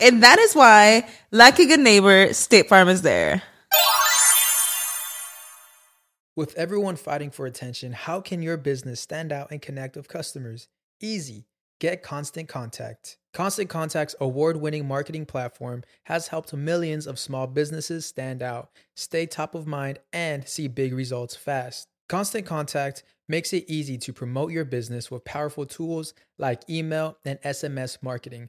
and that is why, like a good neighbor, State Farm is there. With everyone fighting for attention, how can your business stand out and connect with customers? Easy. Get Constant Contact. Constant Contact's award winning marketing platform has helped millions of small businesses stand out, stay top of mind, and see big results fast. Constant Contact makes it easy to promote your business with powerful tools like email and SMS marketing,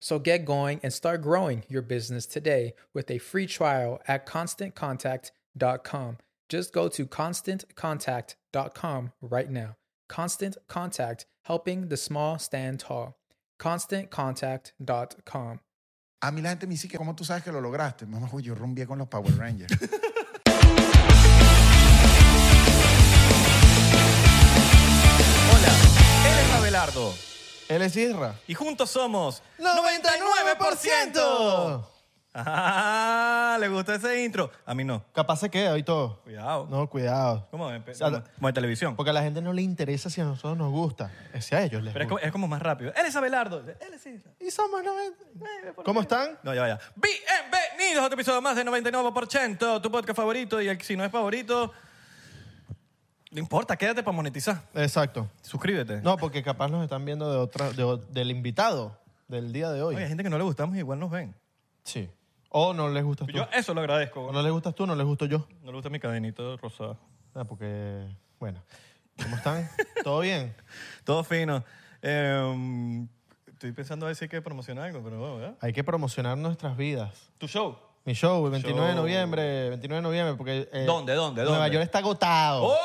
So get going and start growing your business today with a free trial at constantcontact.com. Just go to constantcontact.com right now. Constant Contact, helping the small stand tall. ConstantContact.com. A mí la gente me dice que cómo tú sabes que lo lograste. Mamá, güey, yo rumbié con los Power Rangers. Hola, él es Abelardo. Él es Isra. Y juntos somos 99%. Ah, ¿le gustó ese intro? A mí no. Capaz se queda y todo. Cuidado. No, cuidado. ¿Cómo? Empe- O sea, como- como de televisión. Porque a la gente no le interesa si a nosotros nos gusta. Es si a ellos les Pero es como, gusta. es como más rápido. Él es Abelardo. Él es Isra. Y somos 90. ¿Cómo están? No, ya, ya. Bienvenidos a otro episodio más de 99%, tu podcast favorito y el que si no es favorito, no importa, quédate para monetizar. Exacto. Suscríbete. No, porque capaz nos están viendo de otra, de o- del invitado del día de hoy. Oye, hay gente que no le gustamos, igual nos ven. Sí. O no les gustas tú. Yo eso lo agradezco. No, O no les gustas tú, no les gusto yo. le gusta mi cadenito rosada. Ah, porque, bueno. ¿Cómo están? ¿Todo bien? Todo fino. Eh, estoy pensando a ver si hay que promocionar algo, pero bueno, ¿verdad? Hay que promocionar nuestras vidas. Tu show. Mi show, el 29 de Show. noviembre, 29 de noviembre, porque... eh, ¿Dónde, dónde, Nueva dónde? ¡Oh! York está agotado.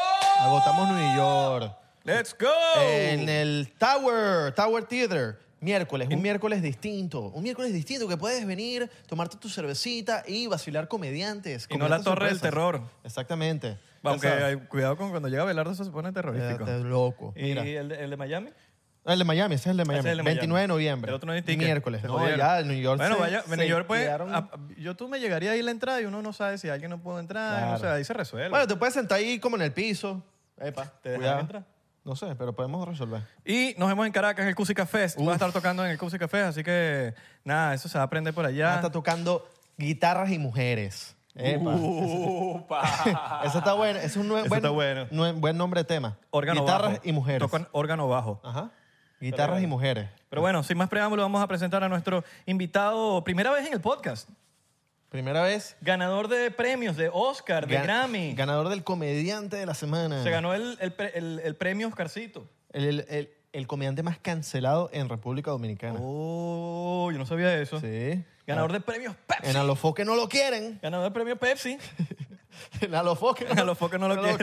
Agotamos Nueva York. Let's go. En el Tower, Tower Theater. Miércoles, un miércoles distinto. Un miércoles distinto que puedes venir, tomarte tu cervecita y vacilar comediantes. Y no la comediantes Torre del sorpresas. Terror. Exactamente. Ya Aunque sabes, hay- cuidado con cuando llega Belardo, eso se pone terrorífico. quédate loco. ¿Y Mira. el de, el de Miami? El de Miami, ese es el de Miami. Ese es el de 29 de Miami. noviembre. El otro no hay ticket. Miércoles. Se No, jodieron. ya, en New York. Bueno, se- vaya, en se New York, pues. quedaron- a- a- yo tú me llegaría ahí la entrada y uno no sabe si alguien no pudo entrar. Claro. No sé, ahí se resuelve. Bueno, te puedes sentar ahí como en el piso. Epa, ¿Te dejan cuidado. entrar? No sé, pero podemos resolver. Y nos vemos en Caracas en el Cusica Fest. Voy a estar tocando en el Cusica Fest, así que nada, eso se va a aprender por allá. Está tocando guitarras y mujeres. Epa. Upa. Eso está bueno. Es un nue- Uh. Eso buen, está bueno. nue- buen nombre de tema. órgano Guitarras bajo. y mujeres. Ah. Tocan órgano bajo. Ajá. Guitarras y mujeres. Pero bueno, sin más preámbulo, vamos a presentar a nuestro invitado, primera vez en el podcast. Primera vez. Ganador de premios, de Oscar, de Ga- Grammy. Ganador del comediante de la semana. Se ganó el, el pre- el- el premio Oscarcito. El, el- el comediante más cancelado en República Dominicana. Oh, yo no sabía eso. Sí. Ganador de premios Pepsi. En Alofoque no lo quieren. Ganador de premios Pepsi. En Alofoque En Alofoque no lo quieren.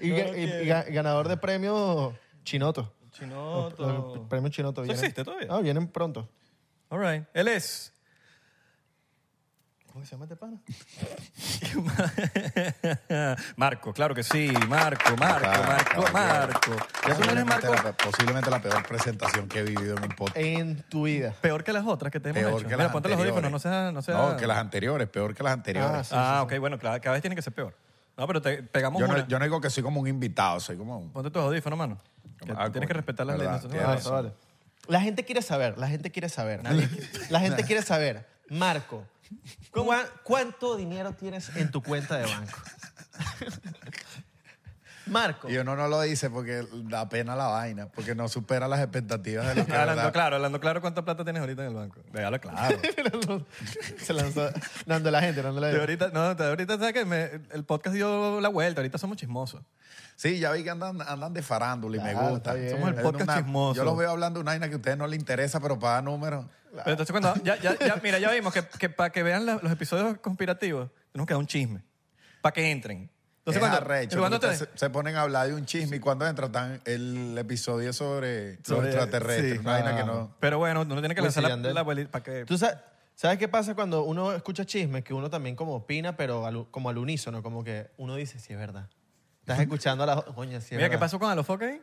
Y, No ga- lo y- y quieren. ga- ganador de premio Chinoto. Chinoto. Los Premios Chinoto. ¿Eso vienen- existe todavía? No, vienen pronto. All right. Él es. ¿Cómo se llama este pana? Marco, claro que sí. Marco, Marco, Ah, Marco, caballero. Marco. Ya tú no Posiblemente eres Marco. la, posiblemente la peor presentación que he vivido en un podcast. En tu vida. Peor que las otras que te Eh, hemos Peor hecho. que Mira, las ponte los anteriores. audífonos, no sea. No, sea... No, que las anteriores, peor que las anteriores. Ah, sí, ah, ok, bueno, claro, cada vez tiene que ser peor. No, pero te pegamos yo, Ah, una. no, yo no digo que soy como un invitado, soy como un... Ponte tus audífonos, mano. Que Ah, tienes que coño, respetar las verdad, leyes. nosotros- tienes Ah, Eso. vale. La gente quiere saber, la gente quiere saber. La gente quiere saber, Marco, ¿cuá- ¿cuánto dinero tienes en tu cuenta de banco? Marco, Y uno no lo dice porque da pena la vaina, porque no supera las expectativas de lo que Ah, Hablando verdad. claro, hablando claro, ¿cuánta plata tienes ahorita en el banco? Déjalo claro. se lanzó dando la gente, dando la De gente. ahorita, no, de ahorita, ¿sabes que El podcast dio la vuelta, ahorita somos chismosos. Sí, ya vi que andan, andan de farándula y me Claro, gusta. está bien. Somos el Es podcast una- chismoso. Yo los veo hablando de una vaina que a ustedes no les interesa, pero para dar números. Pero entonces cuando, ya, ya, ya, mira, ya vimos que, que para que vean la- los episodios conspirativos, tenemos que dar un chisme, para que entren. Entonces es cuando, arrecho, cuando porque te- ustedes se, se ponen a hablar de un chisme y cuando entra tan el episodio sobre, los Sobre- extraterrestres, sí, una vaina que claro. no... Pero bueno, uno tiene que lanzar Wisin y la, Yandel. la abuelita para que... ¿Tú sabes, sabes qué pasa cuando uno escucha chismes? Que uno también como opina, pero al- como al unísono, como que uno dice, sí, es verdad. Estás escuchando a la... Coña, sí, es Mira, ¿qué verdad. pasó con Alofoque ahí?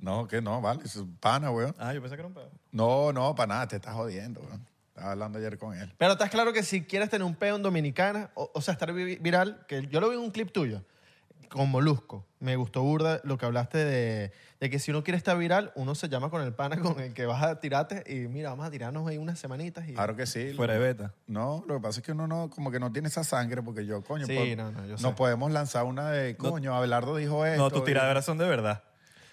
No, que no, vale, eso es pana, weón. Ah, yo pensé que era un pedo. No, no, para nada, te estás jodiendo, weón. Estaba hablando ayer con él. Pero estás claro que si quieres tener un peo en Dominicana, o, o sea, estar vi- viral, que yo lo vi en un clip tuyo, con Molusco. Me gustó burda lo que hablaste de, de que si uno quiere estar viral, uno se llama con el pana con el que vas a tirarte y mira, vamos a tirarnos ahí unas semanitas y... Claro que sí. Fuera de beta. No, lo que pasa es que uno no, como que no tiene esa sangre, porque yo, coño, Sí, pues, no, no, yo sé. podemos lanzar una de, coño, Abelardo dijo esto. No, tus tiraderas son de verdad.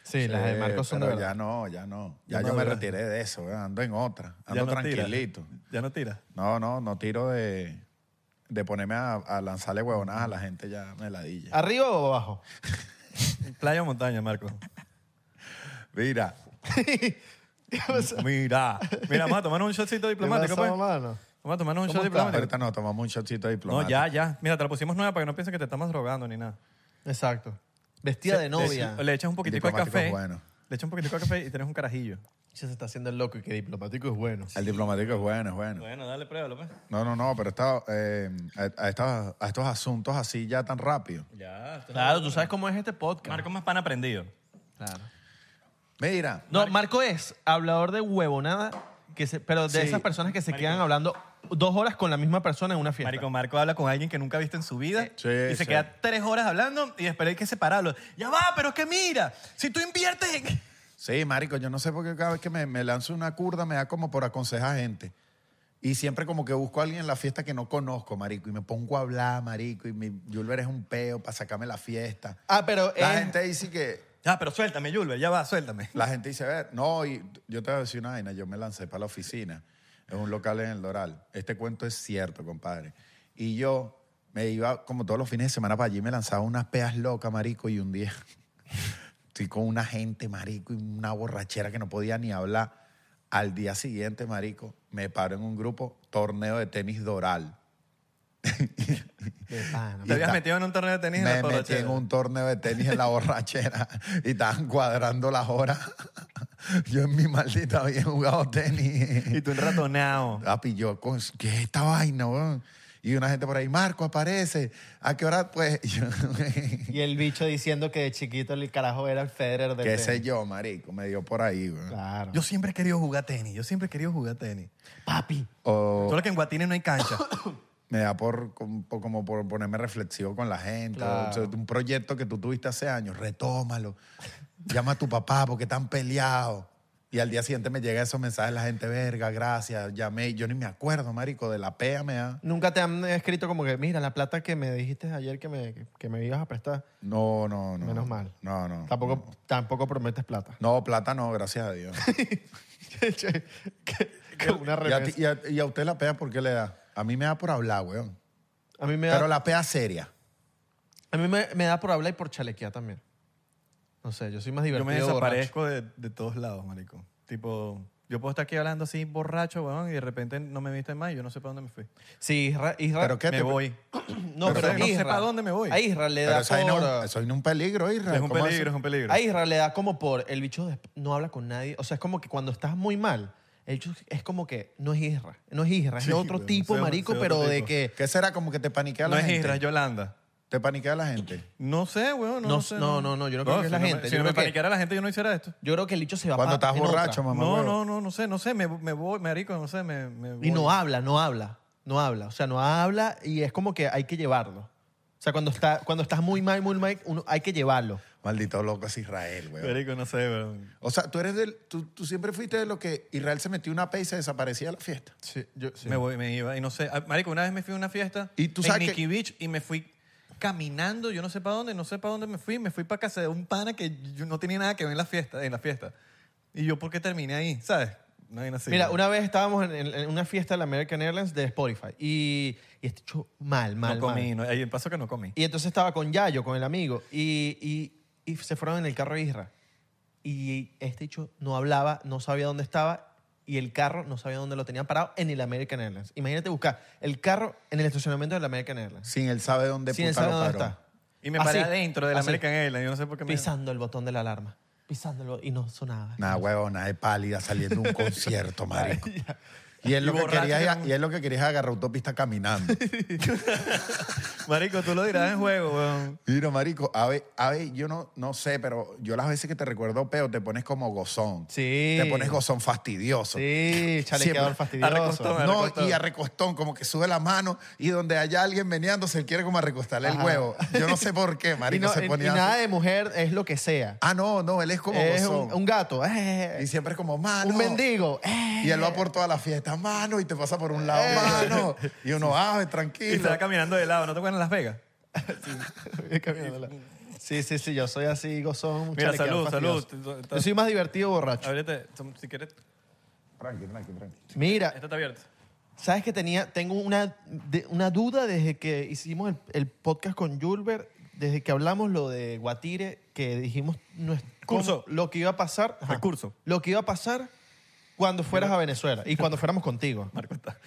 Sí, Sí, las de Marcos son de pero verdad. Ya no, ya no. Ya Ya yo no, me ¿verdad? retiré de eso, weón, ando en otra, Ya ando no tira. tranquilito. Ya no tira. No, no, no tiro de, de ponerme a, a lanzarle huevonadas a la gente, ya me ladilla. ¿Arriba o abajo? Playa o montaña, Marco. Mira, Mira, mira, vamos a tomar un shotcito diplomático, ¿Qué pues. pasó, Vamos mano? a tomar un ¿Cómo shot estás? diplomático. ahorita nos tomamos un shotcito No, diplomático. ya, ya. Mira, te la pusimos nueva para que no piensen que te estamos drogando ni nada. Exacto. Vestida de novia. Le, le echas un poquitico de Diplomático café. es bueno. Le echas un poquitico de café y tienes un carajillo. Se está haciendo el loco y que diplomático es bueno. El diplomático es bueno, es bueno. Bueno, dale, pruébalo, pues. No, no, no, pero está, eh, a, a estas- a estos asuntos así ya tan rápido. Ya. Claro, tú sabes cómo es este podcast. Marco es más pan aprendido. Claro. Mira, No, Marco es hablador de huevonada, que se, pero de Sí. esas personas que se quedan hablando dos horas con la misma persona en una fiesta. Marico, Marco habla con alguien que nunca ha visto en su vida Sí, y se sí. queda tres horas hablando y después hay que separarlo. Ya va, pero es que mira, si tú inviertes en... sí, marico, yo no sé por qué cada vez que me, me lanzo una curda me da como por aconsejar gente. Y siempre como que busco a alguien en la fiesta que no conozco, marico, y me pongo a hablar, marico, y mi Julber es un peo para sacarme la fiesta. Ah, pero La es- gente dice que... Ya, pero suéltame, Julber, ya va, suéltame. La gente dice, a ver, no, y yo te voy a decir una vaina, yo me lancé para la oficina, en un local en el Doral. Este cuento es cierto, compadre. Y yo me iba como todos los fines de semana para allí, me lanzaba unas peas locas, marico, y un día estoy con una gente, marico, y una borrachera que no podía ni hablar. Al día siguiente, marico, me paro en un grupo, torneo de tenis Doral. De pana. Y Te habías ta- metido en un torneo de tenis en la me metí borrachera. en un torneo de tenis en la borrachera y estaban cuadrando las horas. Yo en mi maldita había jugado Y tenis. tú en ratonao. Papi, yo, con- ¿qué es esta vaina, weón? Y una gente por ahí, Marco, aparece. ¿A qué hora? Pues, yo- Y el bicho diciendo que de chiquito el carajo era el Federer de qué tenis. sé yo, marico, me dio por ahí, weón. Claro. Yo siempre he querido jugar tenis, yo siempre he querido jugar tenis. papi. O Solo que en Guatines no hay cancha. me da por, com- por- como por ponerme reflexivo con la gente. Claro. O sea, un proyecto que tú tuviste hace años, retómalo. Llama a tu papá porque están peleados. Y al día siguiente me llegan esos mensajes la gente, verga, gracias, llamé. Yo ni me acuerdo, marico, de la pea me da. Nunca te han escrito como que, mira, la plata que me dijiste ayer que me, que, que me ibas a prestar. No, no, no. Menos mal. No, no. Tampoco, tampoco prometes plata. No, plata no, gracias a Dios. que, que- que una ¿Y a, ti- remesa. y a- y a usted la pea por qué le da? A mí me da por hablar, weón. A mí me da, Pero la pea seria. a mí me, me da por hablar y por chalequear también. No sé, yo soy más Yo divertido. me borracho. desaparezco de, de todos lados, marico. Tipo, yo puedo estar aquí hablando así borracho, weón, y de repente no me viste más y yo no sé para dónde me fui. Sí, Isra. Isra- Pero qué me te- voy. No, Pero pero, no sé Isra- pa' dónde me voy. A Isra le Pero da eso ahí por. no, eso ahí no es un peligro, Ah, Israel. Es un ¿Cómo peligro, es así? un peligro. A Israel le da como por. El bicho desp- no habla con nadie. O sea, es como que cuando estás muy mal, el bicho es como que no es Isra. No es Isra, es Sí, de otro weón, tipo, soy- marico, soy otro pero de tipo. que. ¿Qué será como que te paniquea No la es gente? Isra, es Yolanda. Te paniquea la gente. No sé, weón. No, No, sé, no, no, no, yo no creo que es la si gente, me- si yo no me creo que- paniqueara la gente, yo no hiciera esto. Yo creo que el bicho se va Cuando pa- estás en borracho, otra. mamá. No, huevo. no, no, no sé, no sé, me, me voy, marico, no sé, me, me voy. Y no habla, no habla, no habla. O sea, no habla y es como que hay que llevarlo. O sea, cuando, está, cuando estás muy mal, muy mal, uno, hay que llevarlo. Maldito loco es Israel, weón. Marico, no sé, weón. O sea, tú eres del. Tú, tú siempre fuiste de lo que Israel se metió una pea y se desaparecía de la fiesta. Sí, yo, sí. Me voy, me iba, y no sé. Ah, Marico, una vez me fui a una fiesta Y tú en sabes que- Nikki Beach y me fui caminando, yo no sé para dónde, no sé para dónde me fui, me fui para casa de un pana que yo no tenía nada que ver en la fiesta, en la fiesta. Y yo, ¿por qué terminé ahí? ¿Sabes? Una vaina así, Mira, weón. una vez estábamos en, en- en una fiesta de la American Airlines de Spotify y, y este hecho mal, mal, No comí, mal. no, ahí el paso que no comí. Y entonces estaba con Yayo, con el amigo, y, y- y se fueron en el carro de Isra. Y este hecho no hablaba, no sabía dónde estaba y el carro no sabía dónde lo tenían parado en el American Airlines. Imagínate buscar el carro en el estacionamiento del American Airlines. Sin él sabe dónde sin puta saber lo dónde paró. está. Y me Así, paré adentro de la así, American Airlines, yo no sé por qué me... Pisando el botón de la alarma. Pisando el botón. Y no sonaba. Nah, huevona, es pálida saliendo de un concierto, marico. Y él, lo Y que borracho quería, que- y él lo que quería es agarrar autopista caminando. Marico, tú lo dirás en juego, weón. Mira, marico, a ve- a ve- yo no, no sé, pero yo las veces que te recuerdo peo, te pones como gozón. Sí. Te pones gozón fastidioso. Sí, chalequeador Siempre. Ah, Arrecostado. fastidioso. Me No, recostó. y a recostón, como que sube la mano y donde haya alguien meneándose, él quiere como recostarle el huevo. Yo no sé por qué, Y, marico, no- se y- ponía... y nada de mujer es lo que sea. Ah, no, no, él es como es gozón. un, un gato. eh, Y siempre es como, mano... un mendigo. eh. Y él va por toda la fiesta, mano, y te pasa por un lado, mano. Y uno, ah, Y se tranquilo. va caminando de lado, ¿no te acuerdas en Las Vegas? Sí, sí, sí, yo soy así, gozón. Mira, chalequeador salud, fastidioso. salud. Yo soy más divertido borracho. Ábrete, si quieres, Tranqui, tranqui, tranqui. Mira, esta está abierta. ¿Sabes que tenía, tengo una, de- una duda desde que hicimos el, el podcast con Julber, desde que hablamos lo de Guatire, que dijimos nues- Curso. cómo- lo que iba a pasar, El curso. lo que iba a pasar cuando fueras a Venezuela y cuando fuéramos contigo. Marco está,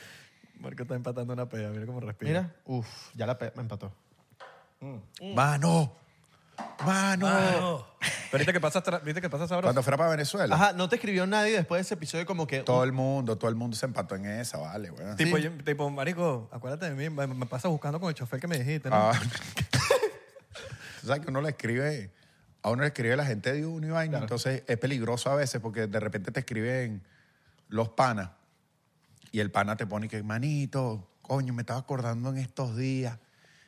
Marco está empatando una pega, mira cómo respira. Mira, uff, ya la pe- me empató. Mm. Mano, mano. Ah, Pero ahorita que pasas, tra- ahorita que pasas ahora. Cuando fuera para Venezuela, Ajá, no te escribió nadie después de ese episodio como que todo el mundo, todo el mundo se empató en esa, vale, weón. Tipo, yo- tipo, marico, acuérdate de mí, me, me pasas buscando con el chofer que me dijiste, ¿no? Ah. Tú sabes que uno le escribe, a uno le escribe la gente de uno y vaina, entonces es peligroso a veces porque de repente te escriben los panas y el pana te pone que, manito, coño, me estaba acordando en estos días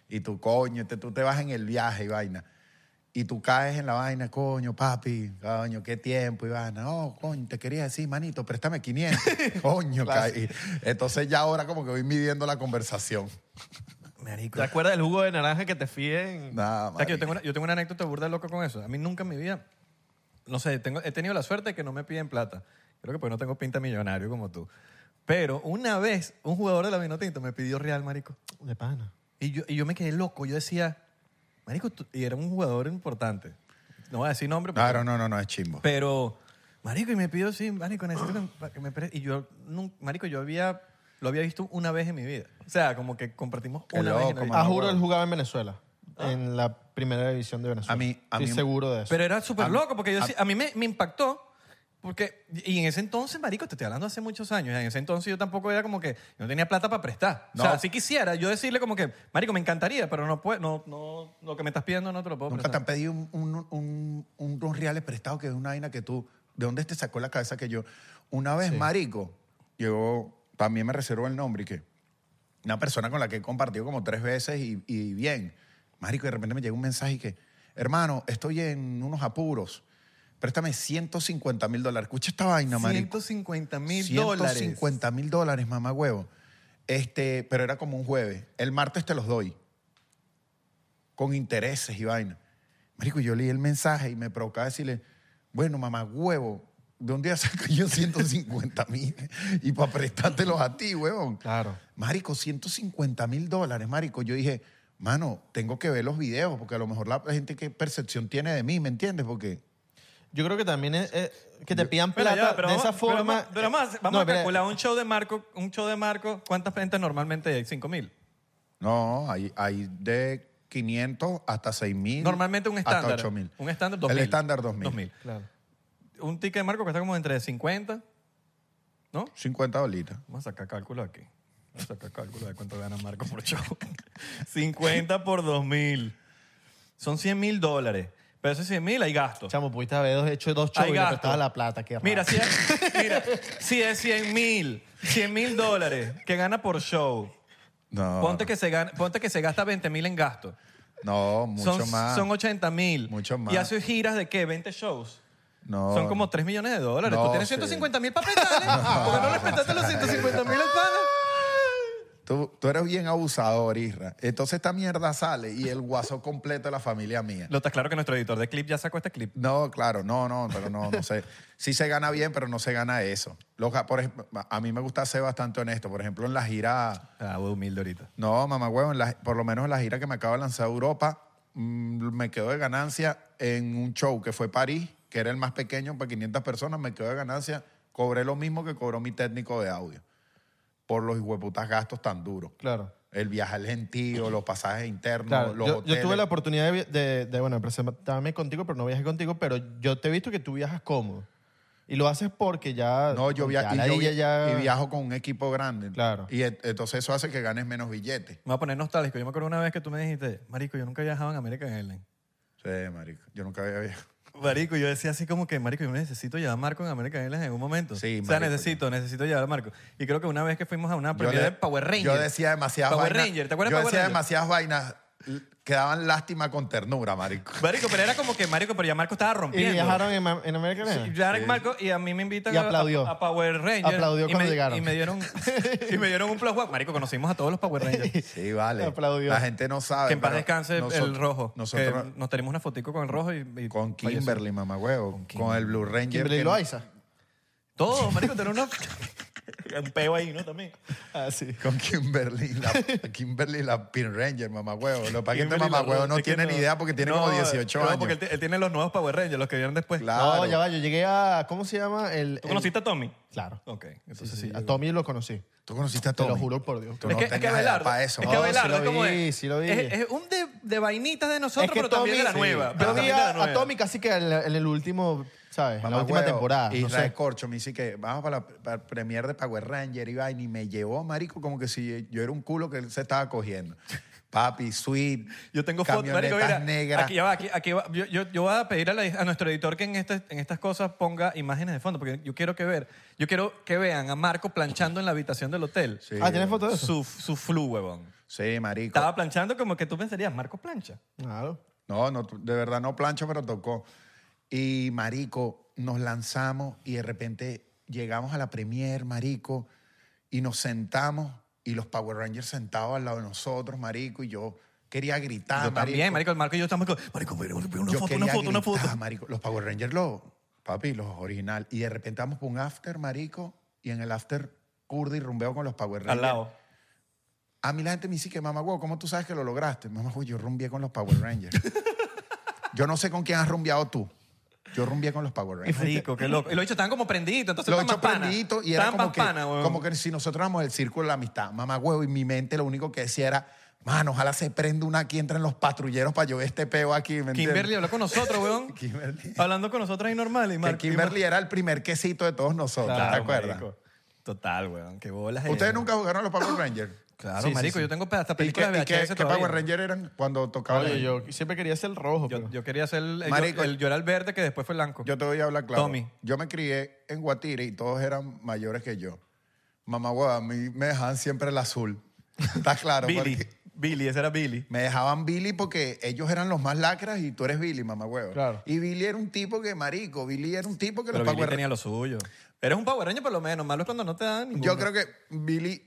y tú, coño, te- tú te vas en el viaje y vaina. Y tú caes en la vaina, coño, papi, coño, qué tiempo, y vaina. No, coño, te quería decir, manito, préstame 500. coño, caí. Entonces ya ahora como que voy midiendo la conversación. Marico. ¿Te acuerdas del jugo de naranja que te fíen? Nada, ¿Sabes que yo marico. tengo, una, yo tengo una anécdota burda loca con eso. A mí nunca en mi vida, no sé, tengo, he tenido la suerte de que no me piden plata. Creo que pues no tengo pinta millonario como tú. Pero una vez, un jugador de la Vinotinto me pidió real, marico. De pana. Y yo, y yo me quedé loco. Yo decía, marico, tú- y era un jugador importante. No voy a decir nombre. Claro, porque- no, no, no, es chimbo. Pero, marico, y me pidió, sí, marico, necesito que me- pa- que me pre- Y yo, nun- marico, yo había, lo había visto una vez en mi vida. O sea, como que compartimos Qué una vez en loco, la vida. mano. Ah, Ah, juro, huevo. él jugaba en Venezuela, en la primera división de Venezuela. A mí- a Estoy mí- seguro de eso. Pero era súper A mí- loco, porque yo a- sí- a, mí me, me impactó. Porque, y en ese entonces, marico, te estoy hablando hace muchos años, en ese entonces yo tampoco era como que, yo no tenía plata para prestar. No. O sea, si quisiera, yo decirle como que, marico, me encantaría, pero no puedo, no, no, lo que me estás pidiendo no te lo puedo Nunca te prestar. han pedido un, un, un- un- unos reales prestados que es una vaina que tú. ¿De dónde te sacó la cabeza que yo? Una vez, marico, yo también me reservo el nombre y que una persona con la que he compartido como tres veces y, y bien. Marico, de repente me llega un mensaje y que, hermano, estoy en unos apuros. Préstame 150 mil dólares. Escucha esta vaina, marico. 150 mil dólares. 150 mil dólares, mamá huevo. Este, pero era como un jueves. El martes te los doy. Con intereses y vaina. Marico, yo leí el mensaje y me provocaba decirle, bueno, mamá huevo, de un día saco yo 150 mil y para prestártelos a ti, huevón. Claro. Marico, 150 mil dólares, Marico. Yo dije, mano, tengo que ver los videos porque a lo mejor la gente qué percepción tiene de mí, ¿me entiendes? Porque Yo creo que también es, eh, que te pidan Mira, plata ya, pero de vamos- esa pero forma. eh, vamos- pero vamos, a- vamos No, a mira, calcular un show de Marco, un show de Marco, ¿cuántas gente normalmente hay? 5 mil. no, hay, hay de 500 hasta 6 mil. Normalmente un estándar. Hasta 8 mil. Un estándar 2000. El estándar 2000. 2000. Claro. Un ticket de Marco cuesta como entre 50, ¿no? 50 dolitas. Vamos a sacar cálculo aquí. Vamos a sacar cálculo de cuánto gana Marco por show. 50 por 2000. Son 100 mil dólares. Pero esos 100 mil hay gastos. Chamo, pudiste haber dos- hecho dos shows Hay y le gasto. prestaba la plata. Qué raro. Mira, si es, mira, si es 100 mil, 100 mil dólares que gana por show, No. ponte que se, gana, ponte que se gasta 20 mil en gasto. No, mucho son, más. Son 80 mil. Mucho más. Y hace giras de qué, 20 shows. No. Son como 3 millones de dólares. No, Tú tienes sí. 150 mil papetales. ¿Por qué no le prestaste los 150 mil al pana? Tú, tú eres bien abusador, Isra. Entonces esta mierda sale y el guaso completo de la familia mía. Lo está claro que nuestro editor de clip ya sacó este clip. No, claro, no, no, pero no, no sé. Sí se gana bien, pero no se gana eso. Los, ga- por ejemplo, a mí me gusta ser bastante honesto. Por ejemplo, en la gira, Ah, humilde ahorita. no, mamá huevo, en la- por lo menos en la gira que me acabo de lanzar a Europa, mm, me quedó de ganancia en un show que fue París, que era el más pequeño para 500 personas, me quedó de ganancia, cobré lo mismo que cobró mi técnico de audio por los hueputas gastos tan duros. Claro. El viaje al gentío, los pasajes internos, Claro, los yo, yo hoteles. tuve la oportunidad de, vi- de- de, bueno, presentarme contigo, pero no viajé contigo, pero yo te he visto que tú viajas cómodo. Y lo haces porque ya... No, yo, ya via- la y, yo dilla vi- ya- y viajo con un equipo grande. Claro. Y et- entonces eso hace que ganes menos billetes. Me voy a poner nostálgico. Yo me acuerdo una vez que tú me dijiste, Marico, yo nunca he viajado en American Airlines. Sí, marico. Yo nunca había viajado. Marico, yo decía así como que, Marico, yo necesito llevar a Marco en American Airlines en un momento. Sí, o sea, marico, necesito, necesito llevar a Marco. Y creo que una vez que fuimos a una Yo, premiere de- de Power Ranger. yo decía demasiadas Power vainas. Ranger, ¿te acuerdas Yo de Power decía Ranger? demasiadas vainas l- que daban lástima con ternura, marico. Marico, pero era como que Marico, pero ya Marco estaba Y rompiendo. viajaron en, Ma- en América Latina. Sí, Jared Marco y a mí me invitan Y aplaudió. A, a Power Rangers. y Aplaudió cuando me, llegaron. Y me dieron, y me dieron un plus one. Marico, conocimos a todos los Power Rangers. que Sí, vale. Aplaudió. La gente no sabe. en paz pero descanse noso- el rojo. Nosotros que nos tenemos una fotico con el rojo y, y con falleció. Kimberly, mamá huevo. Con, el Blue Ranger. Kimberly que- Loaiza. Todos, marico, tenemos una... un peo ahí, ¿no? También. Ah, sí. Con Kimberly, la, Kimberly la Pin Ranger, mamá huevo. Lo que pasa es que este Kimberly mamá huevo Lobo, no te tiene quiero. ni idea porque tiene como No, 18 no, años. porque él, t- él tiene los nuevos Power Rangers, los que vieron después. Claro. No, Ah, ya va, yo llegué a... ¿Cómo se llama? El, ¿Tú el- conociste a Tommy? Claro. Ok, entonces sí. Sí, a Tommy lo conocí. Tú conociste a Te Tommy. lo juro por Dios. Tú no tenías edad Abelardo- pa' eso, es que ¿no? Oh, sí Abelardo lo es como vi, es, sí lo vi. es, es un de, de vainitas de nosotros, es que pero también de la sí. nueva. pero Yo vi también de la a, a nueva. Tommy casi que en el, en el último, ¿sabes? En la Mamá última huevo, temporada. No Israel sé. Corcho me dice que vamos para la para premier de Power Ranger y vaina, y me llevó, marico, como que si yo era un culo que él se estaba cogiendo. Papi, sweet. Yo tengo fotos, marico, mira, camionetas negras. Aquí ya va, aquí, aquí va. Yo, yo, yo voy a pedir a, la- a nuestro editor que en, este- en estas cosas ponga imágenes de fondo, porque yo quiero que ver, yo quiero que vean a Marco planchando en la habitación del hotel. Sí, Ah, ¿tienes foto de eso? Su, su flu, huevón. sí, marico. Estaba planchando como que tú pensarías, Marco plancha. Claro. No, no, de verdad no plancho, pero tocó. Y marico, nos lanzamos y de repente llegamos a la premier, marico, y nos sentamos y los Power Rangers sentados al lado de nosotros, marico, y yo quería Ah, gritar, yo también, marico. marico, el Marco y yo estamos como, marico, mira, mira, una yo foto, quería una foto, una gritar, foto. marico. Los Power Rangers, los, papi, los original. Y de repente vamos por un after, marico, y en el after curdi rumbeo con los Power Rangers. Al lado. A mí la gente me dice que, mamá, güey, ¿cómo tú sabes que lo lograste? Mamá, güey, yo rumbié con los Power Rangers. yo no sé con quién has rumbeado tú. Yo rumbié con los Power Rangers. Marico, qué loco. Y los bichos estaban como prendiditos, entonces Lo estaban hecho más panas. prendiditos y era Estaban como más que, panas, huevón. como que si nosotros éramos el círculo de la amistad. Mamá, huevo, y mi mente lo único que decía era, mano, ojalá se prenda una aquí, entren los patrulleros para yo ver este peo aquí. ¿me entiendes? Kimberly habló con nosotros, weón. Kimberly. Hablando con nosotros ahí normal. Y Que Marco, Kimberly era el primer quesito de todos nosotros, Claro, ¿te acuerdas? marico. Total, weón. Qué bolas. eh. ¿Ustedes nunca jugaron a los Power Rangers? Claro, Sí, sí, marico. sí. Yo tengo hasta ¿Y qué, películas de y qué- VHS qué todavía. Power Rangers eran cuando tocaban? Oye, yo siempre quería ser el rojo, Yo, pero- yo quería ser el, el- Marico. el- yo era el verde que después fue el blanco. Yo te voy a hablar claro. Tommy. Yo me crié en Guatire y todos eran mayores que yo. Mamá hueva, a mí me dejaban siempre el azul. ¿Está claro? Billy. Porque Billy, ese era Billy. Me dejaban Billy porque ellos eran los más lacras y tú eres Billy, mamá hueva. Claro. Y Billy era un tipo que, marico, Billy era un tipo que Pero los Billy Power tenía lo suyo. Eres un Power Ranger por lo menos. Malo es cuando no te dan ninguno. Yo creo que Billy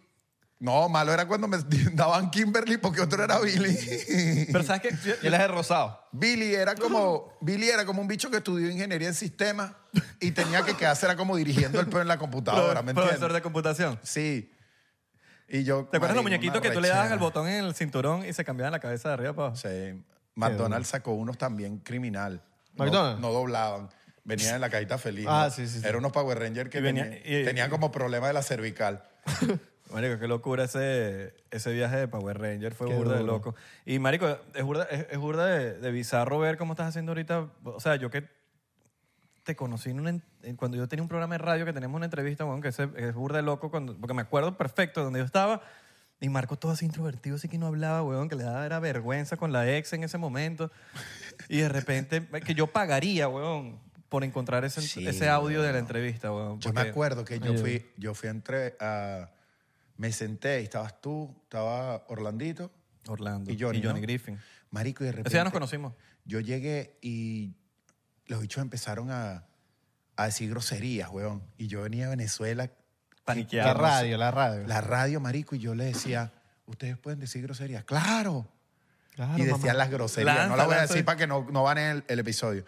No, malo era cuando me daban Kimberly porque otro era Billy. Pero ¿sabes qué? Yo- Y él es de rosado. Billy era como Billy era como un bicho que estudió ingeniería en sistemas y tenía que quedarse era como dirigiendo el peo en la computadora, ¿me entiendes? profesor de computación. Sí. Y yo ¿Te acuerdas marico, los muñequitos una que tú le dabas rechera. al botón en el cinturón y se cambiaban la cabeza de arriba para abajo? Sí. McDonald's sacó unos también criminal. No- ¿McDonald's? No, doblaban. Venían en la cajita feliz. Ah, ¿no? sí, sí, sí. Eran unos Power Rangers que Y venía- tenían, y- tenían como problema de la cervical. Marico, qué locura ese, ese viaje de Power Ranger. Fue Qué burda de duro. loco. Y, marico, es burda, es, es burda de, de bizarro ver cómo estás haciendo ahorita. O sea, yo que te conocí en una en- en- cuando yo tenía un programa de radio que teníamos una entrevista, weón, que ese- es burda de loco, cuando, porque me acuerdo perfecto donde yo estaba. Y Marco todo así introvertido, así que no hablaba, weón, que le daba era vergüenza con la ex en ese momento. Y de repente, que yo pagaría, weón, por encontrar ese, Sí, ese audio de la entrevista, weón. Yo me porque- acuerdo que yo fui, yo fui entre a- me senté y estabas tú, estaba Orlandito Orlando. y Johnny, ¿no? Griffin. Marico y de repente. Ese ya nos conocimos. Yo llegué y los bichos empezaron a, a decir groserías, weón. Y yo venía a Venezuela Paniqueado. La radio, la radio. la radio, marico, y yo le decía, ¿ustedes pueden decir groserías? ¡Claro! Claro, y decían mamá. las groserías. Lanza, no las voy a lanza. decir para que no, no van en el, el episodio.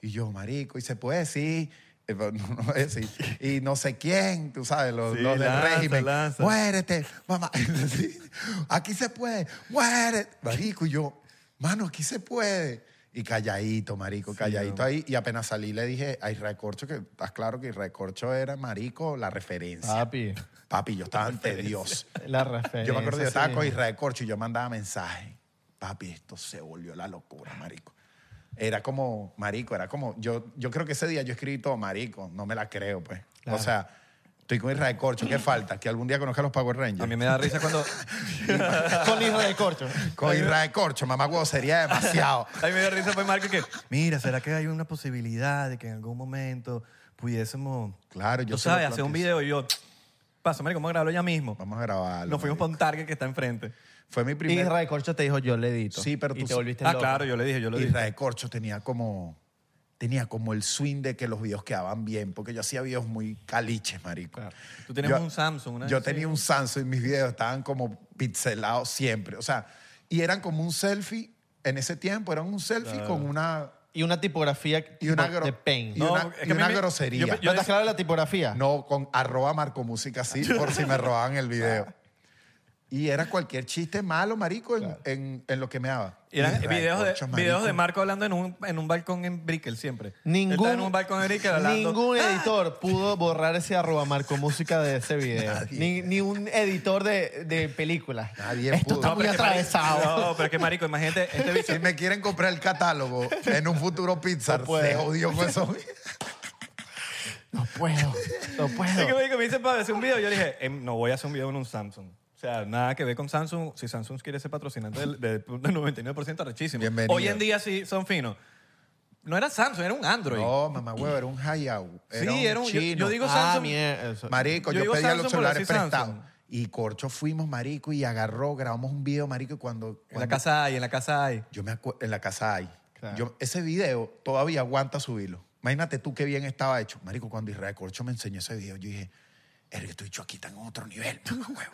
Y yo, marico, y se puede decir... Eh, pero no, no voy a decir. Y no sé quién, tú sabes, los, Sí, los del lanza, régimen. lanza. Muérete, mamá. Sí, aquí se puede. Muérete. Marico, y yo, mano, aquí se puede. Y calladito, marico, calladito ahí. Y apenas salí le dije a Israel Corcho, que estás claro que Israel Corcho era, marico, la referencia. Papi, Papi, yo estaba ante Dios. la referencia. Yo me acuerdo que yo estaba sí. con Israel Corcho y yo mandaba mensajes. Papi, esto se volvió la locura, marico. Era como, marico, era como, yo, yo creo que ese día yo escribí todo, marico, no me la creo, pues. O sea, estoy con Israel Corcho, ¿qué falta? Que algún día conozca a los Power Rangers. A mí me da risa cuando. Con hijo de corcho. Con Israel Corcho, mamá huevo, sería demasiado. A mí me da risa fue Marco que. Mira, ¿será que hay una posibilidad de que en algún momento pudiésemos. Claro, yo Tú se lo sabes, hacer un planteé. video y yo. Paso, Marico, vamos a grabarlo ya mismo. Vamos a grabarlo. Nos fuimos para marico. un target que está enfrente. Fue mi Y primer... Israel Corcho te dijo, yo le edito. Sí, pero y tú- te volviste ah, loco. claro, yo le dije, yo le dije. Israel Corcho tenía como... Tenía como el swing de que los videos quedaban bien, porque yo hacía videos muy caliches, marico. Tú tenías Yo- un Samsung, una Yo vez, sí. tenía un Samsung y mis videos estaban como pixelados siempre. O sea, y eran como un selfie. En ese tiempo eran un selfie con una. Y una tipografía Y una tipo gro- de pain. y No, una- porque es y que a mí una me- grosería. yo- ¿No estás decía- claro de la tipografía? No, con arroba Marco Música así, por si me robaban el video. Y era cualquier chiste malo, marico, en, en- en lo que me daba. Y eran Israel videos, de, Corcho, videos de marico. Marco hablando en un, en un balcón en Brickell siempre. Él Ningún, estaba en un balcón en Brickell hablando. ¡Ah! ningún editor pudo borrar ese arroba Marco Música de ese video. Ni, ni un editor de, de películas. Nadie pudo. Esto está No, muy pero es que, marico- atravesado. No, pero es que Marico, imagínate, este bicho. Si me quieren comprar el catálogo en un futuro Pizza, puede. se jodió con eso. No, puedo, Sí, que no puedo. me dijo, me dice para hacer un video. Yo le dije, "Em, no voy a hacer un video en un Samsung. O sea, nada que ver con Samsung. Si Samsung quiere ser patrocinante del, del- del 99%, rechísimo. Bienvenido. Hoy en día sí son finos. No era Samsung, era un Android. No, mamá, huevo, era un hideout. Era sí, un era un. Yo, chino. yo digo Ah, Samsung. mierda, eso. Marico, Yo yo, digo pedía Samsung los por celulares decir Samsung. prestados. Y Corcho fuimos, marico, y agarró, grabamos un video, marico, y cuando... En la cuando- casa hay, en la casa hay. Yo me acuerdo, en la casa hay. Claro. Yo, ese video todavía aguanta subirlo. Imagínate tú qué bien estaba hecho. Marico, cuando Israel Corcho me enseñó ese video, yo dije, Ergue, estoy hecho aquí, está en otro nivel, mamá, huevo.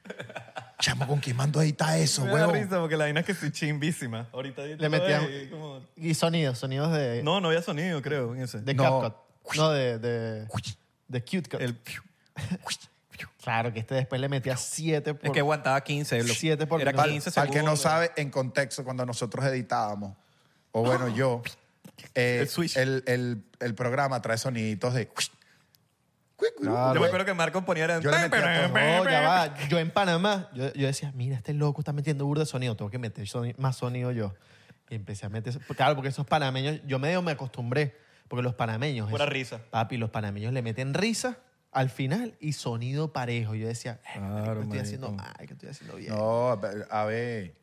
Chamo, ¿con quién mando a editar eso, Me da huevo? risa porque la vaina es que estoy chimbísima. Ahorita Le metían... como- Y sonidos, sonidos de, No, no había sonido, creo, en ese. de No. CapCut. No, de, de, de CuteCut. El- Claro, que este después le metía 7 por... es que aguantaba 15. lo- Siete por era minuto. 15 segundos. Para el que no sabe, en contexto, cuando nosotros editábamos, o bueno, yo, eh, El switch. el, el- el programa trae soniditos de... Claro. Yo me acuerdo que Marco ponía. era- Yo le metía "Oh, todo. No, ya va. Yo en Panamá, yo, yo decía, mira, este loco está metiendo burda de sonido, tengo que meter soni- más sonido yo. Y empecé a meter... Claro, porque esos panameños, yo medio me acostumbré, porque los panameños... Pura eso- risa. Papi, los panameños le meten risa al final y sonido parejo. Yo decía, "Eh, marico, Claro, ¿qué estoy marico. haciendo mal, que estoy haciendo bien. No, a ver,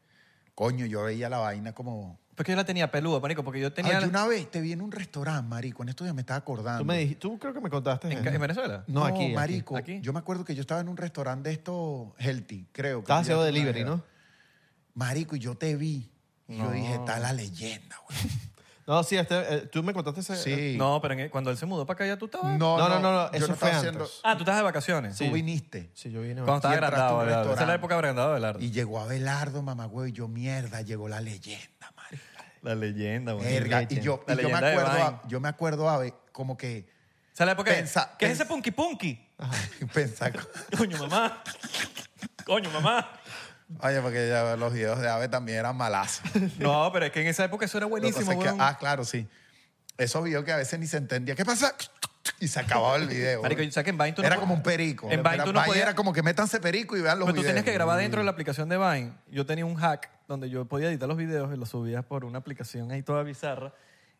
coño, yo veía la vaina como... Porque yo la tenía peluda, marico, porque yo tenía. Ay, yo una vez te vi en un restaurante, marico, en estos días me estaba acordando. Tú, me dijiste, tú creo que me contaste. ¿eh? en, eso. ca- en Venezuela. No, No, aquí, aquí. marico, Aquí. yo me acuerdo que yo estaba en un restaurante de estos healthy, creo. que Estaba un día haciendo tú me delivery, dijeras. ¿no? Marico, y yo te vi. Y yo dije, está la leyenda, güey. No, sí, este, eh, tú me contaste ese. eh, Sí. No, pero en el- cuando él se mudó para acá ya tú estabas. no, No, no, no, no, yo eso fue estaba antes. haciendo- Ah, tú estabas de vacaciones. Uh, Tú viniste. Sí, yo vine. Cuando estaba Y entraste a agrandado, un Abelardo. Esa es la restaurante. época agrandada de Abelardo. Y llegó Abelardo, mamá, güey. Yo, mierda, llegó la leyenda, madre. La leyenda, güey. Verga. Y yo, La y yo me leyenda de acuerdo, Vine. a, yo me acuerdo, Abe, como que Esa es la época de- Pensa- ¿Qué es pens- ese punky punky? pensar. Coño, mamá. Coño, mamá. Oye, porque ya los videos de Abe también eran malazos. No, pero es que en esa época eso era Lo que buenísimo, pasa es que- weón. ah, claro, sí. Esos videos que a veces ni se entendía. ¿Qué pasa? Y se acababa el video. Marico, güey. o sea, que en Vine tú no era pod- como un perico. En Vine Era- tú no podías- era como que métanse perico y vean los Pero tú videos. tenías que grabar dentro de la aplicación de Vine. Yo tenía un hack donde yo podía editar los videos y los subías por una aplicación ahí toda bizarra.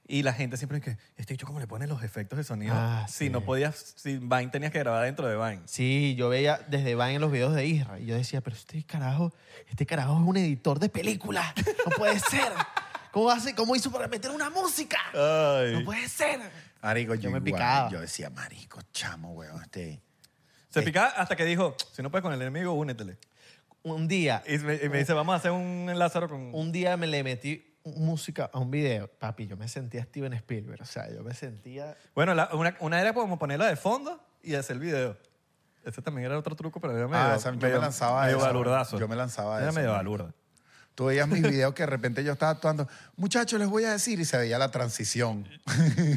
Y la gente siempre dice, este dicho cómo le pone los efectos de sonido. Ah, si sí. no podías, si Vine tenías que grabar dentro de Vine. Sí, yo veía desde Vine los videos de Isra y yo decía, pero este carajo, este carajo es un editor de películas, no puede ser. ¿Cómo hace, cómo hizo para meter una música? No puede ser. Marico, yo, Yo me igual, picaba. Yo decía, marico, chamo, weón, este... Se picaba hasta que dijo, si no puedes con el enemigo, únetele. Un día, Y me, Oh. y me dice, vamos a hacer un Lázaro con... un día me le metí música a un video, papi, yo me sentía Steven Spielberg, o sea, yo me sentía Bueno, la- una, una era como ponerla de fondo y hacer el video. Ese también era otro truco, pero era medio... Ah, esa- yo me medio- lanzaba medio esa, balurdazo. yo me lanzaba Era esa, medio marico. balurda. Tú veías mis videos que de repente yo estaba actuando, muchachos, les voy a decir, y se veía la transición.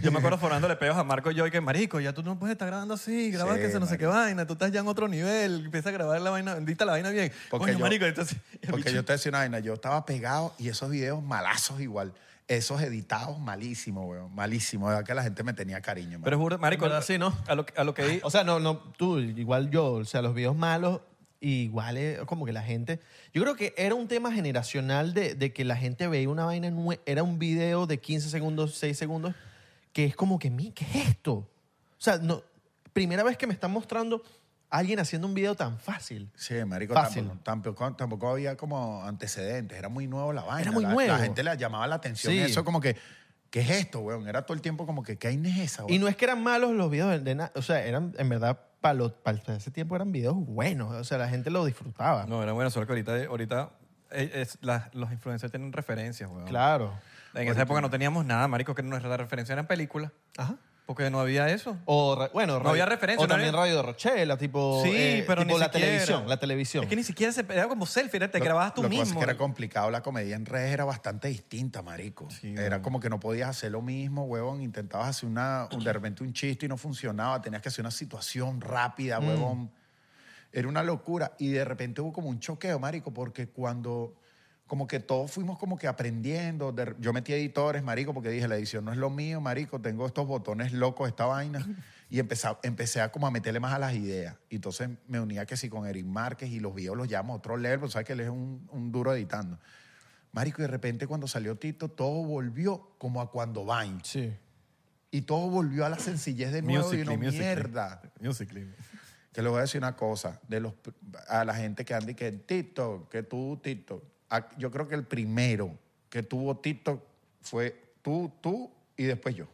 Yo me acuerdo forándole peos a Marco y yo y que, marico, ya tú no puedes estar grabando así, graba Sí, que se no sé qué vaina, tú estás ya en otro nivel, empieza a grabar la vaina, dicta la vaina bien. Porque Coño, yo- marico, entonces... el Porque bicho- yo te decía una vaina, yo estaba pegado y esos videos malazos igual. Esos editados malísimos, weón, malísimos. De verdad que la gente me tenía cariño, Pero marico. juro, marico, En verdad, sí, ¿no? a lo, que- a lo que di- O sea, no, no, tú, igual yo, o sea, los videos malos, igual es como que la gente. Yo creo que era un tema generacional de, de que la gente veía una vaina, nue- era un video de 15 segundos, 6 segundos, que es como que, "Mi, ¿qué es esto? O sea, no, primera vez que me están mostrando a alguien haciendo un video tan fácil. Sí, marico, Fácil. tampoco, tampoco, tampoco había como antecedentes. Era muy nuevo la vaina. Era muy la, nuevo. La gente le llamaba la atención. Sí. Eso como que, ¿qué es esto, weón? Era todo el tiempo como que, ¿qué hay es esa, weón? Y no es que eran malos los videos de, de na- o sea, eran, en verdad, para ese tiempo eran videos buenos, o sea, la gente lo Ah. disfrutaba. No, era bueno, solo que ahorita, ahorita eh, es- las- los influencers tienen referencias, weón. Claro. En esa época no teníamos nada, marico, que nuestra referencia eran películas. Ajá. Porque no había eso. O, ra- bueno, No había referencia, O no también había- Radio Rochela, tipo. Sí, eh, pero tipo ni la siquiera. televisión. La televisión. Es que ni siquiera se era como selfie, era- te grababas tú lo mismo. que pasa es que era complicado. La comedia en redes era bastante distinta, marico. era como que no podías hacer lo mismo, huevón. Intentabas hacer una, un- de repente un chiste y no funcionaba. Tenías que hacer una situación Mm. rápida, huevón. Era una locura. Y de repente hubo como un choqueo, marico, porque cuando... Como que todos fuimos como que aprendiendo. De- yo metí editores, marico, porque dije, la edición no es lo mío, marico. Tengo estos botones locos, esta vaina. Y empecé, empecé a como a meterle más a las ideas. Y entonces me unía que sí con Eric Márquez y los videos los llamo a otro level, porque sabes que él es un, un duro editando. Marico, y de repente cuando salió Tito, todo volvió como a cuando Vine. Sí. Y todo volvió a la sencillez de nuevo y Musical.ly, no, Musical.ly. mierda. Musical.ly. Te le voy a decir una cosa, de los, pr- a la gente que anda y que TikTok, que tú TikTok. A- Yo creo que el primero que tuvo TikTok fue tú, tú y después yo.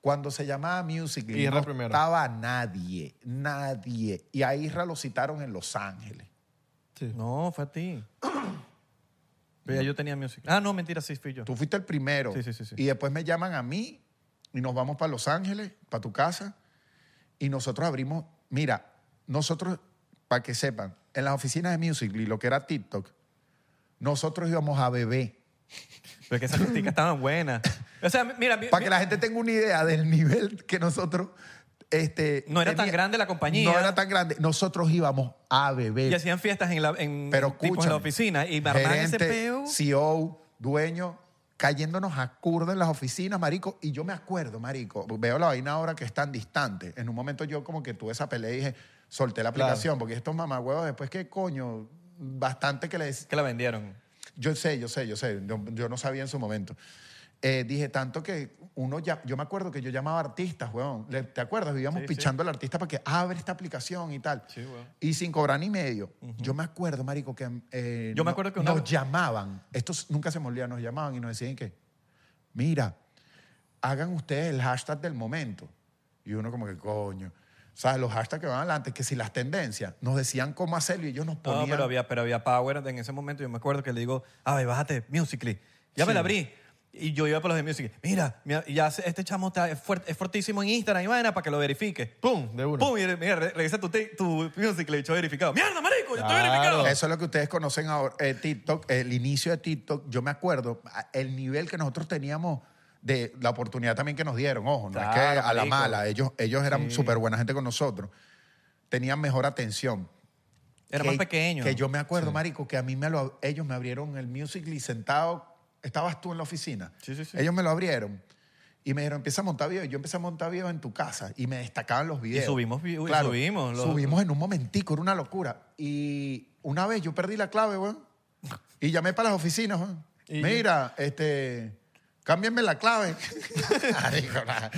Cuando se llamaba Music Y League, era no primero. estaba nadie, nadie. Y a Isra lo citaron en Los Ángeles. No, fue a ti. Pero ya yo tenía music. Ah, no, mentira, sí fui yo. Tú fuiste el primero. Sí, sí, sí, sí. Y después me llaman a mí y nos vamos para Los Ángeles, para tu casa. Y nosotros abrimos. Mira, nosotros, para que sepan, en las oficinas de Musical.ly, lo que era TikTok, nosotros íbamos a beber. Pero es que esas críticas estaban buenas. O sea, mira, mi- Para que la gente tenga una idea del nivel que nosotros. Este, No era tan grande la compañía. No era tan grande. Nosotros íbamos a beber. y hacían fiestas en la, en, Pero tipo, en escúchame, la oficina y me armaban ese gerente, peo. CEO, dueño, cayéndonos a curda en las oficinas, marico. Y yo me acuerdo, marico, veo la vaina ahora que es tan distante. En un momento yo como que tuve esa pelea y dije, solté la aplicación, porque estos mamagüevos después, ¿qué coño? Bastante que les... Que la vendieron. Yo sé, yo sé, yo sé. Yo, yo no sabía en su momento. Eh, dije tanto que uno ya, yo me acuerdo que yo llamaba a artistas, weón. Le- ¿Te acuerdas? Vivíamos pichando al artista para que abre esta aplicación y tal. Sí, weón. Y sin cobrar ni medio. Yo me acuerdo, marico, que eh, Yo me no- acuerdo que una- nos llamaban. Esto s- nunca se me olvida. Nos llamaban y nos decían que, mira, hagan ustedes el hashtag del momento. Y uno como que, coño. ¿Sabes? Los hashtags que van adelante, que si las tendencias, nos decían cómo hacerlo y ellos nos No, ponían... "Ah, pero había, pero había power en ese momento. Yo me acuerdo que le digo, a ver, bájate, Musical.ly. Ya me la abrí. Y yo iba para los de Music. Mira, mira, ya se- este chamo está, es, fuert- es fortísimo en Instagram y vaina para que lo verifique. ¡Pum! De una. Pum, y re- mira, re- regresa tu, ti- tu Music, le he dicho verificado. ¡Mierda, marico! ¡Yo estoy Claro. verificado! Eso es lo que ustedes conocen ahora, eh, TikTok, el inicio de TikTok. Yo me acuerdo a- el nivel que nosotros teníamos de la oportunidad también que nos dieron, ojo, no es que Claro, a la marico. mala, ellos, ellos eran súper buena gente con nosotros, tenían mejor atención. Era Que- más pequeño. Que yo me acuerdo, marico, que a mí me lo, ellos me abrieron el Musical.ly sentado, estabas tú en la oficina. Sí, sí, sí. Ellos me lo abrieron. Y me dijeron, empieza a montar videos. Y Yo empecé a montar videos en tu casa. Y me destacaban los videos. subimos vi- uy, subimos los- subimos en un momentico, era una locura. Y una vez yo perdí la clave, weón. Y llamé para las oficinas, weón. Mira, este... Cámbienme la clave. Marico, nada.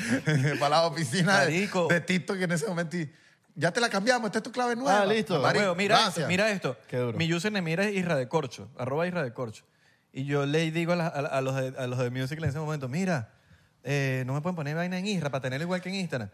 para la oficina de, Marico. de TikTok en ese momento. y, ya te la cambiamos, esta es tu clave nueva. Ah, listo. Marico, Huevo, mira gracias. esto, mira esto. Qué duro. Mi username era Isra de Corcho, arroba Isra de Corcho. Y yo le digo a, la- a la- a los, de, a los de Musical en ese momento, mira, eh, no me pueden poner vaina en Isra para tenerlo igual que en Instagram.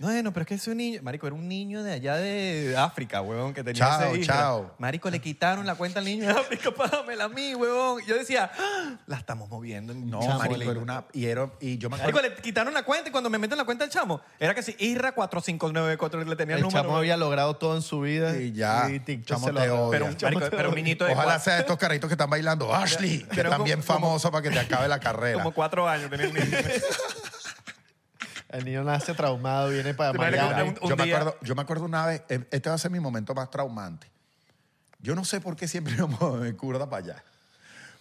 No, bueno, pero es que ese niño, marico, era un niño de allá de África, huevón, que tenía Chao, ese Isra. chao. Marico, le quitaron la cuenta al niño de África, págamela a mí, huevón. Yo decía, "Ah, la estamos moviendo. en No, Chamo, marico, lindo". era una... Y, era- y yo me acuerdo... Marico, le quitaron la cuenta y cuando me meten la cuenta al chamo, era que si Isra 45994 le tenía el, El número. chamo había logrado todo en su vida. Y ya, TikTok chamo se lo te agradó. odia. pero, un- marico, pero un niñito de Ojalá cuatro- sea de estos caritos que están bailando. Ashley, que Pero como- también como- famoso para que te acabe la carrera. Como cuatro años tenía el niño. El niño nace traumado, viene para Te imaginas Miami. que un- un yo, me día- acuerdo, yo me acuerdo una vez, eh, este va a ser mi momento más traumante. Yo no sé por qué siempre íbamos de curda para allá.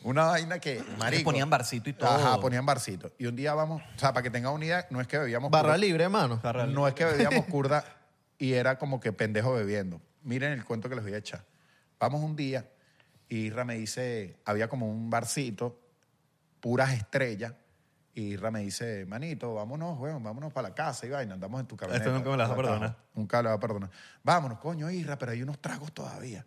Una vaina que, marico... ponían barcito y todo. Ajá, ponían barcito. Y un día vamos... O sea, para que tengan una idea, no es que bebíamos... Barra curda- libre, hermano. No es que bebíamos curda y era como que pendejo bebiendo. Miren el cuento que les voy a echar. Vamos un día y Irra me dice, había como un barcito, puras estrellas, y Irra me dice, manito, vámonos, bueno, vámonos para la casa y vaina, andamos en tu camioneta. nunca me la vas a Arrancamos. perdonar. Nunca la vas a perdonar. Vámonos, coño, Irra, pero hay unos tragos todavía.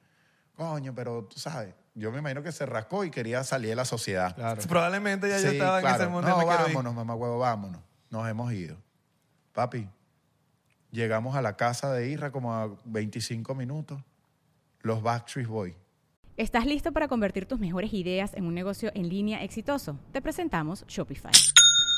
Coño, pero tú sabes, yo me imagino que se rascó y quería salir de la sociedad. Probablemente ya yo Sí, estaba en claro. ese mundo. No, me quiero ir. vámonos, mamá huevo, vámonos. Nos hemos ido. Papi, llegamos a la casa de Isra como a 25 minutos. Los Backstreet Boys. ¿Estás listo para convertir tus mejores ideas en un negocio en línea exitoso? Te presentamos Shopify.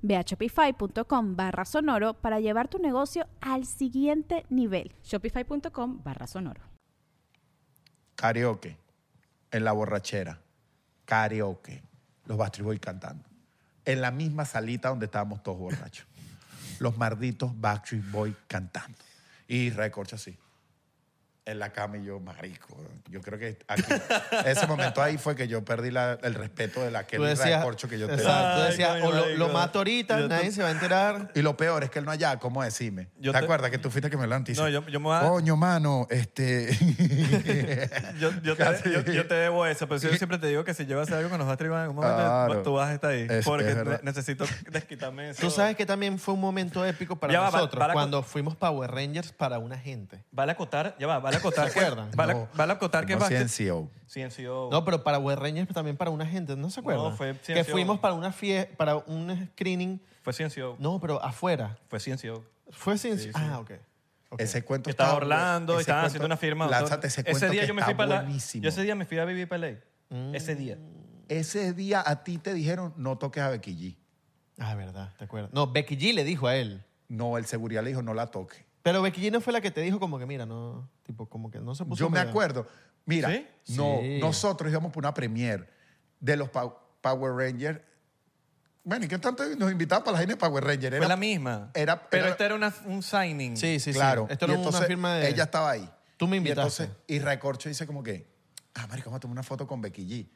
Ve a shopify.com barra sonoro para llevar tu negocio al siguiente nivel. Shopify.com barra sonoro. Karaoke. En la borrachera. Karaoke. Los Backstreet Boys cantando. En la misma salita donde estábamos todos borrachos. Los malditos Backstreet Boys cantando. Y recorcha así. En la cama y yo, marico. Yo creo que aquí, ese momento ahí fue que yo perdí la- el respeto de la que Tú decías, recorcho que yo tenía. exacto, tú Ay, decías, coño, o lo, lo marico. mato ahorita, Yo nadie te- se va a enterar. Y lo peor es que él no allá, ¿cómo decime? Yo ¿Te te- acuerdas que tú fuiste que me lo antes? No, yo- yo me voy a- Coño, mano, este... Yo, yo Casi. te, yo- yo te debo eso, pero yo siempre te digo que si llevas algo con los Backstreet Boys en algún momento, Claro. tú vas a estar ahí. Es- porque es verdad. ne- necesito desquitarme eso. Tú sabes que también fue un momento épico para Ya va, va- nosotros para- cuando fuimos Power Rangers para una gente. Vale acotar, ya va, vale acotar. ¿Se que- acuerdan? Vale, No, vale acotar que no, Backstreet- CNCO. CNCO. No, pero para Power Rangers también para una gente, ¿no se acuerdan? No, fue que ciencia- fuimos para una fiesta, para un screening, Fue CNCO. no, pero afuera. Fue CNCO. Fue sin... Ah, ok. Ok. Ese cuento Que estaba está- Orlando y ese estaban cuento- haciendo una firma. Lánzate ese cuento día que yo me está fui para la- buenísimo. Yo ese día me fui a vivir para LA. Ese día. Ese día a ti te dijeron, no toques a Becky G. Ah, verdad, te acuerdas. No, Becky G le dijo a él. No, el seguridad le dijo, no la toques. Pero Becky G no fue la que te dijo como que, mira, no, tipo, como que no se puso... Yo me medio- acuerdo. Mira, ¿Sí? no, Sí. nosotros íbamos por una premier de los Pow- Power Rangers. Bueno, ¿y qué tanto nos invitaban para la gente de Power Rangers? Fue la misma. era- pero era- esta era una- un signing. Sí, sí, sí. claro. Y Esto era una entonces, firma de... Ella estaba ahí. Tú me Y invitaste. entonces, y Recorcho dice como que, ah, marico, vamos a tomar una foto con Becky G.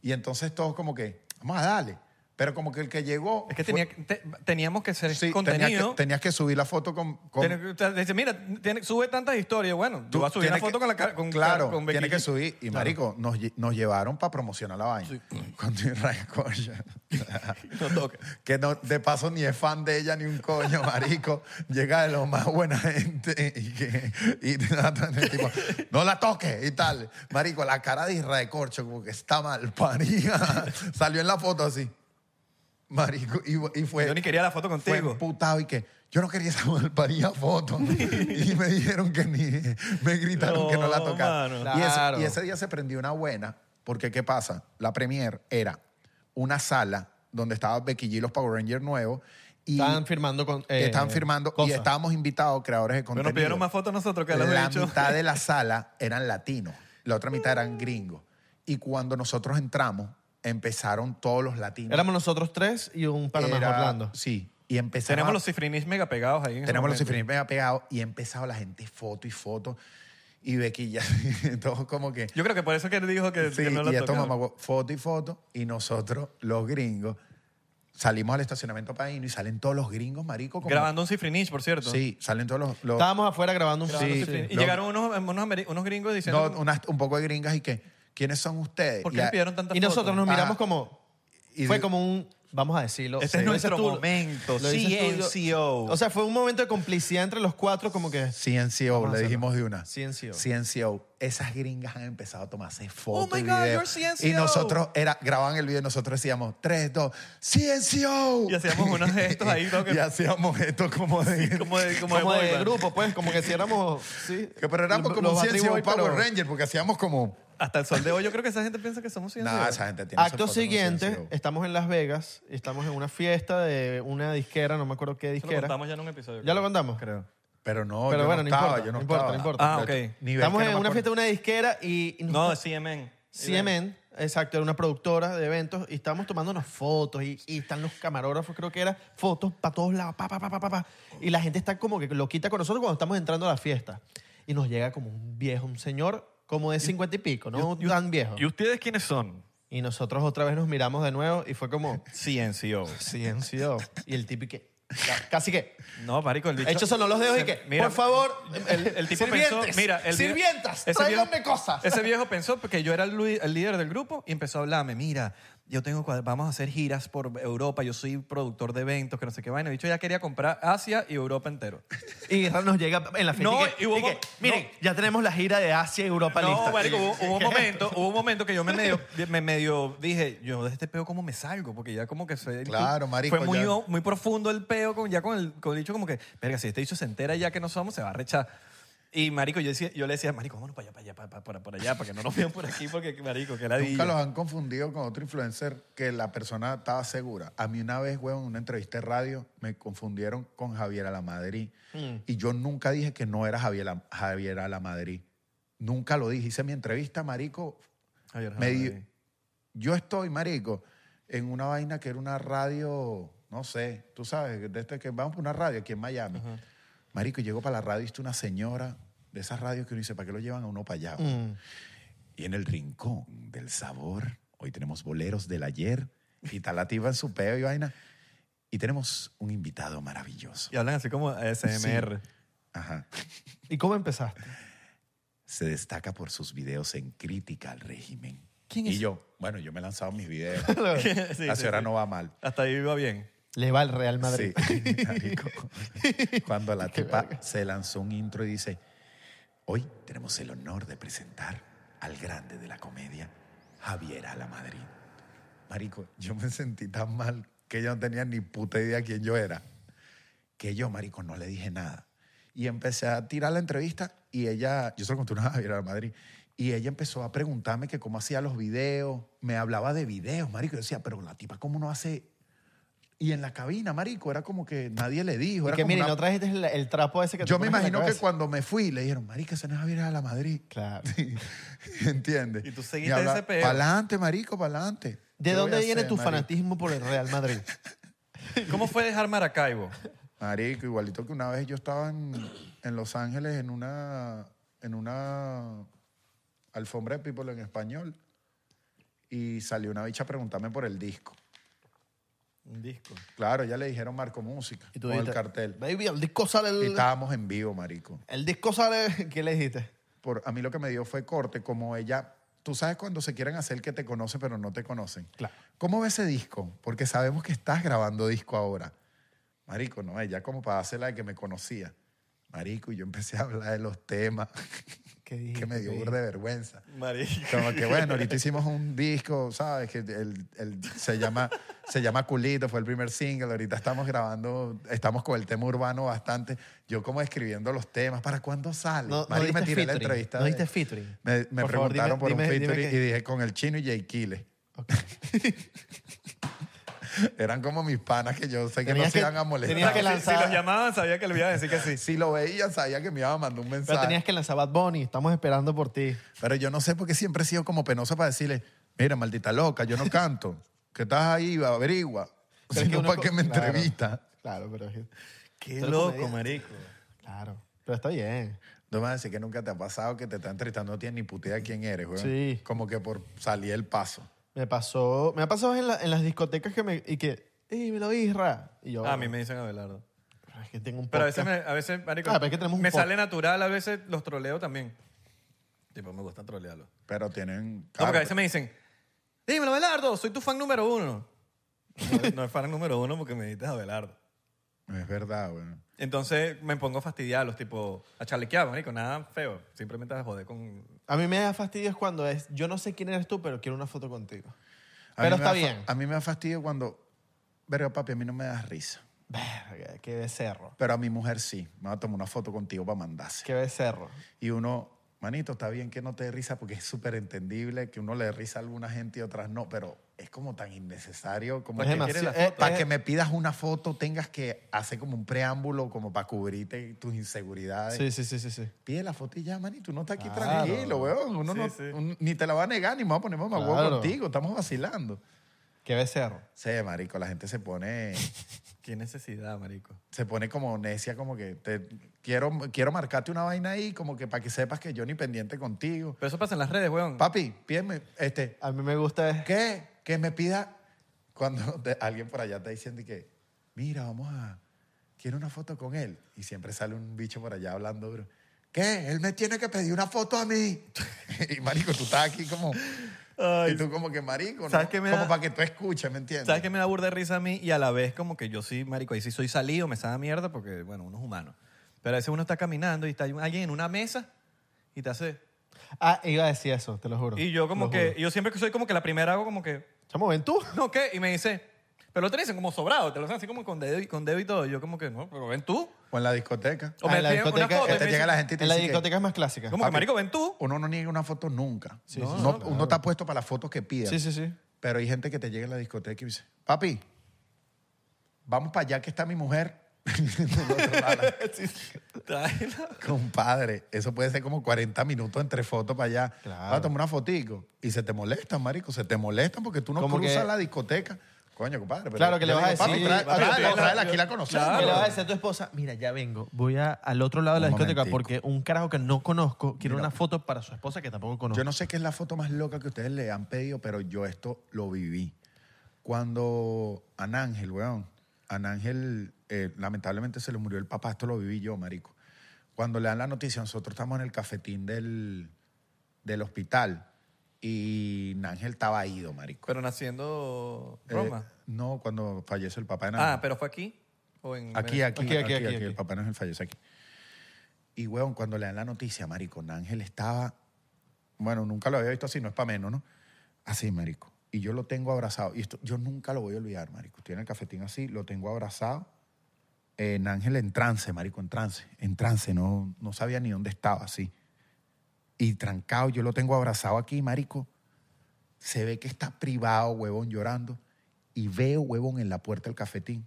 Y entonces todos como que, vamos a darle. Pero como que el que llegó... Es que, fue- tenía que- te- teníamos que hacer sí, tenías, contenido. que, tenías que subir la foto con... con- Tienes que- o sea, dice, mira, tiene- sube tantas historias. Bueno, tú tú vas a subir una tienes que- foto con la cara. Con, claro, con Becky tiene que G. subir. Y marico, nos, lle- nos llevaron para promocionar la vaina. Cuando Israel Coya- No toca. que no, de paso ni es fan de ella ni un coño, marico. Llega de lo más buena gente y que y el tipo, no la toques y tal. Marico, la cara de Israel Corcho como que está mal parida. Salió en la foto así. Marico, y, y fue... Yo ni quería la foto Fue contigo. emputado y que yo no quería esa malparida foto. y me dijeron que ni. Me gritaron que no la No, tocara. mano. Y, ese- Claro. y ese día se prendió una buena, porque ¿qué pasa? La premier era una sala donde estaba Becky G y los Power Rangers nuevos. Y Estaban firmando con- eh, estaban firmando y cosas. estábamos invitados, creadores de Pero contenido. nos pidieron más fotos nosotros que las de La hecho. mitad de la sala eran latinos, la otra mitad eran gringos. Y cuando nosotros entramos, empezaron todos los latinos. Éramos nosotros tres y un panamá Era- Orlando. Sí. Y empezamos. Tenemos a- los cifrinis mega pegados ahí. en ese tenemos los momento. cifrines mega pegados y ha empezado la gente foto y foto y Becky ya todos como que Yo creo que por eso que él dijo que, sí, que no y la esto tocaron. mamá, foto y foto y nosotros los gringos salimos al estacionamiento paíno y salen todos los gringos marico como- Grabando un cifrinich, por cierto. sí salen todos los, los- Estábamos afuera grabando un Grabando sí, un cifrinich. Y Los- llegaron unos, unos, ameri- unos gringos no, diciendo, unas- un poco de gringas y que quiénes son ustedes ¿por qué Y le a- pidieron tantas Y nosotros nos fotos? Ah. miramos como. y fue de- como un. Vamos a decirlo. Este es lo dices nuestro tú, momento, lo dices tú, CNCO. yo- O sea, fue un momento de complicidad entre los cuatro, como que. CNCO, Vamos a le hacerlo. dijimos de una. CNCO. CNCO. Esas gringas han empezado a tomarse fotos my y God, videos. you're CNCO. Y nosotros era, grababan el video y nosotros decíamos, 3, 2, CNCO. Y hacíamos unos gestos ahí, ¿no? Que- y hacíamos gestos como de... Como de, como de Como boy de band. grupo, pues, como que si éramos. Sí. que, pero éramos Los- como los un Battery CNCO Boy, Power pero- Ranger porque hacíamos como... Hasta el sol de hoy yo creo que esa gente piensa que somos ciencias. Nah, esa gente tiene esas Acto fotos, no siguiente, CNCO. estamos en Las Vegas, estamos en una fiesta de una disquera, no me acuerdo qué Eso lo disquera. contamos ya en un episodio. ¿Ya creo. lo contamos? Creo. Pero no, Pero yo bueno, no no estaba, importa, yo no, no importa, estaba. no importa. Ah, ok. Nivel Estamos que no en me una acuerdo. fiesta de una disquera y nos- No, CMN. CMN, exacto, era una productora de eventos y estábamos tomándonos fotos y, y están los camarógrafos, creo que era fotos para todos lados, pa, pa, pa, pa, pa, pa. Y la gente está como que lo quita con nosotros cuando estamos entrando a la fiesta. Y nos llega como un viejo, un señor como de cincuenta y pico, no y- tan viejo. ¿Y ustedes quiénes son? Y nosotros otra vez nos miramos de nuevo y fue como, CNCO. silencio. Y el tipo y que, ca- casi que, No, marico, el bicho... hecho son los dedos y se- que, mira, por favor, El, el tipo sirvientes, pensó, mira, el vie- sirvientas, ese tráiganme viejo- cosas. Ese viejo pensó que yo era el, lui- el líder del grupo y empezó a hablarme, mira, yo tengo, cuad- vamos a hacer giras por Europa, yo soy productor de eventos, que no sé qué vaina. El bicho ya quería comprar Asia y Europa entero. Y nos llega en la fiesta. No, y que- y hubo y que, mo- miren, no. ya tenemos la gira de Asia y Europa lista. No, marico, hubo, hubo un ¿Qué? momento, hubo un momento que yo me medio, me medio dije, yo de este peo cómo me salgo, porque ya como que soy- Claro, marico, fue muy, ya. o- muy profundo el peo con ya con el con el dicho como que, verga, si este dicho se entera ya que no somos se va a rechar. Y marico, yo decía, yo le decía, marico, vámonos para allá, para allá, para, para- para- por allá, para que no nos vean por aquí, porque marico, que la Nunca los han confundido con otro influencer que la persona estaba segura. A mí una vez, weón, en una entrevista de radio, me confundieron con Javier Alamadrid. Mm. Y yo nunca dije que no era Javier, Ala- Javier Alamadrid. Nunca lo dije. Hice mi entrevista, marico. Me di- yo estoy, marico, en una vaina que era una radio, no sé, tú sabes, de este que vamos por una radio aquí en Miami. Marico, y llego para la radio y está una señora de esas radios que uno dice, ¿para qué lo llevan a uno para allá? Mm. weón?" mm. Y en el rincón del sabor, hoy tenemos boleros del ayer y talativa en su peo y vaina. Y tenemos un invitado maravilloso. Y hablan así como ASMR. Ajá. ¿Y cómo empezaste? Se destaca por sus videos en crítica al régimen. ¿Quién y es? yo, bueno, yo me he lanzado mis videos. Sí, sí, La señora sí. no va mal. Hasta ahí iba bien. Le va al Real Madrid. Sí, marico. Cuando la tipa se lanzó un intro y dice, hoy tenemos el honor de presentar al grande de la comedia, Javier Alamadrid. Marico, yo me sentí tan mal que ella no tenía ni puta idea quién yo era, que yo, marico, no le dije nada. Y empecé a tirar la entrevista y ella, yo se lo conté una vez a Javier Alamadrid, y ella empezó a preguntarme que cómo hacía los videos, me hablaba de videos, marico, yo decía, pero la tipa, ¿cómo no hace...? Y en la cabina, marico, era como que nadie le dijo. Y Era que como miren, una- no trajiste el, el trapo ese que te yo me pones en la imagino que cabeza. cuando me fui le dijeron, marica, ese no es Javier a la Madrid. Claro. ¿Entiendes? Y tú seguiste ese peo. Para adelante, marico, para adelante. ¿De dónde viene tu fanatismo por el Real Madrid? ¿Cómo fue dejar Maracaibo? Marico, igualito que una vez yo estaba en, en Los Ángeles en una, en una alfombra de people en español y salió una bicha a preguntarme por el disco. Un disco. Claro, ya le dijeron Marco Música Y tú con el dijiste, cartel. Baby, el disco sale. Y El, estábamos en vivo, marico. el disco sale. ¿Qué le dijiste? Por, a mí lo que me dio fue corte, como ella... Tú sabes cuando se quieren hacer que te conocen, pero no te conocen. Claro. ¿Cómo ves ese disco? Porque sabemos que estás grabando disco ahora. Marico, no, ella como para hacer la de que me conocía. Marico, y yo empecé a hablar de los temas que ¿Qué dijiste? me dio ¿Qué burda de vergüenza. Marico. Como que bueno, ahorita hicimos un disco, ¿sabes? Que el- el- se, llama, se llama Culito, fue el primer single. Ahorita estamos grabando, estamos con el tema urbano bastante. Yo como escribiendo los temas, ¿para cuándo sale? No- no Marico, me diste tiré la featuring, entrevista. no de- diste featuring. Me, me Por favor, dime- preguntaron por dime- un dime featuring que- y dije con el chino y Jay Kile. Eran como mis panas que yo sé que Tenías no se que- iban a molestar. tenías que Si- si, lanzar- los llamaban, sabía que le iba a decir que sí. Si lo veían, sabía que me iba a mandar un mensaje. Pero tenías que lanzar Bad Bunny. Estamos esperando por ti. Pero yo no sé porque siempre he sido como penoso para decirle, mira, maldita loca, yo no canto. que estás ahí? Averigua. Pero Si es que no, uno ¿para co- qué me claro. entrevista? Claro, pero. Qué Pero loco, comediante. marico. Claro. Pero está bien. No me vas a decir que nunca te ha pasado que te están entrevistando, no tienes ni puta idea quién eres, güey. Sí. Como que por salir el paso. Me pasó. Me ha pasado en, la- en las discotecas que me. Y que. ¡Ey, me lo isra! Y yo. Ah, A mí me dicen Abelardo. Es que tengo un Pero a veces, me, podcast. a veces marico, Ah, pero es que tenemos un me podcast. sale natural, a veces los troleo también. Tipo, me gusta trolearlos. No, Pero tienen... porque a veces me dicen, dímelo, Abelardo, soy tu fan número uno. No, no es fan número uno porque me dices Abelardo. Es verdad, güey. Entonces me pongo a fastidiarlos, tipo, a chalequear, marico, nada feo. Simplemente a joder con... A mí me da fastidio es cuando es. Yo no sé quién eres tú, pero quiero una foto contigo. A Pero mí me da está fa- bien. A mí me da fastidio cuando... Verga, papi, a mí no me das risa. Verga, qué becerro. Pero a mi mujer sí. Me va a tomar una foto contigo para mandarse. Qué becerro. Y uno, manito, está bien que no te dé risa porque es súper entendible que uno le dé risa a alguna gente y otras no, pero es como tan innecesario como ¿Para Es qué que quiere la demasiado- eh, foto? para eh, que me pidas una foto tengas que hacer como un preámbulo como para cubrirte tus inseguridades. Sí, sí, sí, sí, sí. Pide la foto y ya, manito, uno está aquí Claro. tranquilo, weón. Uno Sí, no, sí. un- ni te la va a negar ni me va a poner mamá Claro. contigo, estamos vacilando. Qué becerro. Sí, marico, la gente se pone... Qué necesidad, marico. se pone como necia, como que te quiero, quiero marcarte una vaina ahí, como que para que sepas que yo ni pendiente contigo. Pero eso pasa en las redes, weón. Papi, pídeme, este, A mí me gusta es. ¿Qué? Que me pida cuando te- alguien por allá está diciendo y que, mira, vamos a, quiero una foto con él. Y siempre sale un bicho por allá hablando duro. ¿Qué? Él me tiene que pedir una foto a mí. y marico, tú estás aquí como, y tú como que marico, ¿no? ¿Sabes qué me como da? para que tú escuches, ¿me entiendes? ¿Sabes qué me da burda de risa a mí? Y a la vez como que yo sí, marico, ahí sí soy salido, me sabe a mierda porque, bueno, uno es humano. Pero a veces uno está caminando y está alguien en una mesa y te hace... Ah, iba a decir eso, te lo juro. Y yo como Lo que... juro. Yo siempre que soy como que la primera hago como que... Chamo, ven tú. No, ¿qué? Y me dice... Pero lo te dicen como sobrado, te lo hacen así como con dedo, y- con dedo y todo. Y yo como que, no, pero ven tú. O en la discoteca. O Ah, me en la piden una discoteca, foto. y que me te llega dicen, la gente y te En la dice que- discoteca es más clásica. Como que, marico, ven tú. uno no niega una foto nunca. No, sí, no, Uno está puesto para las fotos que pida. Sí, sí, sí. Pero hay gente que te llega a la discoteca y dice, papi, vamos para allá que está mi mujer. Del otro lado. Compadre, eso puede ser como 40 minutos entre fotos para allá. Claro. Va a tomar una fotico y se te molestan, marico, se te molestan porque tú no Como cruzas que- la discoteca. Coño, compadre. pero Claro, que le yo vas digo, a Papi, decir- trae- papi, tráela, tráela, tráela, aquí la conocemos. Claro. Que le vas a decir a tu esposa, mira, ya vengo, voy a, al otro lado de la Un discoteca momentico. porque un carajo que no conozco quiere Mira. una foto para su esposa que tampoco conozco. Yo no sé qué es la foto más loca que ustedes le han pedido, pero yo esto lo viví. Cuando Anángel, weón, Anángel, eh, lamentablemente se le murió el papá, esto lo viví yo, marico. Cuando le dan la noticia, nosotros estamos en el cafetín del, del hospital y Anángel estaba ido, marico. Pero naciendo Eh, Roma. no, cuando falleció el papá de Anángel. ah, pero fue aquí. O en Aquí, aquí, Aquí, aquí, aquí, aquí, aquí, aquí. El papá no es el falleció aquí. Y, weón, cuando le dan la noticia, marico, Ángel estaba... Bueno, nunca lo había visto así, no es para menos, ¿no? Así, marico. Y yo lo tengo abrazado. Y esto yo nunca lo voy a olvidar, marico. Tiene el cafetín así, lo tengo abrazado. En Ángel en trance, marico, en trance. En trance, no, no sabía ni dónde estaba, así. Y trancado, yo lo tengo abrazado aquí, marico. Se ve que está privado, huevón, llorando. Y veo, huevón, en la puerta del cafetín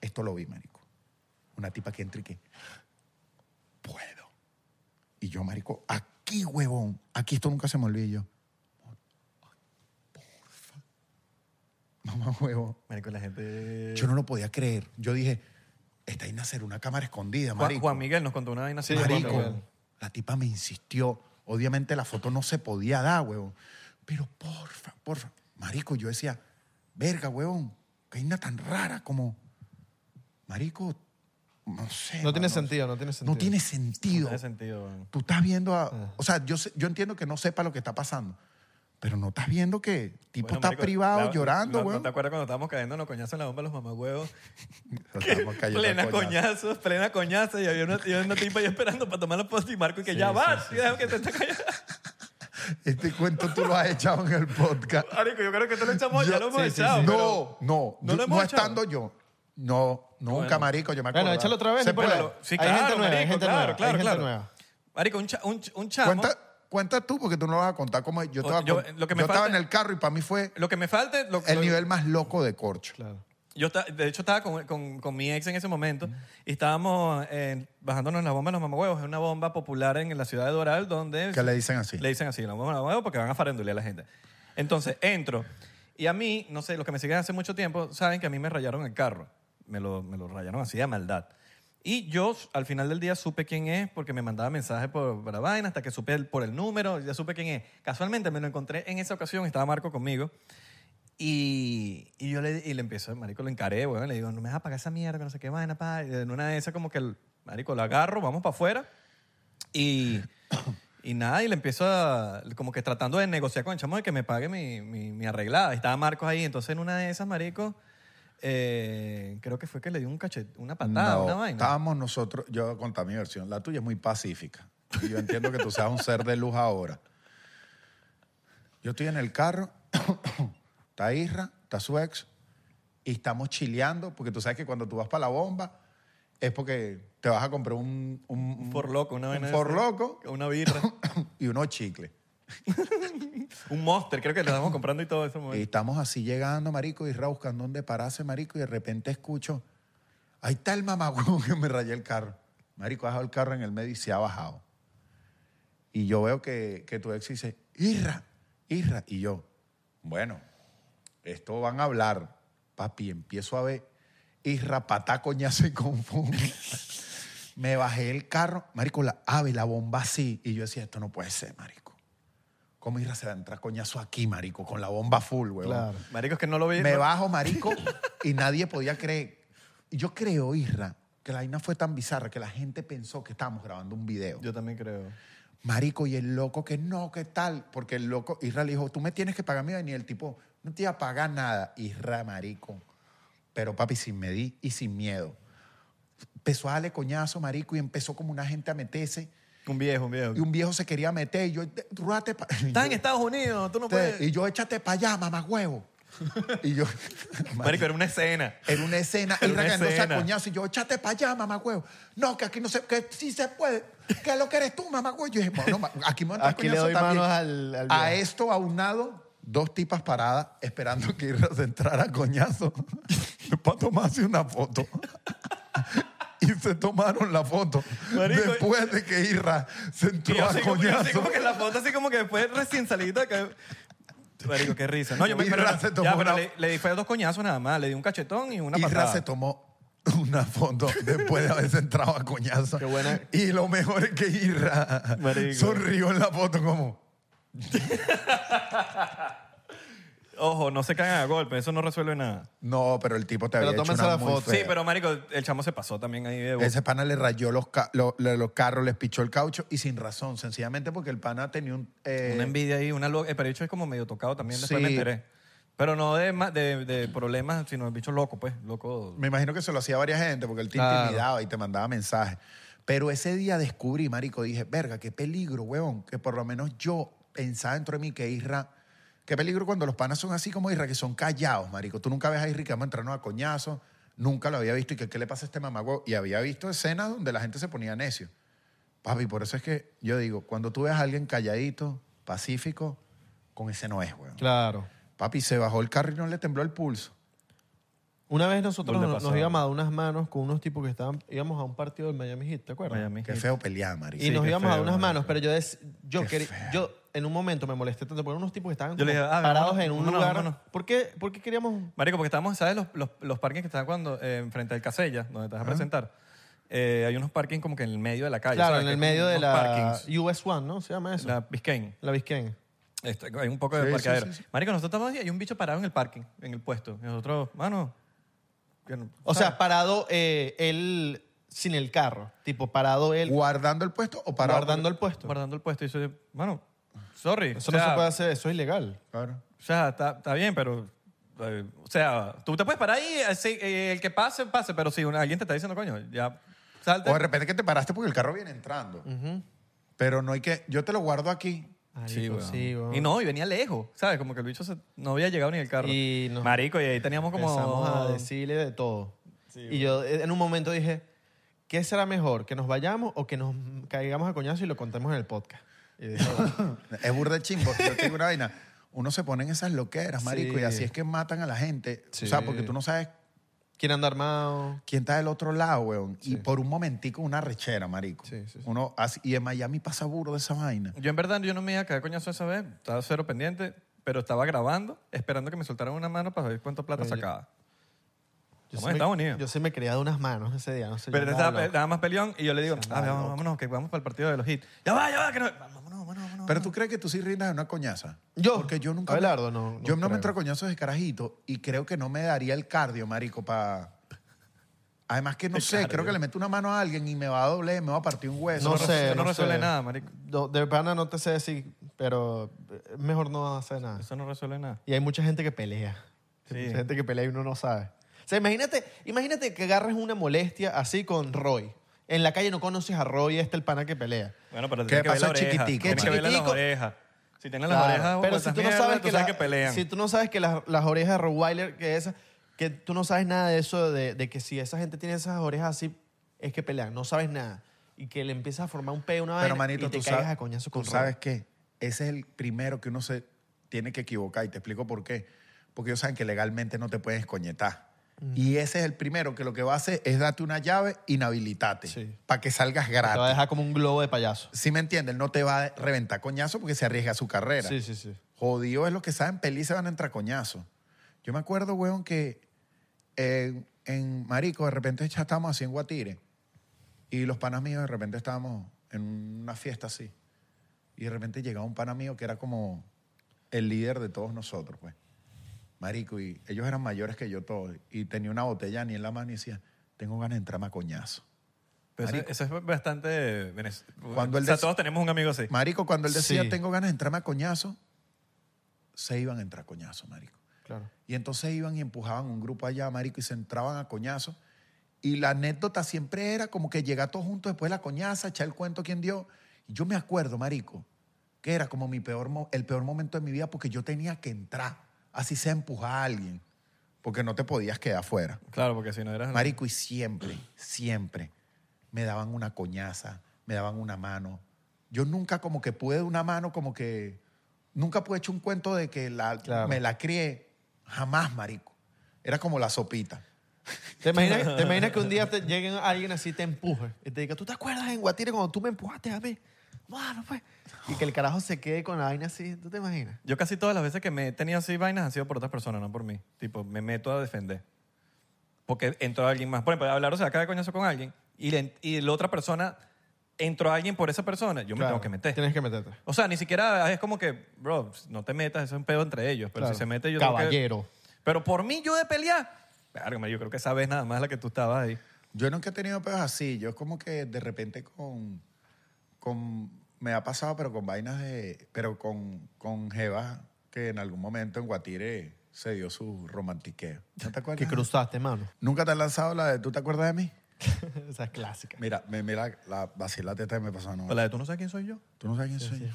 esto lo vi, marico. Una tipa que entra y que, puedo. Y yo, marico, aquí, huevón, aquí esto nunca se me olvida. Y yo, porfa, mamá, huevón. Marico, la gente... Yo no lo podía creer. Yo dije, está ahí nacer una cámara escondida, Juan, marico. Juan Miguel nos contó una vaina así. Marico, la tipa me insistió. Obviamente la foto no se podía dar, huevón. Pero porfa, porfa. Marico, yo decía, verga, huevón, que hay una tan rara como. Marico, no sé. No tiene mano, sentido, no tiene sentido. No tiene sentido. tiene sentido. weón. Tú estás viendo Ah. a. O sea, yo, sé- yo entiendo que no sepa lo que está pasando, pero no estás viendo que tipo Bueno, está marico, privado la- llorando, no- weón. ¿No te acuerdas cuando estábamos cayendo en los coñazos en la bomba de los mamagüeos? Nos estamos cayendo plena a coñazos. coñazos, plena coñazo. Y había una, y había una tipa ahí esperando para tomar la post y Marco y que ya sí, va, sí, tío, déjame que te esté callando. Este cuento tú lo has echado en el podcast. Marico, yo creo que esto lo echamos, ya Yo- lo hemos sí, sí, echado. sí. pero- No, no, ¿No no, lo no, hemos echado? estando yo. No, nunca, Bueno. marico, yo me acuerdo. Bueno, échalo otra vez. Se no pues puede. importa. Sí, hay claro, gente nueva, hay marico, gente claro, nueva. hay claro, gente claro. nueva. Marico, un, cha- un, un chamo. Cuenta, cuenta tú, porque tú no lo vas a contar como yo O- estaba, yo- con- lo que me yo estaba falta- en el carro y para mí fue Lo que me falta. Lo, el lo- nivel más loco de corcho. Claro. Yo esta- de hecho estaba con, con- con mi ex en ese momento y estábamos eh, bajándonos en la bomba de los mamagüevos. Es una bomba popular en la ciudad de Doral donde... Que le dicen así. Le dicen así, la bomba de los mamagüevos porque van a farandulear a la gente. Entonces entro y a mí, no sé, los que me siguen hace mucho tiempo saben que a mí me rayaron el carro. Me lo, me lo rayaron así de maldad. Y yo al final del día supe quién es porque me mandaba mensajes por, por la vaina hasta que supe el- por el número, ya supe quién es. Casualmente me lo encontré en esa ocasión, estaba Marco conmigo. Y, y yo le, y le empiezo, marico, lo encaré, weón. Le digo, no me vas a pagar esa mierda, que no sé qué vaina, pa. Y en una de esas como que, el, marico, lo agarro, vamos para afuera. Y, y nada, y le empiezo a, como que tratando de negociar con el chamo de que me pague mi, mi, mi arreglada. Estaba Marcos ahí. Entonces en una de esas, marico, eh, creo que fue que le dio un cachet, una patada, No, una vaina. Estábamos nosotros, yo voy a contar mi versión. La tuya es muy pacífica. Y yo entiendo que tú seas un ser de luz ahora. Yo estoy en el carro, está Isra, está su ex, y estamos chileando, porque tú sabes que cuando tú vas para la bomba es porque te vas a comprar un. Un, Un por loco, una vaina. Un de por esas. loco Una birra. y unos chicles. un monster, creo que lo estábamos comprando y todo eso. Y estamos así llegando, marico, y Ra buscando dónde pararse, marico, y de repente escucho, ahí está el mamagüevo que me rayé el carro. Marico, ha dejado el carro en el medio y se ha bajado. Y yo veo que, que tu ex dice, Irra, Irra. Y yo, bueno, esto van a hablar, papi. Empiezo a ver, Irra, patá, coñazo y confunde. me bajé el carro, marico, la ave, la bomba así. Y yo decía, esto no puede ser, marico. ¿Cómo Irra se va a entrar coñazo aquí, marico? Con la bomba full, weón. Claro. Marico, es que no lo vi. Me no- bajo, marico, y nadie podía creer. Y Yo creo, Isra, que la vaina fue tan bizarra que la gente pensó que estábamos grabando un video. Yo también creo. Marico, y el loco que no, ¿qué tal? Porque el loco, Isra le dijo, tú me tienes que pagar mi vaina. Y el tipo, no te iba a pagar nada. Isra, marico. Pero papi, sin medir y sin miedo. Empezó a darle coñazo, marico, y empezó como una gente a meterse. Un viejo, un viejo. Y un viejo se quería meter. Y yo, ruate. pa-". Y Estás en yo, Estados Unidos, tú no "Te- puedes. Y yo, échate para allá, mamá huevo. y yo, Marico, era una escena. Era una escena, Era y una regañándose escena. a coñazo. Y yo, échate para allá, mamagüevo. No, que aquí no se, que sí se puede. Que es lo que eres tú, mamagüevo. Yo dije, bueno, ma- aquí me van a entrar Aquí le coñazo doy también. manos al- al A viejo. esto aunado, dos tipas paradas esperando que Irra se entrara a coñazo para tomarse una foto. Y se tomaron la foto Marico, después de que Irra se Y yo entró a así como, yo así coñazo. como que la foto, así como que después recién salida de acá. Marico, qué risa. No, yo me Irra pero, se tomó ya, pero una- le, le di fue dos coñazos nada más. Le di un cachetón y una Isra patada. se tomó una foto después de haberse entrado a coñazo. Qué buena. Y lo mejor es que Isra Marico. sonrió en la foto como... Ojo, no se cagan a golpe, eso no resuelve nada. No, pero el tipo te Pero había hecho tómense una la muy foto. Sí, fea. pero Marico, el chamo se pasó también ahí de Ese pana le rayó los, ca- lo- lo- los carros, les pichó el caucho y sin razón, sencillamente porque el pana tenía un... eh, una envidia ahí, una loca. El bicho es como medio tocado también, después Sí. me enteré. Pero no de, ma- de, de problemas, sino el bicho loco, pues, loco. Me imagino que se lo hacía a varias gente porque él te Claro. intimidaba y te mandaba mensajes. Pero ese día descubrí, marico, dije, verga, qué peligro, huevón, que por lo menos yo pensaba dentro de mí que Isra... Qué peligro cuando los panas son así como Isra, que son callados, marico. Tú nunca ves a Isra que vamos a entrarnos a coñazo, nunca lo había visto y que qué le pasa a este mamagüe. Y había visto escenas donde la gente se ponía necio. Papi, por eso es que yo digo, cuando tú ves a alguien calladito, pacífico, con ese no es, huevón. Claro. Papi, se bajó el carro y no le tembló el pulso. Una vez nosotros Gol de no- pasada. nos íbamos a dar unas manos con unos tipos que estaban, íbamos a un partido del Miami Heat, ¿te acuerdas? Miami Qué Heat. feo pelear, marico. Y nos qué íbamos a dar feo, unas marico. manos, pero yo, des- yo, Qué quería- feo. yo en un momento me molesté tanto por unos tipos que estaban Yo le como dije, ah, parados vámonos, en un vámonos, lugar. vámonos. ¿Por, qué, por qué queríamos? Marico, porque estábamos, ¿sabes? Los, los, los parkings que están cuando, eh, enfrente del Casella, donde te vas a presentar. Eh, hay unos parkings como que en el medio de la calle. Claro, ¿sabes? en Ah, Que el hay medio de unos la parkings. US One, ¿no? Se llama eso. La La, Biscayne. Biscayne. Está- hay un poco de Sí, sí, parqueadero. sí, sí. Marico, nosotros estamos aquí, hay un bicho parado en el parking, en el puesto. Y nosotros, mano. que no- O sea, ¿sabes? parado eh, él sin el carro. Tipo, parado él ¿Guardando el puesto o parado? guardando el puesto. guardando el puesto. Y dice, mano, sorry. Eso o sea, no se puede hacer, eso es ilegal. Claro. O sea, está, está bien, pero. eh, o sea, tú te puedes parar ahí, eh, sí, eh, el que pase, pase, pero si una- alguien te está diciendo, coño, ya salte. O de repente que te paraste porque el carro viene entrando. Pero no hay que... Yo te lo guardo aquí. Sí, Marico, weón. sí, weón. Y no, y venía lejos, ¿sabes? Como que el bicho se- no había llegado ni el carro. Y no. Marico, y ahí teníamos como. Empezamos a decirle de todo. y yo eh, en un momento dije, ¿qué será mejor? ¿Que nos vayamos o que nos caigamos a coñazo y lo contemos en el podcast? Y dije, bueno, Es burda de chimbo. Yo te digo una vaina. Uno se pone en esas loqueras, marico, Sí. y así es que matan a la gente. Sí. O sea, porque tú no sabes ¿Quién anda armado? quién está del otro lado, weón. Y por un momentico una rechera, marico. Sí, sí, sí. Uno hace- y en Miami pasa burro de esa vaina. Yo en verdad yo no me iba a caer coñazo esa vez, estaba cero pendiente, pero estaba grabando, esperando que me soltaran una mano para ver cuánto plata Oye, sacaba. Yo Estamos en sí me- Estados Unidos. Yo sí me creía de unas manos ese día, no sé. yo Pero andaba estaba, pe- loco. estaba más peleón y yo le digo, Se "Ah, andaba vamos, loco. vámonos, que vamos para el partido de los hits. Ya va, ya va, que no. Vámonos, vámonos, vámonos. Pero tú crees que tú sí rindas de una coñaza. Yo, Porque yo nunca. Abelardo, no, no yo no creo. me entro a coñazos de carajito y creo que no me daría el cardio, marico, para. Además que no sé, creo que le meto una mano a alguien y me va a doble, me va a partir un hueso. No Eso sé, eso no no resuelve sé. nada, marico. No, de pana no te sé decir, pero eh, mejor no hacer nada. Eso no resuelve nada. Y hay mucha gente que pelea. Sí. Hay mucha gente que pelea y uno no sabe. O sea, imagínate, imagínate que agarres una molestia así con Roy. En la calle no conoces a Roy, este el pana que pelea. Bueno, pero ¿Qué tienes que ver pasa, la oreja. chiquitico? Tienes que verle las Chiquitico. orejas. Si tienes las Claro. orejas, pero vueltas si tú no mierda, sabes que, sabes la- que pelean. si tú no sabes que las, las orejas de Rottweiler que esas, que tú no sabes nada de eso de, de que si esa gente tiene esas orejas así es que pelean, no sabes nada y que le empiezas a formar un peo una vez Pero manito, y te tú caigas sabes, a coñazo tú con sabes qué, ese es el primero que uno se tiene que equivocar y te explico por qué. Porque ellos saben que legalmente no te puedes coñetar. Mm. Y ese es el primero que lo que va a hacer es darte una llave, inhabilitate Sí. para que salgas Roy. Te va a gratis. dejar como un globo de payaso. Si me entiendes, no te va a reventar coñazo porque se arriesga su carrera. Sí, sí, sí. Jodido es los que saben peli se van a entrar coñazo. Yo me acuerdo, weón, que eh, en Marico de repente ya estábamos así en Guatire y los panas míos de repente estábamos en una fiesta así y de repente llegaba un pana mío que era como el líder de todos nosotros, pues. Marico, y ellos eran mayores que yo todos y tenía una botella ni en la mano y decía, tengo ganas de entrarme a coñazo. Pero eso, eso es bastante... venez- Cuando o él sea, des- todos tenemos un amigo así. Marico, cuando él decía, Sí. tengo ganas de entrarme a coñazo, se iban a entrar a coñazo, marico. Claro. Y entonces iban y empujaban un grupo allá, marico, y se entraban a coñazo. Y la anécdota siempre era como que llegar todos juntos después de la coñaza, echar el cuento quien dio. Y yo me acuerdo, marico, que era como mi peor, mo- el peor momento de mi vida porque yo tenía que entrar, así sea empujar a alguien, porque no te podías quedar afuera. Claro, porque si no eras... Marico, y siempre, siempre me daban una coñaza, me daban una mano. Yo nunca como que pude de una mano, como que nunca pude echar un cuento de que la, Claro. me la crié. Jamás, marico. Era como la sopita. ¿Te imaginas, te imaginas que un día te llegue alguien así y te empuje? Y te diga, ¿tú te acuerdas en Guatire cuando tú me empujaste a mí? Bueno, pues. Y que el carajo se quede con la vaina así. ¿Tú te imaginas? Yo casi todas las veces que me he tenido así vainas han sido por otras personas, no por mí. Tipo, me meto a defender. Porque entró alguien más. Por ejemplo, hablar, o sea, cada coñazo con alguien y, le- y la otra persona, entró alguien por esa persona, yo me tengo que meter. Tienes que meterte. O sea, ni siquiera es como que, bro, no te metas, eso es un pedo entre ellos. Pero Claro. si se mete, yo tengo que- Caballero. Pero por mí, yo de pelear. Verga, marico, yo creo que esa vez nada más la que tú estabas ahí. Yo nunca he tenido peos así. Yo es como que de repente con... con me ha pasado, pero con vainas de... Pero con, con jevas que en algún momento en Guatire se dio su romantiqueo. ¿No te acuerdas? Que cruzaste, mano. ¿Nunca te has lanzado la de tú te acuerdas de mí? Esa es clásica. Mira, me, mira la vacila teta que me pasó anoche. Pero la de tú no sabes quién soy yo. Tú no sabes quién soy yo.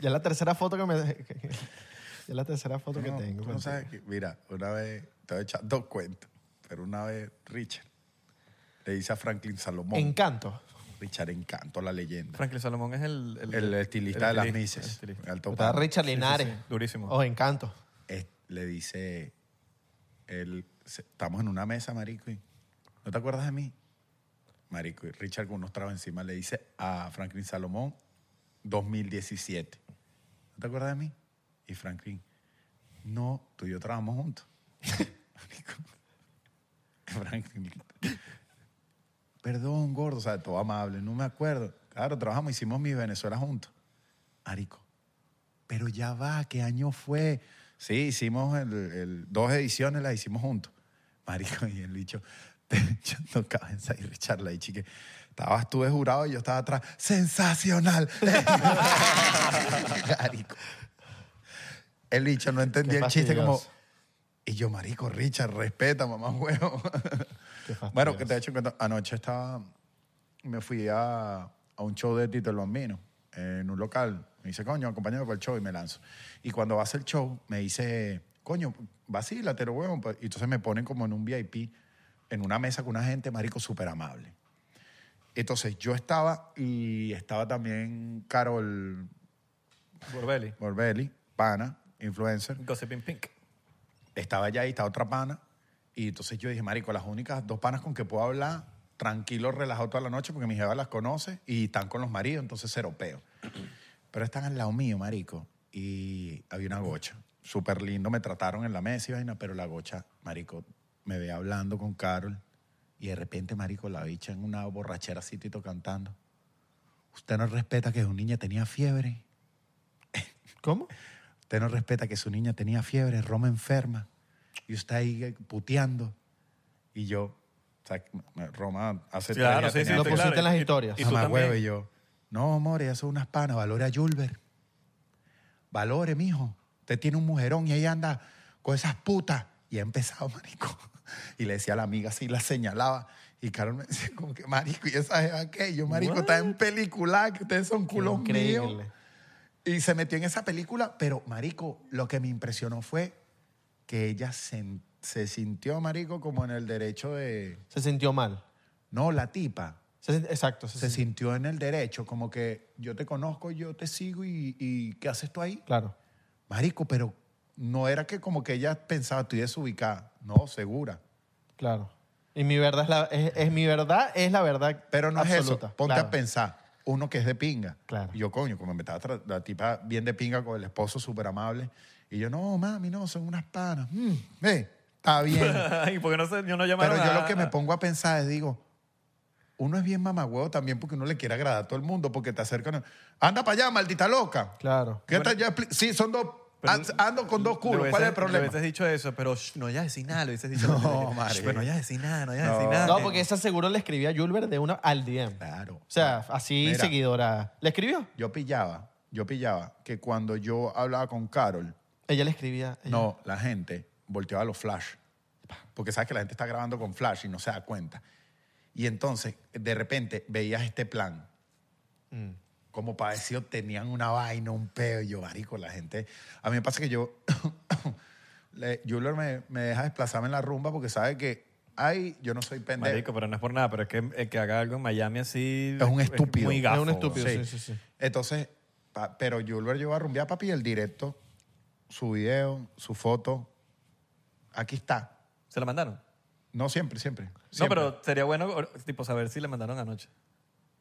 Ya es la tercera foto que me... que- ya es la tercera foto que No, tengo. tú no sabes que- mira, una vez, te voy a echar dos cuentos, pero una vez Richard le dice a Franklin Salomón. Encanto. Richard Encanto, la leyenda. Franklin Salomón es el... el estilista de el las estilista, el Mises. estilista. Alto Está pano. Richard sí, Linares. sí, durísimo. Oh, Encanto. Es- le dice, él, se- estamos en una mesa, marico, y ¿no te acuerdas de mí? Marico, y Richard con unos tragos encima le dice a Franklin Salomón, 2017. ¿No te acuerdas de mí? Y Franklin, no, tú y yo trabajamos juntos. Marico. Franklin, perdón, gordo, o sea, todo amable, no me acuerdo. Claro, trabajamos, hicimos mi Venezuela juntos. Marico, pero ya va, ¿qué año fue? Sí, hicimos el, el- dos ediciones, las hicimos juntos. Marico, y el bicho, yo no cabeza y Richard la chique. Estabas tú de jurado y yo estaba atrás. ¡Sensacional! Marico. El bicho no entendía Qué el chiste como... fastidioso. Y yo, marico, Richard, respeta, mamá, huevo. Qué fastidioso. bueno, que te he hecho cuenta, anoche estaba, me fui a, a un show de Tito el Bambino en un local. Me dice, coño, acompáñame para el show y me lanzo. Y cuando va a hacer el show, me dice, coño, vacílate, lo huevo. pues. Y entonces me ponen como en un VIP, en una mesa con una gente, marico, súper amable. Entonces yo estaba y estaba también Carol Borbelli. Borbelli, pana, influencer Gossiping Pink. estaba allá y estaba otra pana. Y entonces yo dije, marico, las únicas dos panas con que puedo hablar tranquilo, relajado toda la noche, porque mis jevas las conoce y están con los maridos, entonces cero peo. Pero están al lado mío, marico. Y había una gocha. Súper lindo, me trataron en la mesa y vaina, pero la gocha, marico, me ve hablando con Carol y de repente, marico, la bicha en una borrachera así, tito, cantando. Usted no respeta que su niña tenía fiebre. ¿Cómo? Usted no respeta que su niña tenía fiebre, Roma enferma, y usted ahí eh, puteando. Y yo, o sea, que me- Roma hace tres días tenía Lo tres- pusiste en las Y- historias. Y, tú Mamá huevo, y también. yo, no, amor, ellas son unas panas, valore a Julber. Valore, mijo. Usted tiene un mujerón y ahí anda con esas putas. Y ha empezado, marico. Y le decía a la amiga así, la señalaba. Y Carol me decía, como que, marico, ¿y esa jeva qué? Y yo, marico, está en película, que ustedes son culos míos. Increíble. Y se metió en esa película, pero marico, lo que me impresionó fue que ella se, se sintió, marico, como en el derecho de... Se sintió mal. No, la tipa. Se sin- exacto. Se, Se sintió. sintió en el derecho, como que yo te conozco, yo te sigo y, y ¿qué haces tú ahí? Claro. Marico, pero no era que como que ella pensaba, estoy desubicada. No, segura. Claro. Y mi verdad es la, es, es mi verdad, es la verdad Pero no absoluta. es eso. Ponte Claro. a pensar. Uno que es de pinga. Claro. Y yo, coño, como me estaba tra- la tipa bien de pinga con el esposo súper amable. Y yo, no, mami, no, son unas panas. Mm, ve, está bien. Ay, ¿por qué no sé? Yo no llamaron Pero yo a- lo que ah, me a- pongo a pensar es, digo, uno es bien mamagüevo también porque uno le quiere agradar a todo el mundo, porque te acercan. a- Anda para allá, maldita loca. Claro. ¿Qué tal ya? expli- Sí, son dos. Pero- an- ando con dos culos. Le ¿Cuál es hubieses- el problema? Le hubieses dicho eso, pero shh, no ya decís nada, lo hubieses dicho. No, Shh, marico. Pero no ya decís nada, no ya No. decís nada. No, porque esa seguro le escribía a Julber de una al DM. Claro. O sea, así Mira. seguidora. ¿Le escribió? Yo pillaba, yo pillaba que cuando yo hablaba con Carol, Ella le escribía. ella- no, la gente volteaba los flash. Porque sabes que la gente está grabando con flash y no se da cuenta. Y entonces, de repente, veías este plan. Mm. Como parecido, tenían una vaina, un peo. Y yo, marico, la gente... A mí me pasa que yo... le- Juller me, me deja desplazarme en la rumba porque sabe que... Ay, yo no soy pendejo. Marico, pero no es por nada, pero es que el que haga algo en Miami así. Es un estúpido. muy gafo, Es un estúpido, weón. sí, sí, sí. Entonces, pa- pero Julber llegó a rumbear, papi, y el directo, su video, su foto, aquí está. ¿Se la mandaron? No siempre, siempre. siempre. No, pero sería bueno o- tipo saber si le mandaron anoche.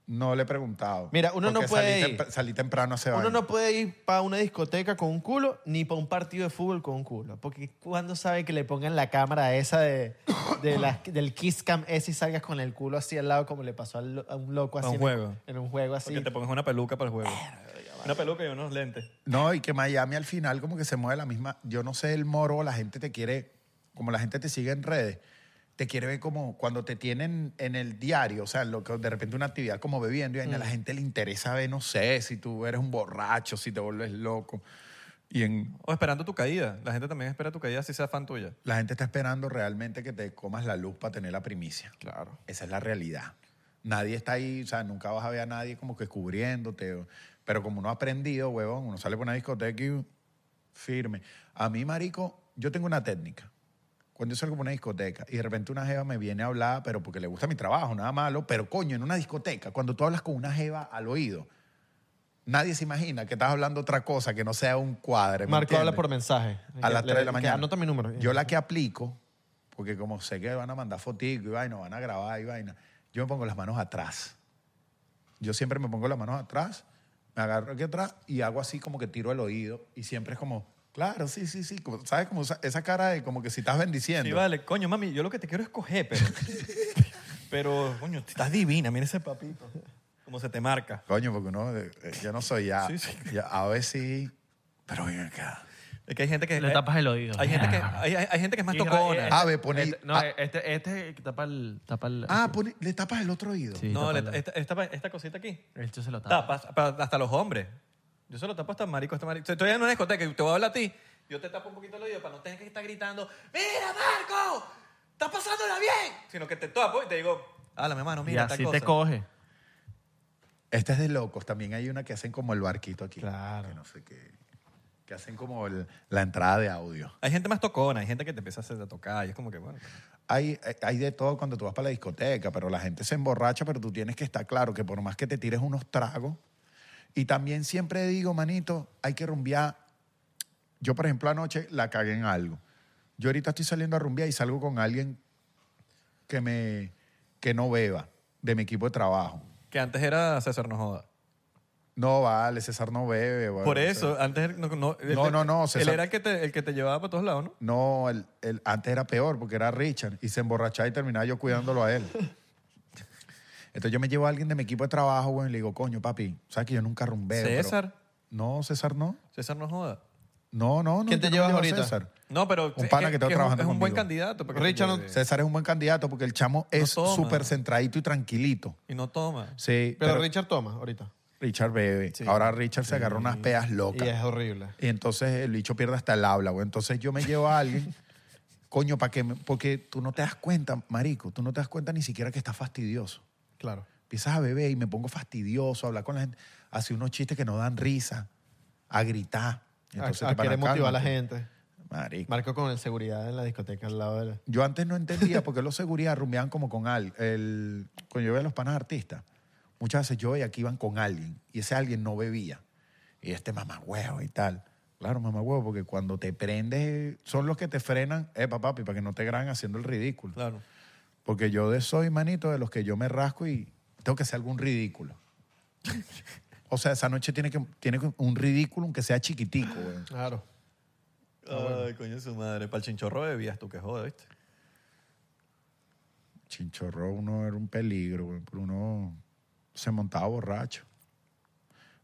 No le he preguntado. Mira, uno no Porque puede Salí, ir. tempr- salí temprano hace Uno no puede ir para una discoteca con un culo ni para un partido de fútbol con un culo. Porque cuando sabe que le pongan la cámara esa de, de las- del kiss cam ese y salgas con el culo así al lado como le pasó al lo- a un loco A así. un en- juego. En, un juego así. Porque te pongas una peluca para el juego. Una peluca y unos lentes. No, y que Miami al final como que se mueve la misma. Yo no sé el morbo, la gente te quiere, como la gente te sigue en redes, te quiere ver como cuando te tienen en el diario, o sea, lo que de repente una actividad como bebiendo y vaina, a Mm. la gente le interesa ver, no sé, si tú eres un borracho, si te vuelves loco. Y en, O esperando tu caída. La gente también espera tu caída si sea fan tuya. la gente está esperando realmente que te comas la luz para tener la primicia. Claro. Esa es la realidad. Nadie está ahí, o sea, nunca vas a ver a nadie como que cubriéndote. o- Pero como uno ha aprendido, huevón, uno sale por una discoteca y firme. A mí, marico, yo tengo una técnica. Cuando yo salgo por una discoteca y de repente una jeva me viene a hablar, pero porque le gusta mi trabajo, nada malo, pero coño, en una discoteca, cuando tú hablas con una jeva al oído, nadie se imagina que estás hablando otra cosa que no sea un cuadre. ¿me Marco habla entiendes? por mensaje. A Que las 3 de le- la que mañana. Anota mi número. Yo la que aplico, porque como sé que van a mandar fotico y vaina, van a grabar y vaina, yo me pongo las manos atrás. Yo siempre me pongo las manos atrás, me agarro aquí atrás y hago así como que tiro el oído y siempre es como, claro, sí, sí, sí. como- ¿Sabes? Como esa, esa cara de como que si estás bendiciendo. Sí, vale. Coño, mami, yo lo que te quiero es coger, pero... pero, coño, estás divina. Mira ese papito. Cómo se te marca. Coño, porque uno, eh, yo no eh, soy ya. Sí, sí. ya, a ver si Pero ven acá. Es que hay gente que... Le tapas el oído. eh, Ah. Hay gente que, hay, hay- hay gente que es más Y creo- tocona. eh, Ah, ve, pone- este- no, ah. este, este que tapa el. Tapa el Ah, pone- le tapas el otro oído. este, Sí, no, tapa le- el- esta, esta- esta cosita aquí. Esto se lo tapa. Tapas pa- hasta los hombres. Yo se lo tapo hasta marico, hasta marico. Estoy en una discoteca y te voy a hablar a ti. Yo te tapo un poquito el oído para no tener que estar gritando, ¡Mira, Marco! ¡Estás pasándola bien! Sino que te tapo y te digo, ¡Hala, mi hermano, mira y tal así cosa! te coge. Esta Este es de locos. También hay una que hacen como el barquito aquí. Claro. Que no sé qué. Que hacen como el- la entrada de audio. Hay gente más tocona, hay gente que te empieza a hacer de tocar y es como que, bueno. Hay, eh, hay de todo cuando tú vas para la discoteca, pero la gente se emborracha, pero tú tienes que estar claro que por más que te tires unos tragos, y también siempre digo, manito, hay que rumbear. Yo, por ejemplo, anoche la cagué en algo. Yo ahorita estoy saliendo a rumbear y salgo con alguien que, me, que no beba de mi equipo de trabajo. Que antes era César no joda. No vale, César no bebe. bueno, Por o sea, eso, antes no, no, No, no, no, Él César- era el que, te, el que te llevaba para todos lados, ¿no? No, el, el- antes era peor porque era Richard y se emborrachaba y terminaba yo cuidándolo a él. Entonces yo me llevo a alguien de mi equipo de trabajo, güey, y le digo, coño, papi, ¿sabes que yo nunca rumbé? Eh, pero-" César. No, César no. César no joda. No, no, no. ¿Quién te yo no llevas llevo a ahorita? César. No, pero Un pana que está es trabajando un, es un buen conmigo. candidato. porque- Richard no- César es un buen candidato porque el chamo es toma. súper centradito y tranquilito. Y no toma. Sí, Pero, pero, Richard toma ahorita. Richard bebe. Ahora Richard se agarró unas peas locas. Y es horrible. Y entonces el bicho pierde hasta el habla, güey. Entonces yo me llevo a alguien, coño, para que me- porque tú no te das cuenta, marico, tú no te das cuenta ni siquiera que estás fastidioso. Claro. Empiezas a beber y me pongo fastidioso, a hablar con la gente, hacer unos chistes que no dan risa, a gritar. Entonces, a a te paran, querer motivar a la "Cálmate". gente. Marico. Marco con el seguridad en la discoteca al lado de la... Yo antes no entendía porque los seguridad rumeaban como con al, el Cuando yo veía a los panas artistas, muchas veces yo veía que iban con alguien y ese alguien no bebía. Y este mamagüevo y tal. Claro, mamagüevo, porque cuando te prendes, son los que te frenan, epa, papi, para que no te graben haciendo el ridículo. Claro. Porque yo de soy, manito, de los que yo me rasco y tengo que hacer algún ridículo. o sea, esa noche tiene que, tiene que- un ridículo, aunque sea chiquitico, güey. Claro. Ay, coño de su madre. Para el chinchorro bebías tú, que joda, ¿viste? Chinchorro uno era un peligro, güey, pero uno se montaba borracho.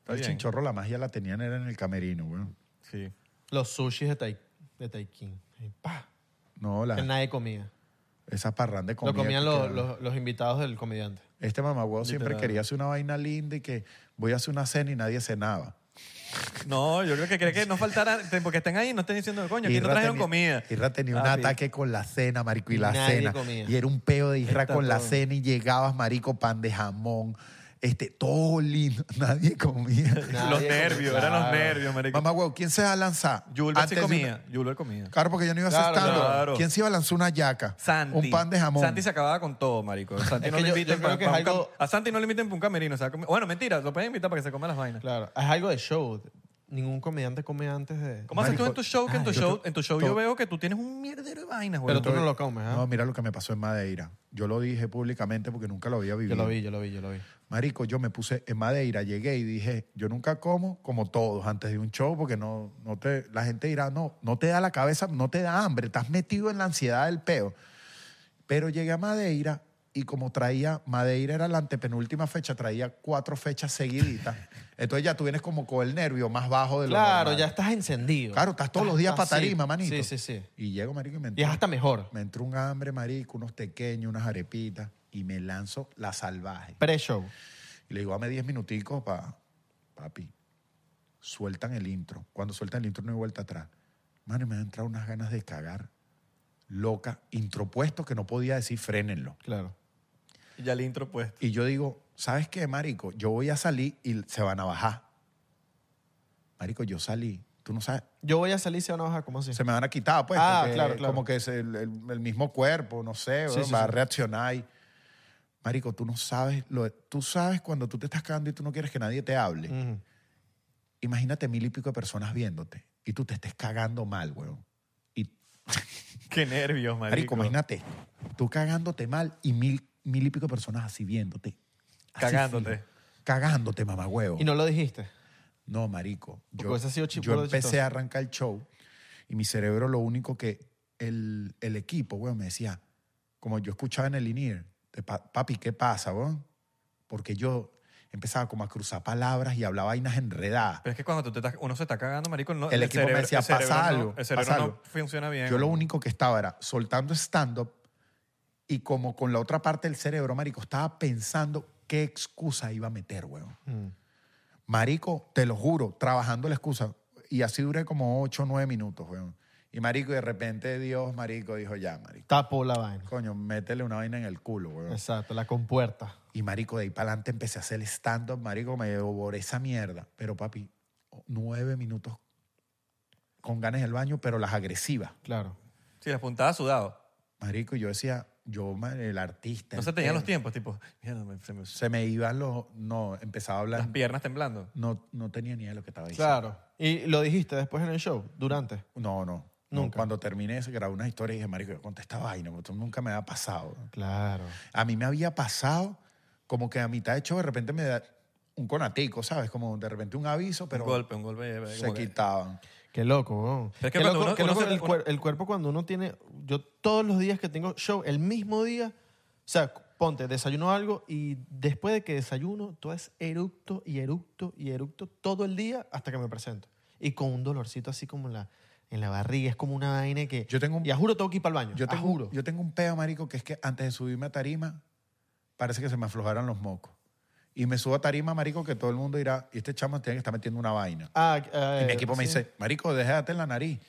Está el bien. chinchorro la magia la tenían era en el camerino, güey. Sí. Los sushis de, tai, de Taikin. Ahí, pa, No, Que la, nadie comía. esas parrandas de Lo comida comían que los, quedaban. los, los invitados del comediante. Este mamagüevo siempre Literal. quería hacer una vaina linda y que voy a hacer una cena y nadie cenaba. No, yo creo que cree que no faltara, te- porque están ahí y no estén diciendo, coño, aquí no Irra trajeron tenía- comida. Irra tenía un Papi, ataque con la cena, marico, y Y la nadie cena. comía. Y era un peo de Irra Está con la todo. cena y llegabas, marico, pan de jamón, este, todo lindo. Nadie comía. Los Nadie nervios, comía, eran los claro. nervios, marico. Mamá, huevo, ¿quién se va a lanzar? Julbert sí Antes de una- comía, Julbert comía. Claro, porque yo no iba a hacer Claro, stand-up. claro. ¿Quién se iba a lanzar una yaca? Santi. Un pan de jamón. Santi se acababa con todo, marico. Santi Es no que lo yo- yo inviten creo pa- que es pa un cam- algo- A Santi no le inviten para un camerino. o sea, come- Bueno, mentira, lo pueden invitar para que se coma las vainas. Claro. Es algo de show. Ningún comediante come antes de... ¿Cómo haces tú en Marico, tu show? Que en tu ay, yo show, te- en tu show todo- yo veo que tú tienes un mierdero de vainas, güey. Pero tú no lo comes, ¿ah? No, mira lo que me pasó en Madeira. Yo lo dije públicamente porque nunca lo había Yo vivido. lo vi, yo lo vi, yo lo vi. Marico, yo me puse en Madeira, llegué y dije, yo nunca como como todos antes de un show porque no, no te, la gente dirá, no, no te da la cabeza, no te da hambre, estás metido en la ansiedad del peo. Pero llegué a Madeira y como traía, Madeira era la antepenúltima fecha, traía cuatro fechas seguiditas. Entonces ya tú vienes como con el nervio más bajo de lo Claro, normal. ya estás encendido. Claro, estás todos los días estás- para tarima, sí. manito. Sí, sí, sí. Y llego, marico, y me Y es entró, hasta mejor. me entró un hambre, marico, unos tequeños, unas arepitas, y me lanzo la salvaje. Pre-show. Y le digo, dame 10 minuticos para, papi, sueltan el intro. Cuando sueltan el intro no hay vuelta atrás. Mano, y me han entrado unas ganas de cagar. Loca, intropuesto que no podía decir frénenlo. Claro. Y ya el intro pues. Y yo digo, ¿sabes qué, marico? Yo voy a salir y se van a bajar. Marico, yo salí. Tú no sabes, Yo voy a salir se van a bajar, ¿cómo así? se me van a quitar, pues. Ah, porque claro, claro. Como que es el, el- el mismo cuerpo, no sé, Sí, weón, sí, va a sí. reaccionar. y- Marico, tú no sabes, lo, tú sabes cuando tú te estás cagando y tú no quieres que nadie te hable. Ujú. Imagínate mil y pico de personas viéndote y tú te estés cagando mal, weón. Y, Qué nervios, marico, marico. imagínate, tú cagándote mal y mil, mil y pico de personas así viéndote. Ah, Así Cagándote. fijo. Cagándote, mamá huevo. Y no lo dijiste. No, marico. Porque Yo, hubiese sido chi- yo burda empecé chistoso. a arrancar el show y mi cerebro lo único que el, el equipo, weón, me decía, como yo escuchaba en el INIR, de pa- papi, ¿qué pasa, weón? Porque yo empezaba como a cruzar palabras y hablaba vainas enredadas. Pero es que cuando tú te estás- uno se está cagando, marico, no- El equipo me decía, el cerebro "Pasa no- algo, el cerebro pasa no algo". funciona bien. Yo lo único que estaba era soltando stand-up y como con la otra parte del cerebro, marico, estaba pensando qué excusa iba a meter, weón. Mm. Marico, te lo juro, trabajando la excusa. Y así duré como 8 o 9 minutos, weón. Y marico, y de repente Dios, marico, dijo, ya, marico. Tapo la vaina. Coño, métele una vaina en el culo, weón. Exacto, la compuerta. Y marico, de ahí para adelante empecé a hacer stand-up, marico, me devoré esa mierda. Pero papi, nueve minutos con ganas del baño, pero las agresivas. Claro. Sí, las puntadas sudado. Marico, yo decía, yo, ma- el artista. No el se tenían los perro. tiempos, tipo, mierda, me- se me- Se me iban los. No, empezaba a las hablar. piernas temblando. No, no tenía ni idea de lo que estaba diciendo. Claro. ¿Y lo dijiste después en el show? ¿Durante? No, no. no. Nunca. Cuando terminé, grabé unas historias y dije, Marico, yo conté esta vaina, porque esto nunca me había pasado. Claro. A mí me había pasado como que a mitad de show de repente me da un conatico, ¿sabes? Como de repente un aviso, pero un golpe, un golpe. eh, se como que- quitaban. Qué loco, weón. Pero es que Qué cuando loco, uno- qué uno loco se- el, cuer- el cuerpo cuando uno tiene... Yo todos los días que tengo show, el mismo día... O sea, ponte, desayuno algo y después de que desayuno, todo es eructo y eructo y eructo todo el día hasta que me presento. Y con un dolorcito así como en la, en la barriga. Es como una vaina que... Yo tengo un- Y a juro tengo que ir para el baño. Yo tengo, a juro. yo tengo un peo, marico, que es que antes de subirme a tarima, parece que se me aflojaron los mocos. Y me subo a tarima, marico, que todo el mundo dirá, y este chamo tiene que estar metiendo una vaina. Ah, y eh, mi equipo me sí. dice, marico, déjate en la nariz.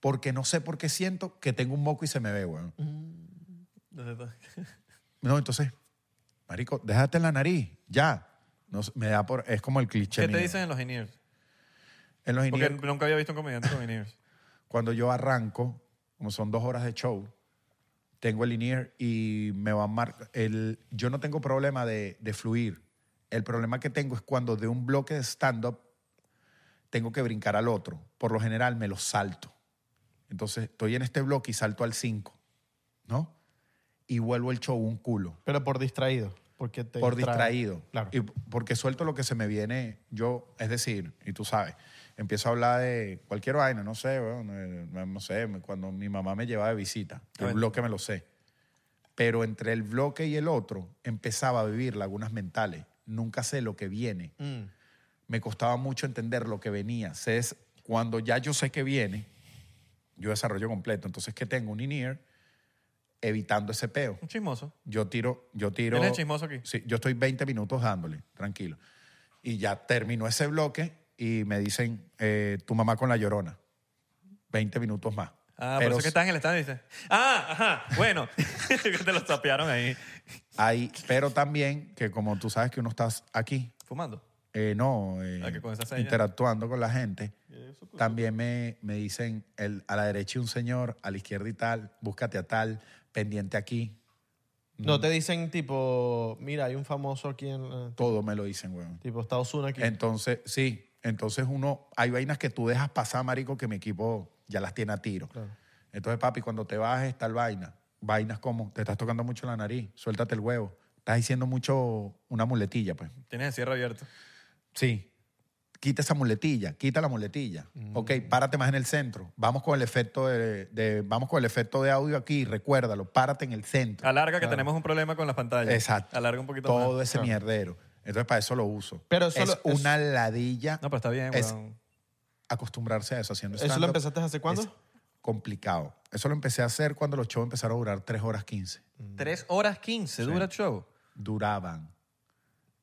Porque no sé por qué siento que tengo un moco y se me ve, weón. No, entonces, marico, déjate en la nariz, ya. No, sé, me da por, es como el cliché. ¿Qué te mío. dicen en los in-ears? En los Porque inicios, nunca había visto un comediante con in-ears. cuando yo arranco, como son dos horas de show, tengo el in y me va a marcar. El, yo no tengo problema de, de fluir. El problema que tengo es cuando de un bloque de stand-up tengo que brincar al otro. Por lo general me lo salto. Entonces estoy en este bloque y salto al 5, ¿no? Y vuelvo el show un culo. Pero por distraído. Porque te por distrae. distraído. Claro. Y porque suelto lo que se me viene yo, es decir, y tú sabes, empiezo a hablar de cualquier vaina, no sé, weón, eh, no, sé, me- cuando mi mamá me llevaba de visita, el bueno. bloque me lo sé. Pero entre el bloque y el otro empezaba a vivir lagunas mentales. Nunca sé lo que viene. Me costaba mucho entender lo que venía. Sé es- cuando ya yo sé que viene, yo desarrollo completo. Entonces, ¿qué tengo? Un in-ear evitando ese peo. Un chismoso. Yo tiro, yo tiro. ¿Eres chismoso aquí? Sí, yo estoy 20 minutos dándole, tranquilo. Y ya terminó ese bloque y me dicen, eh, tu mamá con la llorona. 20 minutos más. Ah, Pero por eso que estás en el stand y dices, ah, ajá, bueno. te los tapearon ahí hay- pero también que como tú sabes que uno estás aquí, fumando. eh, no, eh, Ah, que con esa seña. interactuando con la gente, también me, me dicen, el, a la derecha un señor, a la izquierda y tal, búscate a tal, pendiente aquí. mm. No te dicen tipo, mira, hay un famoso aquí en... eh, Todo me lo dicen, weón. tipo, Estados Unidos aquí. Entonces, sí, entonces uno, hay vainas que tú dejas pasar, marico, que mi equipo ya las tiene a tiro. Entonces, papi, cuando te bajes, tal vaina. Vainas como, te estás tocando mucho la nariz, suéltate el huevo. Estás diciendo mucho una muletilla, pues. Tienes el cierre abierto. Sí. Quita esa muletilla, quita la muletilla. Ok, párate más en el centro. Vamos con el efecto de, de- vamos con el efecto de audio aquí, recuérdalo, párate en el centro. Alarga que tenemos un problema con las pantallas. Exacto. Alarga un poquito Todo más. ese mierdero. Entonces, para eso lo uso. Pero es solo- es- una ladilla. No, pero está bien, Es- weón. acostumbrarse a eso haciendo ¿Eso lo stand-up empezaste hace cuándo? es complicado. Eso lo empecé a hacer cuando los shows empezaron a durar 3 horas 15. Tres horas 15 dura el show. Duraban.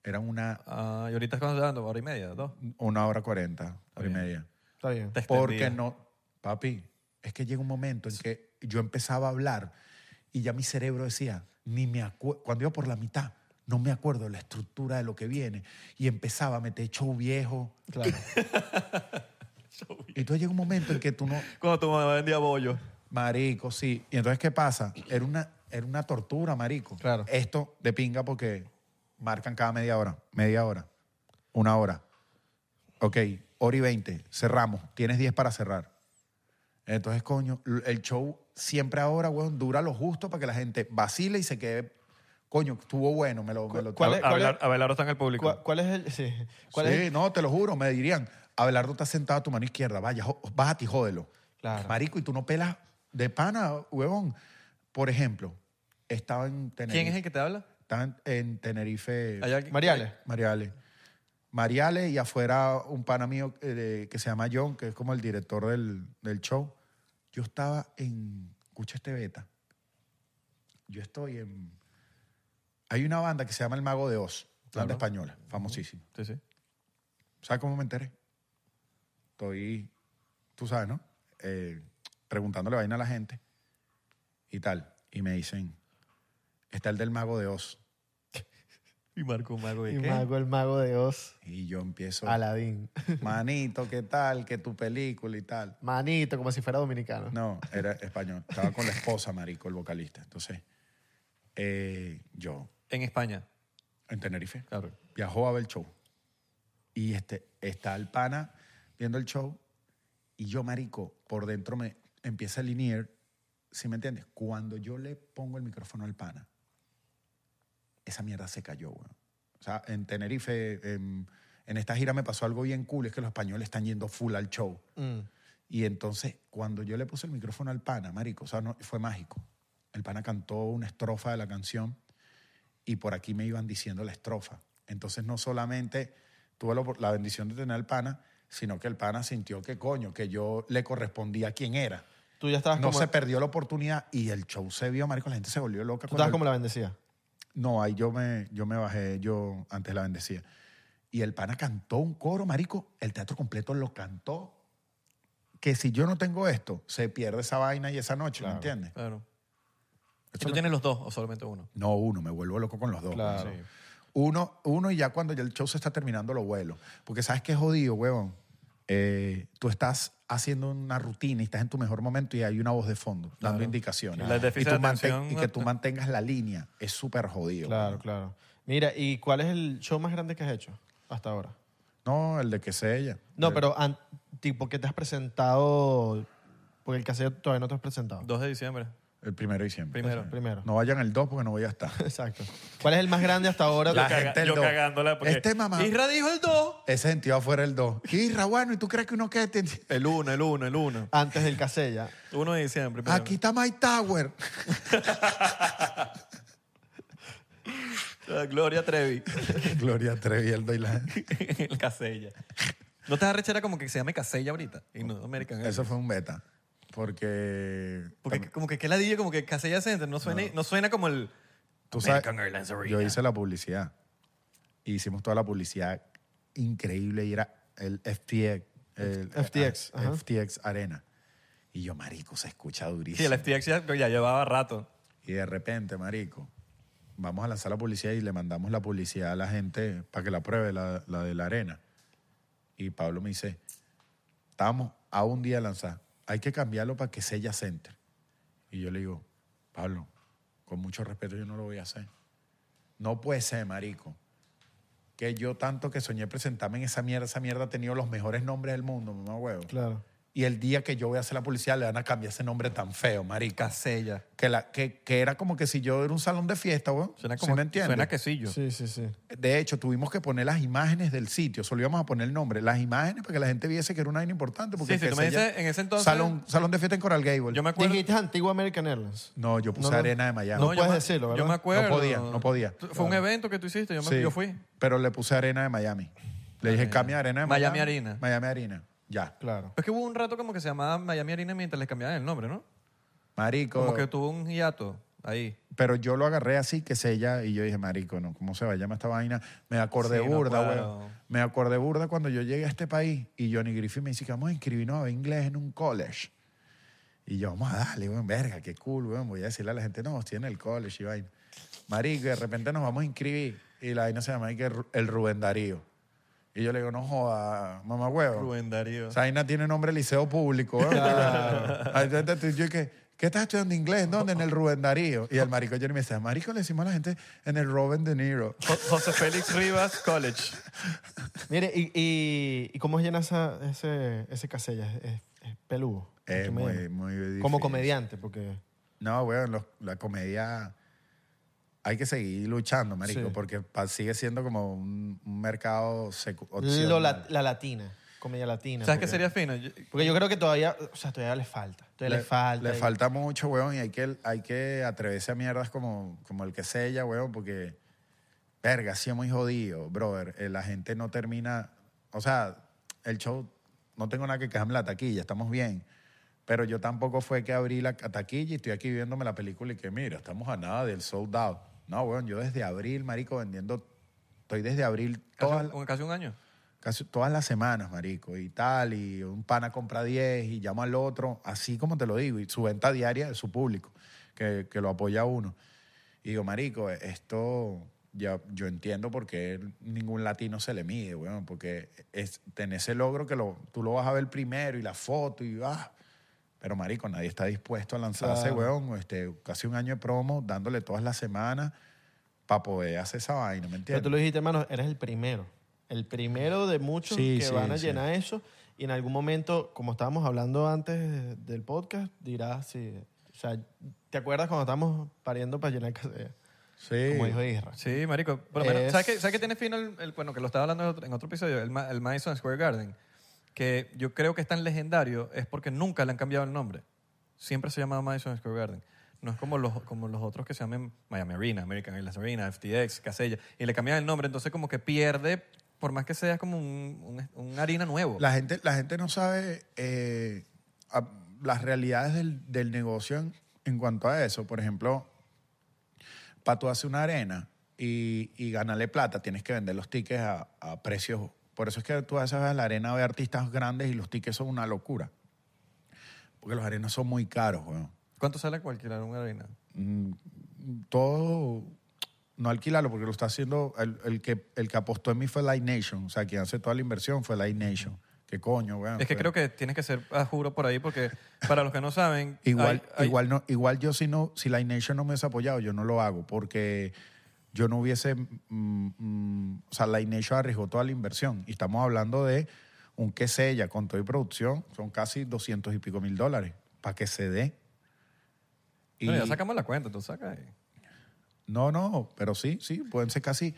Eran una, Ah, y ahorita estás dando hora y media, dos. una hora 40, hora y bien. media. Está bien. Te extendía. Porque no, papi, es que llega un momento en que yo empezaba a hablar y ya mi cerebro decía, ni me acuerdo, cuando iba por la mitad, no me acuerdo la estructura de lo que viene. Y empezaba a meter show viejo. Claro. Y entonces llega un momento en que tú no, Cuando tu mamá vendía bollo. Marico, sí. Y entonces, ¿qué pasa? Era una, era una tortura, marico. Claro. Esto de pinga porque marcan cada media hora, media hora, una hora. Ok, hora y veinte, cerramos. Tienes diez para cerrar. Entonces, coño, l- el show siempre ahora, weón, dura lo justo para que la gente vacile y se quede... Coño, estuvo bueno, me lo... me lo- ¿Cuál es- A Abelardo a Abelardo está en el público. ¿Cuál, cuál es el...? Sí. ¿Cuál sí, es el- no, te lo juro, me dirían, Abelardo está sentado a tu mano izquierda, vaya, jo- bájate y jódelo. Claro. Marico, y tú no pelas de pana, huevón. Por ejemplo, estaba en Tenerife. ¿Quién es el que te habla? Estaban en Tenerife. Hay alguien- Mariales. Mariales. Mariales y afuera un pana mío eh, de- que se llama John, que es como el director del, del show. Yo estaba en. Escucha este beta. Yo estoy en. Hay una banda que se llama El Mago de Oz, banda Claro. española, famosísima. Sí, sí. ¿Sabes cómo me enteré? Estoy, tú sabes, ¿no? Eh, preguntándole vaina a la gente y tal. Y me dicen, está el del mago de Oz. Y Marco Mago Y de qué? Mago, el mago de Oz, Y yo empiezo, Aladín. manito, ¿qué tal? ¿Qué tu película y tal? Manito, como si fuera dominicano. No, era español. Estaba con la esposa, marico, el vocalista. Entonces, eh, yo, En España. en Tenerife, Claro. viajó a ver el show. Y este, está el pana viendo el show. Y yo, marico, por dentro me empieza el linear. ¿Sí me entiendes? Cuando yo le pongo el micrófono al pana, esa mierda se cayó, weón. O sea, en Tenerife, en, en esta gira me pasó algo bien cool. Es que los españoles están yendo full al show. Mm. Y entonces, cuando yo le puse el micrófono al pana, marico, o sea, no- fue mágico. El pana cantó una estrofa de la canción y por aquí me iban diciendo la estrofa. Entonces no solamente tuve la opor- la bendición de tener al pana, sino que el pana sintió que coño, que yo le correspondía a quién era. Tú ya estabas No Ah, como... se perdió la oportunidad y el show se vio, marico, la gente se volvió loca. Tú cuando estabas el- como la bendecida. No, ahí yo me, yo me bajé, yo antes la bendecía. Y el pana cantó un coro, marico, el teatro completo lo cantó. Que si yo no tengo esto, se pierde esa vaina y esa noche, ¿me entiendes? Claro. ¿Y Eso ¿Tú no- tienes los dos o solamente uno? No, uno, me vuelvo loco con los dos. Claro. Sí. Uno, uno y ya cuando ya el show se está terminando lo vuelo. Porque sabes que es jodido, huevón. Eh, tú estás haciendo una rutina y estás en tu mejor momento y hay una voz de fondo dando indicaciones. La déficit y, tú de manten- atención- y que tú mantengas la línea es súper jodido. Claro, huevón. claro. Mira, ¿y cuál es el show más grande que has hecho hasta ahora? No, el de que sea ella. No, pero an- tipo que te has presentado, porque el casero todavía no te has presentado. 2 de diciembre. El primero de diciembre. Primero. Primero. No vayan el 2 porque no voy a estar. Exacto. ¿Cuál es el más grande hasta ahora? La Yo caga- gente el yo dos. cagándola porque- Este mamá. Isra dijo el 2. Ese sentido afuera el 2. Irra, bueno, ¿y tú crees que uno que te- El 1, el 1, el 1. Antes del casella. 1 de diciembre. primero. Aquí está My Tower. Ah, Gloria Trevi. Gloria Trevi, el 2 y la... el Casella. ¿No te da rechera como que se llame Casella ahorita? Y no American Airlines. Eso fue un beta. Porque. ¿eh? Porque como que que ladilla, como que Casella Center no suena, no suena como el tú sabes, American Airlines Arena. yo hice la publicidad. Y hicimos toda la publicidad increíble y era el FTX. el- FTX, a- ajá. FTX Arena. Y yo, marico, se escucha durísimo. Sí, el FTX ya, pero ya llevaba rato. Y de repente, marico, vamos a lanzar la publicidad y le mandamos la publicidad a la gente para que la pruebe, la, la de la arena. Y Pablo me dice, estamos a un día de lanzar, hay que cambiarlo para que sella Center. Y yo le digo, Pablo, con mucho respeto yo no lo voy a hacer. No puede ser, marico, que yo tanto que soñé presentarme en esa mierda, esa mierda ha tenido los mejores nombres del mundo, mamá huevo. Claro. Y el día que yo voy a hacer la publicidad le van a cambiar ese nombre tan feo, marica Casella. que, la, que, que era como que si yo era un salón de fiesta, weón. Suena ¿Sí como me entiendes? suena quesillo. Sí, sí, sí. De hecho, tuvimos que poner las imágenes del sitio, solo íbamos a poner el nombre, las imágenes para que la gente viese que era una vaina importante. Porque Sí, si que tú me se llama- dices, en ese entonces- Salón, salón de fiesta en Coral Gables. Yo me acuerdo. Dijiste antiguo American Airlines. No, yo puse No, no. arena de Miami. No, yo puedes me- decirlo, ¿verdad? Yo me acuerdo. No podía, no podía. Tú- Fue un evento que tú hiciste, yo, me, Sí, yo fui. Ah, Pero le puse arena de Miami. Le dije, cambia arena de Miami. Miami Arena. Miami Arena. Ya. Claro. Es que hubo un rato como que se llamaba Miami Arena mientras les cambiaban el nombre, ¿no? Marico. Como que tuvo un hiato ahí. Pero yo lo agarré así, que sé ya, y yo dije, marico, no, ¿cómo se va a llamar esta vaina? Me acordé Sí, me burda, acuerdo. weón. Me acordé burda cuando yo llegué a este país y Johnny Griffith me dice que vamos a inscribirnos a ver inglés en un college. Y yo, vamos a darle, weón, verga, qué cool, weón. Voy a decirle a la gente, no, estoy en el college y vaina. Marico, y de repente nos vamos a inscribir y la vaina se llama ahí que Ru- el Rubén Darío. Y yo le digo, no joda, mamá huevo. Rubén Darío. Zaina tiene nombre de liceo público. ¿eh? Ay, yo- yo- yo que, ¿qué estás estudiando inglés? ¿Dónde? En el Rubén Darío. Y el marico Johnny me decía, marico, le decimos a la gente en el Robin De Niro. Jo- José Félix Rivas College. Mire, ¿y, y, y cómo llena esa, ese, ese casella? ¿Es, es, es peludo? Es ¿Qué me Eh, muy, llama? muy difícil. Como comediante, porque... No, weón, los- la comedia... Hay que seguir luchando, marico, Sí. porque pa- sigue siendo como un, un mercado secu- Lo opcional. la, la latina, comedia latina. ¿Sabes qué porque- sería fino? Yo- Porque yo creo que todavía, o sea, todavía le falta. Todavía le, falta. Le y- falta mucho, weón, y hay que, hay que atreverse a mierdas como, como el que sella, weón, porque verga, sí es muy jodido, brother. Eh, la gente no termina, o sea, el show, no tengo nada que quejarme de la taquilla, estamos bien. Pero yo tampoco fue que abrí la ca- taquilla y estoy aquí viéndome la película y que mira, estamos a nada del sold out. No, bueno, yo desde abril, marico, vendiendo, estoy desde abril todas Casi, un- casi un año. casi todas las semanas, marico, y tal, y un pana compra 10 y llama al otro, así como te lo digo, y su venta diaria de su público, que, que lo apoya a uno. Y digo, marico, esto ya yo entiendo por qué ningún latino se le mide, weón, porque es tener ese logro que lo, tú lo vas a ver primero y la foto y ah, pero marico, nadie está dispuesto a lanzarse, weón, este, casi un año de promo, dándole todas las semanas para poder hacer esa vaina, ¿me Pero entiendes? tú lo dijiste, hermano, eres el primero. El primero de muchos Sí, que sí, van a sí. llenar eso. Y en algún momento, como estábamos hablando antes de- del podcast, dirás si. O sea, ¿te acuerdas cuando estábamos pariendo para llenar casilla? Sí. Como dijo Isra. Sí, marico. Por lo menos, Es- ¿sabes, que, ¿Sabes que tiene fino el, el- bueno, que lo estaba hablando en otro, en otro episodio, el, Ma- el Madison Square Garden? Que yo creo que es tan legendario es porque nunca le han cambiado el nombre. Siempre se llamaba Madison Square Garden. No es como los, como los otros que se llaman Miami Arena, American Airlines Arena, FTX, Casella. Y le cambian el nombre, entonces como que pierde, por más que sea, es como un, un, una harina nuevo. La gente, la gente no sabe eh, a- las realidades del, del negocio en, en cuanto a eso. Por ejemplo, para tú hacer una arena y, y ganarle plata, tienes que vender los tickets a, a precios. Por eso es que tú a veces vas a la arena de artistas grandes y los tickets son una locura. Porque los arenas son muy caros, weón. ¿Cuánto sale cualquier una arena? Todo, no alquilarlo, porque lo está haciendo, el, el que, el que apostó en mí fue Light Nation. O sea, quien hace toda la inversión fue Light Nation. ¿Qué coño, weón? Es que Fue- creo que tienes que ser a juro por ahí porque para los que no saben... Igual, hay- hay- igual, no, igual yo si no, si Live Nation no me hubiese apoyado, yo no lo hago porque yo no hubiese, mm, mm, o sea, Live Nation arriesgó toda la inversión y estamos hablando de un que sella con todo y producción, son casi 200 y pico mil dólares para que se dé. Y- No, ya sacamos la cuenta, tú sacas ahí. no, no, pero sí, sí, pueden ser casi,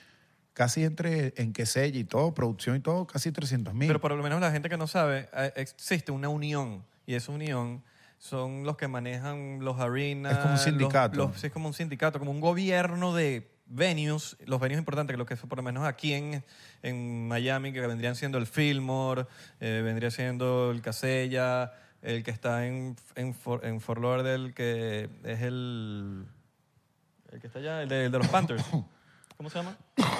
casi entre en que sella y todo, producción y todo, casi 300 mil. Pero por lo menos la gente que no sabe, eh, existe una unión y esa unión son los que manejan los arenas. Es como un sindicato. los- los- sí, es como un sindicato, como un gobierno de venues, los venues importantes, que lo que fue por lo menos aquí en, en Miami, que vendrían siendo el Fillmore, eh, vendría siendo el Casella, el que está en, en, For- en Fort Lauderdale, que es el... El que está allá, el de, el de los Panthers. ¿Cómo se llama?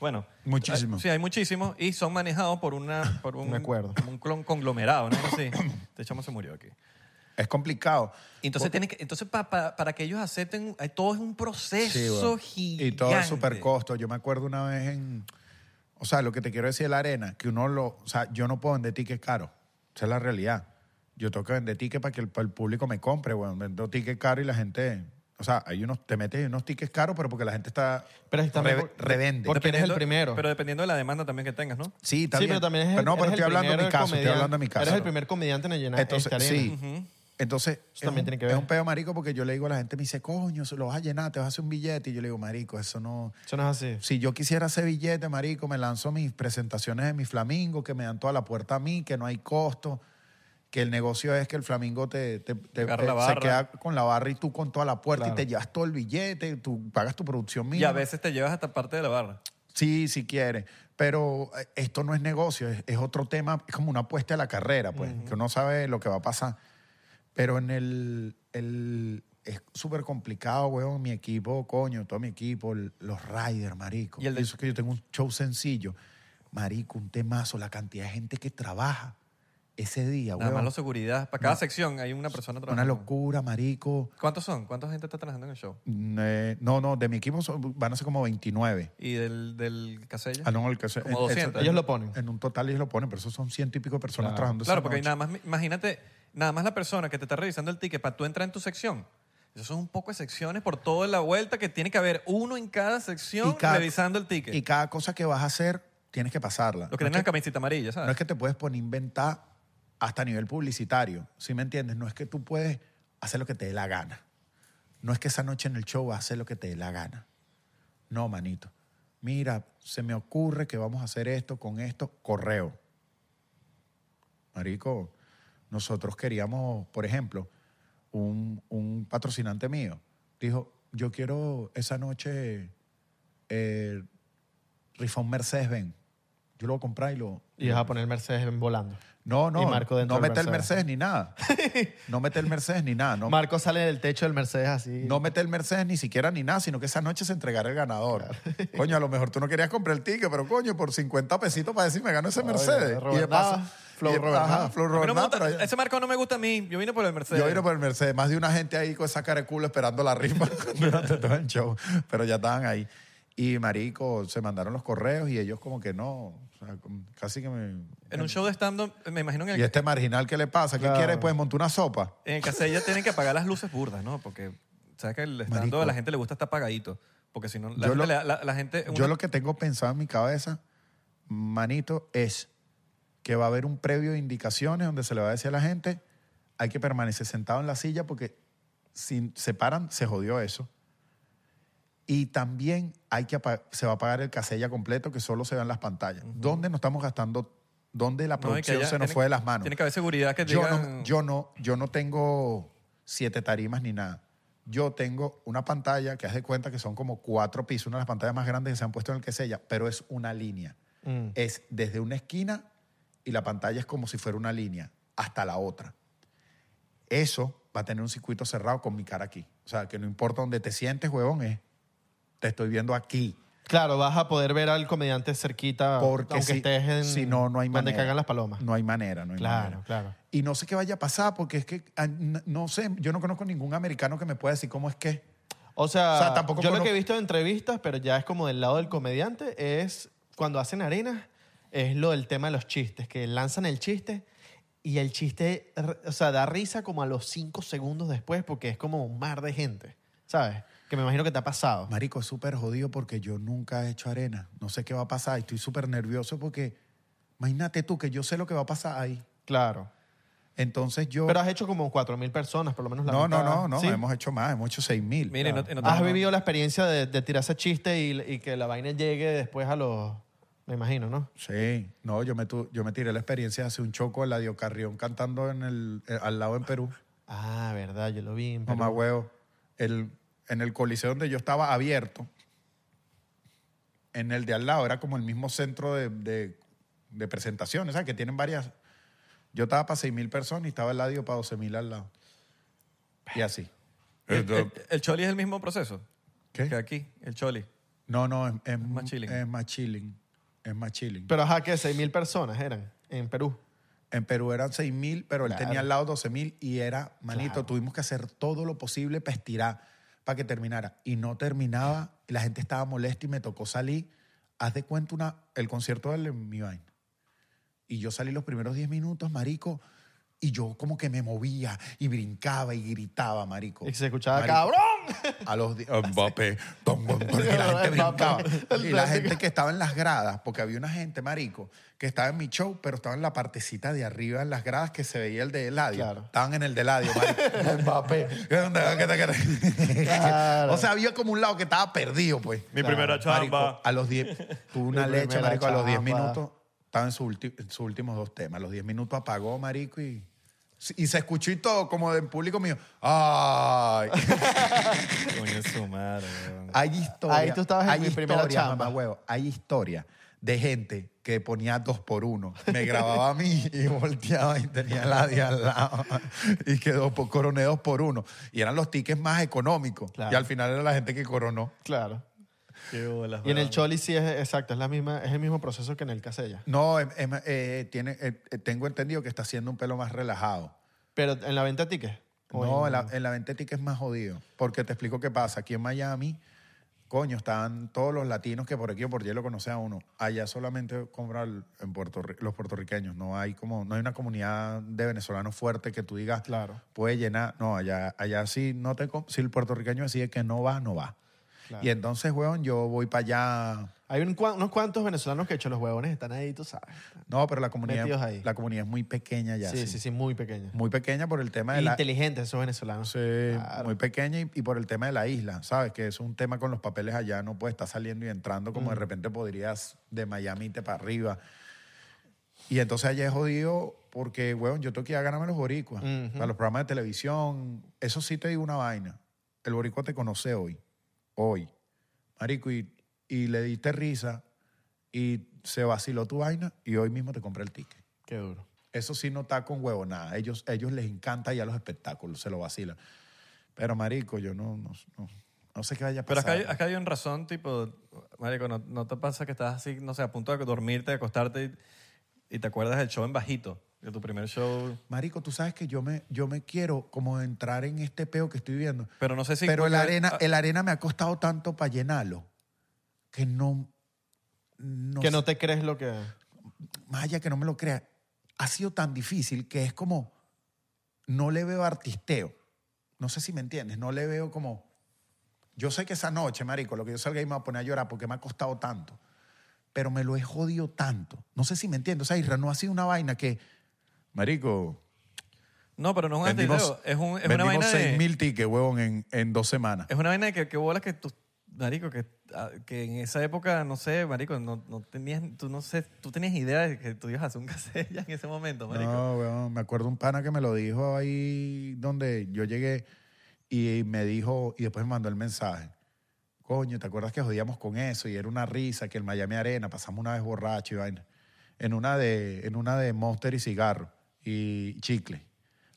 Bueno. Muchísimo. hay- sí, hay muchísimos y son manejados por una... Por un, Me acuerdo. como un clon- conglomerado, ¿no? Así. De chamo se murió aquí. es complicado. Entonces, tienes que, entonces pa- pa- para que ellos acepten, eh, todo es un proceso Sí, weón. gigante. Y todo es súper costo. Yo me acuerdo una vez en. O sea, lo que te quiero decir de la arena, que uno lo. O sea, yo no puedo vender tickets caros. Esa es la realidad. Yo tengo que vender tickets para que el, para el público me compre, weón. Vendo tickets caros y la gente. O sea, hay unos, te metes en unos tickets caros, pero porque la gente está. Pero es también re- por- revende. porque eres el Dependiendo- primero. Pero dependiendo de la demanda también que tengas, ¿no? sí, está sí, bien. pero también es el, no, pero eres estoy el hablando de mi primer caso. Estoy comediante- hablando de mi caso. Eres el primer comediante en llenar Entonces, esta arena. sí. Entonces, es también un- tiene que es ver. un pedo marico porque yo le digo a la gente, me dice, coño, se lo vas a llenar, te vas a hacer un billete. Y yo le digo, marico, eso no. Eso no es así. Si yo quisiera hacer billete, marico, me lanzo mis presentaciones de mi flamingo, que me dan toda la puerta a mí, que no hay costo, que el negocio es que el flamingo te, te- te- Agarra te- la se barra. queda con la barra y tú con toda la puerta y Claro. te llevas todo el billete, tú pagas tu producción mínima. Y a veces te llevas hasta parte de la barra. Sí, si quieres. Pero eh, esto no es negocio, es, es otro tema, es como una apuesta a la carrera, pues, que uno sabe lo que va a pasar. Pero en el. el- es súper complicado, weón. Mi equipo, coño, todo mi equipo, el- los riders, marico. Y Y el de- eso que yo tengo un show sencillo. Marico, un temazo, la cantidad de gente que trabaja ese día, Nada más weón. la seguridad. Para cada sección hay una persona Una trabajando. locura, marico. ¿Cuántos son? ¿Cuánta gente está trabajando en el show? Mm, eh, no, no, de mi equipo son- van a ser como 29. ¿Y del, del Casella? Ah, no, el que se- Como en- eso- 200. Ellos lo ponen. En un total ellos lo ponen, pero eso son ciento y pico de personas trabajando. Claro, esa porque hay noche. nada más, imagínate, nada más la persona que te está revisando el ticket para tú entrar en tu sección. Eso son un poco de secciones por toda la vuelta que tiene que haber uno en cada sección Y cada- revisando el ticket. Y cada cosa que vas a hacer, tienes que pasarla. Los que no, tengan es que, camiseta amarilla, ¿sabes? no es que te puedes poner a inventar hasta a nivel publicitario, ¿sí me entiendes? No es que tú puedes hacer lo que te dé la gana. No es que esa noche en el show vas a hacer lo que te dé la gana. No, manito. Mira, se me ocurre que vamos a hacer esto con esto, correo. Marico, nosotros queríamos, por ejemplo, un, un patrocinante mío dijo, yo quiero esa noche eh, rifa un Mercedes-Benz. Yo lo voy a comprar y lo... Y vas a poner el Mercedes volando. No, no, Y Marco dentro no del mete el Mercedes. Mercedes ni nada. No mete el Mercedes ni nada. No, Marco sale del techo del Mercedes así. no mete el Mercedes ni siquiera ni nada, sino que esa noche se entregara el ganador. Coño, a lo mejor tú no querías comprar el ticket, pero coño, por 50 pesitos para decir me gano ese Oye, Mercedes. Robert y de paso, Nava, Flow y de- Robert ajá, Nava. Flow A mí Robert no me Nava, gusta- pero- ese marco no me gusta a mí. Yo vine por el Mercedes. Yo vine por el Mercedes. Más de una gente ahí con esa cara de culo esperando la rifa durante todo el show. Pero ya estaban ahí. Y marico, se mandaron los correos y ellos como que no. O sea, como- casi que me... En un show de stand-up, me imagino en el, Y este marginal, ¿qué le pasa? ¿Qué Claro. quiere? Pues montó una sopa. en el Casella tienen que apagar las luces burdas, ¿no? Porque sabes que el stand-up a la gente le gusta estar apagadito. Porque si no, la Yo gente... lo- le da- la- la gente- Yo una- lo que tengo pensado en mi cabeza, manito, es que va a haber un previo de indicaciones donde se le va a decir a la gente, hay que permanecer sentado en la silla porque si se paran, se jodió eso. Y también hay que apa- se va a pagar el casella completo que solo se vean las pantallas. ¿Dónde nos estamos gastando? ¿Dónde la no, y que producción haya- se nos tiene- fue de las manos? Tiene que haber seguridad que yo, digan... no, yo, no, yo no tengo siete tarimas ni nada. Yo tengo una pantalla que haz de cuenta que son como cuatro pisos, una de las pantallas más grandes que se han puesto en el que sella, pero es una línea. Mm. Es desde una esquina y la pantalla es como si fuera una línea hasta la otra. Eso va a tener un circuito cerrado con mi cara aquí. O sea, que no importa dónde te sientes, huevón, es te estoy viendo aquí. Claro, vas a poder ver al comediante cerquita, Porque aunque si, estés en si no, no hay manera. donde cagan las palomas. No hay manera, no hay Claro, manera. claro. Y no sé qué vaya a pasar porque es que ah, n- no sé, yo no conozco ningún americano que me pueda decir cómo es que. O sea, O sea, tampoco yo lo conozco- que he visto en entrevistas, pero ya es como del lado del comediante, es cuando hacen arenas, es lo del tema de los chistes, que lanzan el chiste y el chiste, r- o sea, da risa como a los cinco segundos después porque es como un mar de gente, ¿sabes? Que me imagino que te ha pasado. Marico, es súper jodido porque yo nunca he hecho arena. No sé qué va a pasar. Estoy súper nervioso porque imagínate tú que yo sé lo que va a pasar ahí. Claro. Entonces yo. Pero has hecho como 4.000 personas, por lo menos la no, no, mitad, no, no. ¿sí? Hemos hecho más, hemos hecho 6 mil. Mire, no- no Has tengo- vivido la experiencia de, de tirar ese chiste y, y que la vaina llegue después a los... Me imagino, ¿no? Sí, no, yo me, tu- yo me tiré la experiencia de hacer un choco a la Diocarrión cantando en el, eh, al lado en Perú. Ah, verdad, yo lo vi en Mamá Perú. huevo. El, en el coliseo donde yo estaba abierto, en el de al lado era como el mismo centro de, de, de presentaciones, ¿sabes? Que tienen varias. Yo estaba para 6 mil personas y estaba el ladio para 12 mil al lado. Y así. Eh, El, el- el Choli es el mismo proceso ¿Qué? que aquí, el Choli. No, no, es, es más chilling. Es más chilling. Es más chilling. Pero ajá, que 6.000 personas eran en Perú. En Perú eran 6 mil, pero él Claro. tenía al lado 12 mil y era, manito, tuvimos que hacer todo lo posible para estirar, para que terminara. Y no terminaba, y la gente estaba molesta y me tocó salir. Haz de cuenta una, el concierto de mi vaina. Y yo salí los primeros 10 minutos, marico, y yo como que me movía y brincaba y gritaba, marico. Y se escuchaba, Oh, Marico, ¡cabrón! a los di- Mbappé, tom, tom, tom, y la gente brincaba. Ah, El Y la plástico. gente que estaba en las gradas, porque había una gente, marico, que estaba en mi show, pero estaba en la partecita de arriba en las gradas que se veía el de Eladio. Claro. Estaban en el de Eladio, marico. Mbappé. Claro. O sea, había como un lado que estaba perdido, pues. Mi primera Marico, a los 10, tuvo una Mi leche, primera marico, a los 10 chamba. minutos, estaba en, su ulti- en sus últimos dos temas. A los 10 minutos apagó, marico, y... Y se escuchó y todo, como del público mío. ¡Ay! Coño, su madre, weón. Hay historia. Ahí tú estabas en hay mi primera historia, chamba. mamahuevo, hay historia de gente que ponía dos por uno. Me grababa a mí y volteaba y tenía la de al lado. Y quedó por, coroné dos por uno. Y eran los tickets más económicos. Claro. Y al final era la gente que coronó. Claro. Qué bolas, Y en el weón. Choli sí es exacto, es, la misma, es el mismo proceso que en el Casella. No, em- em- eh, tiene, eh, eh, tengo entendido que está haciendo un pelo más relajado. Pero en la venta de tickets. ¿O No, en- en la, en la venta de tickets es más jodido. Porque te explico qué pasa. Aquí en Miami, coño, están todos los latinos que por aquí o por allí lo conoce a uno. Allá solamente compran en Puerto Ri- los puertorriqueños. No hay como, no hay una comunidad de venezolanos fuerte que tú digas Claro. puede llenar. No, allá, allá sí no te com- si el puertorriqueño decide que no va, no va. Claro. Y entonces, weón, yo voy para allá. Hay un cua- unos cuantos venezolanos que hecho los huevones están ahí, tú sabes. No, pero la comunidad, Metidos ahí. la comunidad es muy pequeña ya. sí, sí, sí, muy pequeños. Muy pequeña por el tema de la, Inteligentes esos venezolanos. Sí, Claro. muy pequeña y, y por el tema de la isla, ¿sabes? Que es un tema con los papeles allá, no puedes estar saliendo y entrando como Mm. de repente podrías de Miami te para arriba. Y entonces allá es jodido porque, weón, yo tengo que ir a ganarme los boricuas. Ujú. Para los programas de televisión, eso sí te digo una vaina. El boricua te conoce hoy, hoy. Marico, y y le diste risa y se vaciló tu vaina y hoy mismo te compré el ticket. Qué duro. Eso sí no está con huevo nada. Ellos, ellos les encanta ya los espectáculos, se lo vacilan. Pero marico, yo no, no, no, no sé qué vaya a Pero pasar. acá hay, acá hay un razón, tipo, marico, ¿no, no te pasa que estás así, no sé, a punto de dormirte, de acostarte y, y te acuerdas del show en bajito, de tu primer show? Marico, tú sabes que yo me, yo me quiero como entrar en este peo que estoy viviendo. Pero no sé si... Pero el porque- arena, ah, el arena me ha costado tanto para llenarlo que no, no que sé. no te crees lo que... más allá que no me lo crea, ha sido tan difícil que es como, no le veo artisteo. No sé si me entiendes, no le veo como... Yo sé que esa noche, marico, lo que yo salga ahí me va a poner a llorar porque me ha costado tanto, pero me lo he jodido tanto. No sé si me entiendes. O sea, Isra, no ha sido una vaina que... Marico, No, pero no es un vendimos, antidedo, es, un, es una vendimos vaina de... 6.000 tickets, huevón, en, en dos semanas. Es una vaina de que, que bolas que tú, marico, que, ah, que en esa época, no sé, marico, no, no tenías, tú no sé, tú tenías idea de que tú ibas a hacer un cassette ya en ese momento, marico. No, weón, me acuerdo un pana que me lo dijo ahí donde yo llegué y me dijo, y después me mandó el mensaje. Coño, ¿te acuerdas que jodíamos con eso? Y era una risa que el Miami Arena, pasamos una vez borracho y vaina. En una de, en una de Monster y cigarro y chicle.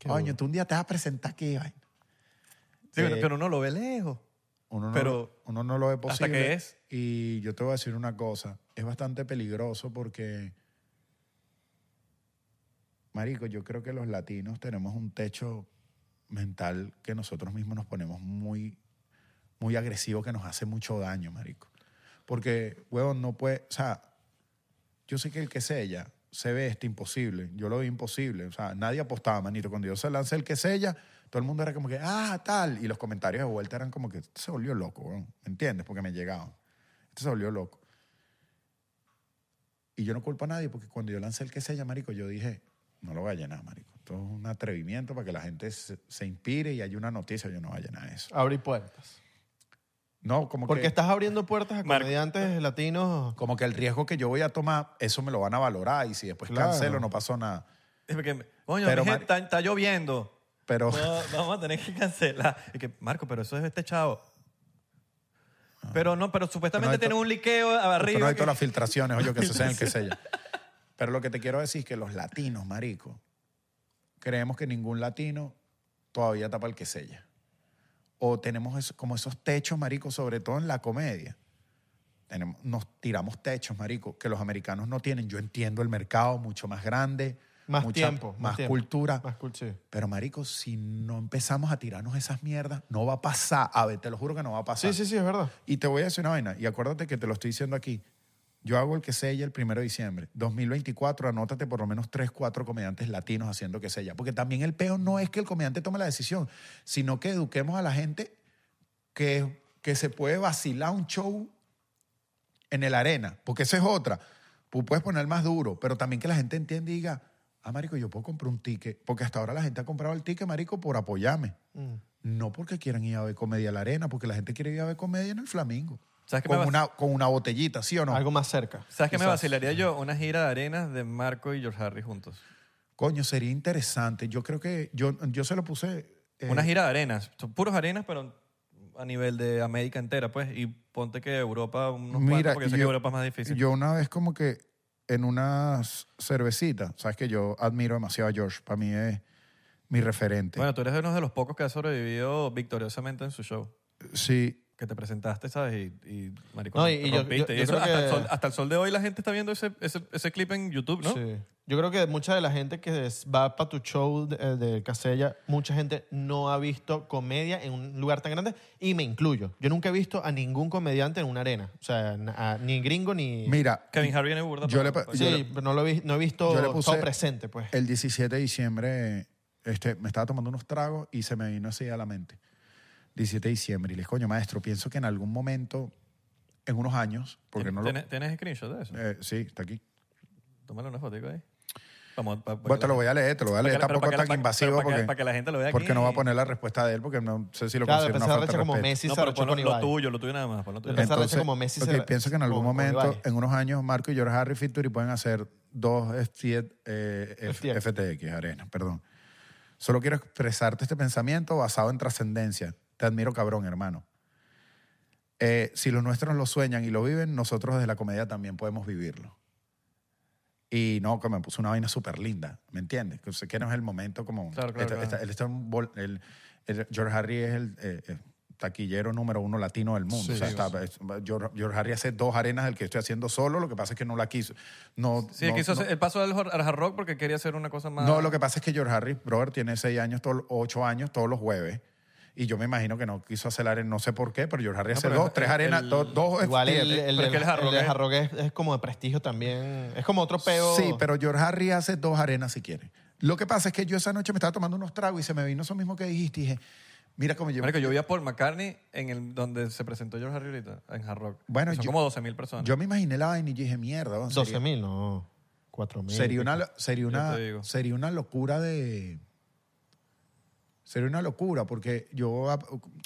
Coño, tú un día te vas a presentar aquí, vaina. Sí, pero- Eh, pero uno lo ve lejos. uno no, Pero, uno no lo ve posible. ¿hasta qué es? Y yo te voy a decir una cosa. Es bastante peligroso porque, marico, yo creo que los latinos tenemos un techo mental que nosotros mismos nos ponemos muy, muy agresivo que nos hace mucho daño, marico. Porque, huevón, no puede... O sea, yo sé que el que sella se ve este imposible. Yo lo vi imposible. O sea, nadie apostaba, manito. Cuando yo se lancé el que sella, todo el mundo era como que, ah, tal. Y los comentarios de vuelta eran como que se volvió loco, weón. ¿Me entiendes? Porque me llegaban. Este se volvió loco. Y yo no culpo a nadie porque cuando yo lancé el que sella, marico, yo dije, no lo voy a llenar, marico. Esto es un atrevimiento para que la gente se, se inspire y haya una noticia. Yo no voy a llenar eso. Abrir puertas. No, como Porque que... estás abriendo puertas a Marco. comediantes latinos. Como que el riesgo que yo voy a tomar, eso me lo van a valorar y si después Claro. cancelo no pasó nada. Es porque, coño, Pero, mi Mar- Oh. gente, está, está lloviendo. Pero... No, vamos a tener que cancelar. Y que, Marco, pero eso es este chavo. Pero no, pero No supuestamente hay to- tiene un liqueo arriba. Pero no hay que- todas las filtraciones, oye, que se sean, que sea. Pero lo que te quiero decir es que los latinos, marico, creemos que ningún latino todavía tapa el que sella. O tenemos eso- como esos techos, marico, sobre todo en la comedia. Tenemos- nos tiramos techos, marico, que los americanos no tienen. Yo entiendo el mercado mucho más grande. Más mucha- tiempo. Más, tiempo. cultura. Más cultura. Pero, marico, si no empezamos a tirarnos esas mierdas, no va a pasar. A ver, te lo juro que no va a pasar. Sí, sí, sí, es verdad. Y te voy a decir una vaina, y acuérdate que te lo estoy diciendo aquí. Yo hago el que sella el primero de diciembre. 2024, anótate por lo menos tres, cuatro comediantes latinos haciendo que sella. Porque también el peo no es que el comediante tome la decisión, sino que eduquemos a la gente que, que se puede vacilar un show en el arena. Porque esa es otra. Tú puedes poner más duro, pero también que la gente entienda y diga, ah, marico, yo puedo comprar un ticket. Porque hasta ahora la gente ha comprado el ticket, marico, por apoyarme. Mm. No porque quieran ir a ver comedia a la arena, porque la gente quiere ir a ver comedia en el Flamingo. ¿Sabes qué me con, vas- una, con una botellita, ¿sí o no? Algo más cerca. ¿Sabes qué me Quizás. vacilaría yo? Una gira de arenas de Marco y George Harry juntos. Coño, sería interesante. Yo creo que yo, yo se lo puse... eh, Una gira de arenas. Son puros arenas, pero a nivel de América entera, pues. Y ponte que Europa, unos cuantos, porque yo sé que Europa es más difícil. Yo una vez como que en unas cervecitas, sabes que yo admiro demasiado a George, para mí es mi referente. Bueno, tú eres uno de los pocos que ha sobrevivido victoriosamente en su show. sí, Que te presentaste, ¿sabes? Y, y maricón, No, y- y yo- rompiste. yo- Y yo eso creo hasta, que- el sol, hasta el sol de hoy la gente está viendo ese, ese, ese clip en YouTube, ¿no? Sí. Yo creo que mucha de la gente que es- va para tu show de, eh, de Casella, mucha gente no ha visto comedia en un lugar tan grande y me incluyo. Yo nunca he visto a ningún comediante en una arena. O sea, n- a- ni gringo ni... mira, Kevin Harvey en el burda. Yo para- le pa- para- sí, yo le- pero no, lo vi- no he visto yo le puse- todo presente, pues. el 17 de diciembre este, me estaba tomando unos tragos y se me vino así a la mente. 17 de diciembre. Y les coño, maestro, pienso que en algún momento, en unos años, porque no lo... ¿Tienes, tienes screenshot de eso? eh, sí, está aquí. Tómale una fotico ahí. Vamos, pa- pa- Bueno, te lo voy a leer, te lo voy a leer. Tampoco tan invasivo para que, porque, para que la gente lo vea porque aquí. no va a poner la respuesta de él porque no sé si lo Claro, considero una empecé a falta de como respeto. Messi No, se pero arrechó pon lo, con Ibai. tuyo, lo tuyo nada más. pon lo tuyo. Empezar a hacer como Messi ok, se- pienso que en algún como- como momento, Ibai. en unos años, Marco y George Harry Featuring pueden hacer dos FT, eh, F- FTX. FTX, Arena, perdón. Solo quiero expresarte este pensamiento basado en trascendencia. Te admiro, cabrón, hermano. eh, si los nuestros lo sueñan y lo viven, nosotros desde la comedia también podemos vivirlo. Y no, que me puso una vaina súper linda, ¿me entiendes? Que, sé que no es el momento como... Claro, claro, Está- claro. está- él está en bol- el- el- George Harry es el eh, eh, taquillero número uno latino del mundo. Sí, o sea, está- es- George, George Harry hace dos arenas del que estoy haciendo solo, lo que pasa es que no la quiso. No, Sí, no- quiso no- hacer- el paso al hor- al hard rock porque quería hacer una cosa más. no, lo que pasa es que George Harris, brother, tiene seis años, todo- ocho años todos los jueves. Y yo me imagino que no quiso hacer arena, no sé por qué, pero George Harris No, hace pero dos, tres el- arenas, el- do- dos. eh, Igual el, siete. el, pero es que el el Hard Rock de es- Hard Rock es, es como de prestigio también. Es como otro peo. Sí, pero George Harris hace dos arenas si quiere. Lo que pasa es que yo esa noche me estaba tomando unos tragos y se me vino eso mismo que dijiste. Y dije, mira cómo yo... Marico, yo vi a Paul McCartney en el, donde se presentó George Harry ahorita, en hard rock. Bueno, Que son yo- como 12.000 personas. Yo me imaginé la vaina y yo dije, mierda. ¿no? 12 Sería, mil, no. 4 mil. sería una, sería, Yo te una, digo. sería una locura de... Sería una locura porque yo, a-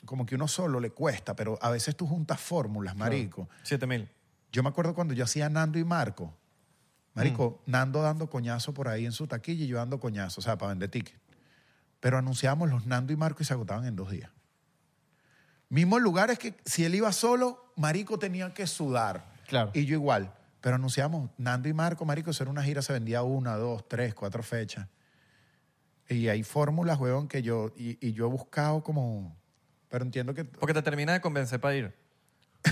como que uno solo le cuesta, pero a veces tú juntas fórmulas, marico. 7.000. Yo me acuerdo cuando yo hacía Nando y Marco. Marico, Nando dando coñazo por ahí en su taquilla y yo dando coñazo, o sea, para vender tickets. Pero anunciábamos los Nando y Marco y se agotaban en dos días. Mismos lugares que si él iba solo, Marico tenía que sudar. Claro. Y yo igual. Pero anunciamos Nando y Marco, Marico, eso era una gira, se vendía una, dos, tres, cuatro fechas. Y hay fórmulas, huevón, que yo. Y, y yo he buscado como. Pero entiendo que. Porque te termina de convencer para ir.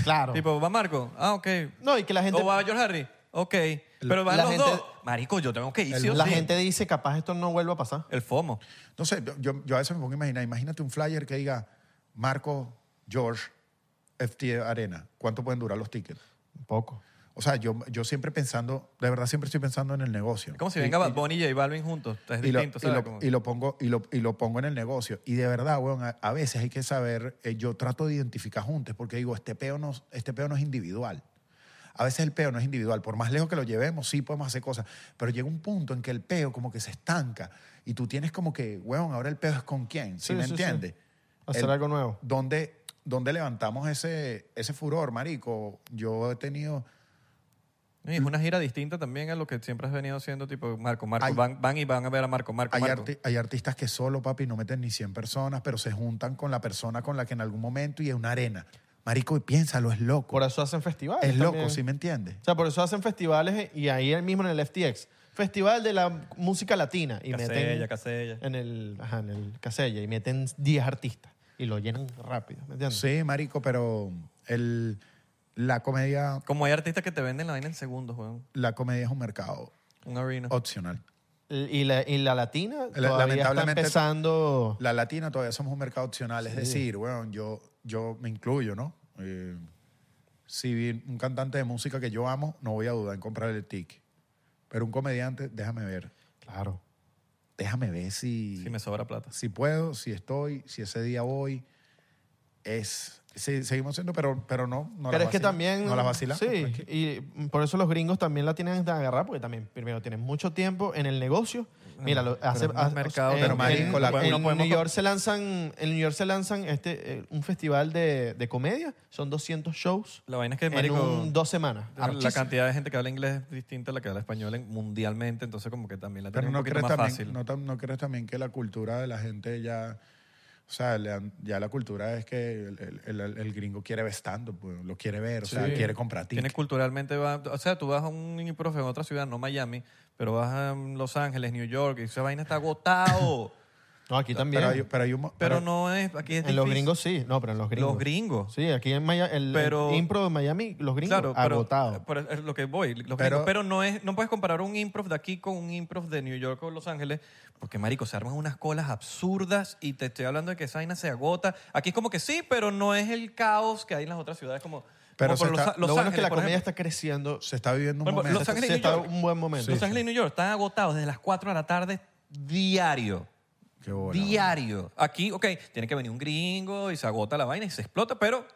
Claro. Tipo, ¿va Marco? Ah, ok. no, y que la gente. ¿O va George Harry? Ok. Pero van la los gente- dos. Marico, yo tengo que ir, sí o la sí. gente dice, capaz esto no vuelva a pasar. El FOMO. No sé, yo, yo a veces me pongo a imaginar, imagínate un flyer que diga Marco George FT Arena, ¿cuánto pueden durar los tickets? Un poco. O sea, yo, yo siempre pensando, de verdad siempre estoy pensando en el negocio. Es como si Y- venga y- Bad Bunny y J Balvin juntos. Es y lo, distinto, y ¿sabes? lo- Como- y lo pongo, y, lo, y lo pongo en el negocio. Y de verdad, weón, a, a veces hay que saber, eh, yo trato de identificar juntos, porque digo, este peo, no, este peo no es individual. A veces el peo no es individual. Por más lejos que lo llevemos, sí podemos hacer cosas. Pero llega un punto en que el peo como que se estanca. Y tú tienes como que, weón, ahora el peo es con quién. ¿Sí, Sí, me sí, sí. entiendes? Hacer El- algo nuevo. ¿Dónde, dónde levantamos ese, ese furor, marico? Yo he tenido... Y es una gira distinta también a lo que siempre has venido haciendo, tipo Marco, Marco, Hay- van, van y van a ver a Marco, Marco, Hay, Marco. arti- hay artistas que solo, papi, no meten ni 100 personas, pero se juntan con la persona con la que en algún momento y es una arena. Marico, y piénsalo, es loco. Por eso hacen festivales. es loco, también. ¿sí me entiendes? O sea, por eso hacen festivales eh, y ahí él mismo en el FTX. Festival de la música latina. Y Casella, meten Casella. En el, ajá, en el Casella. Y meten 10 artistas. Y lo llenan rápido. ¿Me entiendes? Sí, marico, pero el, la, comedia, Como hay artistas que te venden la vaina en segundos, weón. la comedia es un mercado Un arena. opcional. Y la, y la latina La- todavía está lamentablemente- empezando... La latina todavía somos un mercado opcional, es decir, bueno, yo, yo me incluyo, ¿no? Eh, si vi un cantante de música que yo amo, no voy a dudar en comprar el ticket. Pero un comediante, déjame ver. Claro. Déjame ver si... Si me sobra plata. si puedo, si estoy, si ese día voy. Es, sí, seguimos siendo, pero, pero no, no Pero las es vacila- que pues, también... No las vacilamos. Sí, tranquilo. y por eso los gringos también la tienen tan agarrada, porque también, primero, tienen mucho tiempo en el negocio. Mira, lo, hace... es más hace- mercado, en, pero en- marico, la- en bueno, podemos- New York se lanzan, en New York se lanzan este, eh, un festival de, de comedia. Son 200 shows La vaina es que, en marico, un- dos semanas. la Archísimo. cantidad de gente que habla inglés es distinta a la que habla español en- mundialmente, entonces como que también la Pero tienen un no poquito crees, más también, fácil. no, tam- no crees también que la cultura de la gente ya. O sea, le han- ya la cultura es que el, el- el- el gringo quiere ver stand lo quiere ver, o sea, quiere comprar Tiene tickets. culturalmente, va, o sea, tú vas a un improfe en otra ciudad, no Miami, pero vas a mm, Los Ángeles, New York, y esa vaina está agotado. No, aquí también. Pero hay, pero hay un mo- pero no es, aquí es en los difícil. gringos sí. No, pero en los gringos. Los gringos. Sí, aquí en Miami, el, Pero- el impro de Miami, los gringos Claro, pero, eh, agotados. pero es lo que voy. los gringos. Pero- pero, no es, no puedes comparar un improv de aquí con un improv de New York o Los Ángeles, porque marico, se arman unas colas absurdas y te estoy hablando de que esa vaina se agota. Aquí es como que sí, pero no es el caos que hay en las otras ciudades como, Pero como se por está- Lo bueno es que Ángeles, la por comedia ejemplo. está creciendo. se está viviendo un Bueno, momento. Los Ángeles Se y está New York. un buen momento. Los Ángeles y New York están agotados desde las 4 de la tarde diario. Qué bola, diario. Aquí, ok, tiene que venir un gringo y se agota la vaina y se explota, pero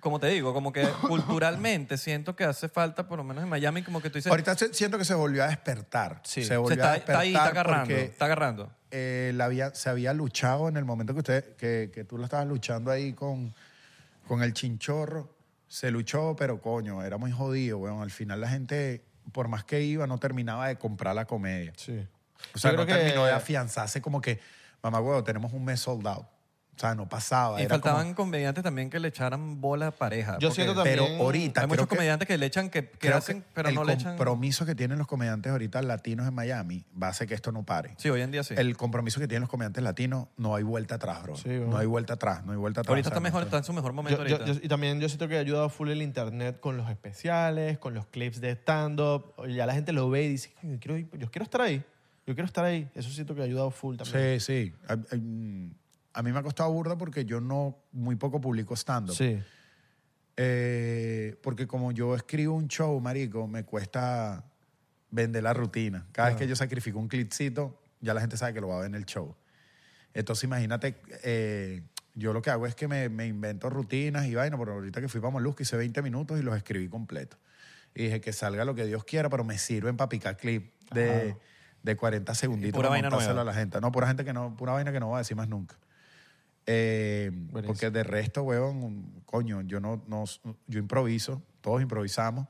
como te digo, como que culturalmente siento que hace falta, por lo menos en Miami, como que tú dices, Ahorita se- siento que se volvió a despertar. se Se volvió a despertar está, está ahí, está agarrando, porque- está agarrando. eh, la había- se había luchado en el momento que, usted, que, que tú lo estabas luchando ahí con, con el chinchorro. Se luchó, pero coño, era muy jodido, weón. Al final la gente, por más que iba, no terminaba de comprar la comedia. Sí. O sea, Yo no creo que- terminó de afianzarse como que, mamá, weón, tenemos un mes sold out. O sea, no pasaba. Y era como- faltaban comediantes también que le echaran bola a pareja. Yo porque siento también- pero ahorita. Hay creo muchos que- comediantes que le echan, que, que creo hacen, pero el no le echan. compromiso que tienen los comediantes ahorita latinos en Miami va a hacer que esto no pare. Sí, hoy en día sí. El compromiso que tienen los comediantes latinos, no hay vuelta atrás, bro. Sí, bro. No hay vuelta atrás, no hay vuelta atrás. ahorita O sea, está no mejor, estoy- está en su mejor momento Yo- yo- ahorita. yo- y también yo siento que ha ayudado full el internet con los especiales, con los clips de stand-up. Ya la gente lo ve y dice, "Coño, yo quiero, ir- yo quiero estar ahí. Yo quiero estar ahí. Eso siento que ha ayudado full también. Sí, sí. A, em, a- a mí me ha costado burda porque yo no, muy poco publico stand-up. Sí. Eh, porque como yo escribo un show, marico, me cuesta vender la rutina. Cada vez que yo sacrifico un clipcito, ya la gente sabe que lo va a ver en el show. Entonces imagínate, eh, yo lo que hago es que me, me invento rutinas y vaina, pero ahorita que fui para Molusco hice 20 minutos y los escribí completo. Y dije que salga lo que Dios quiera, pero me sirven para picar clip de, de 40 segunditos pura para vaina montárselo nueva. a la gente. No, pura gente que no, pura vaina que no va a decir más nunca. Eh, porque de resto, weón, coño, yo no, no, yo improviso, todos improvisamos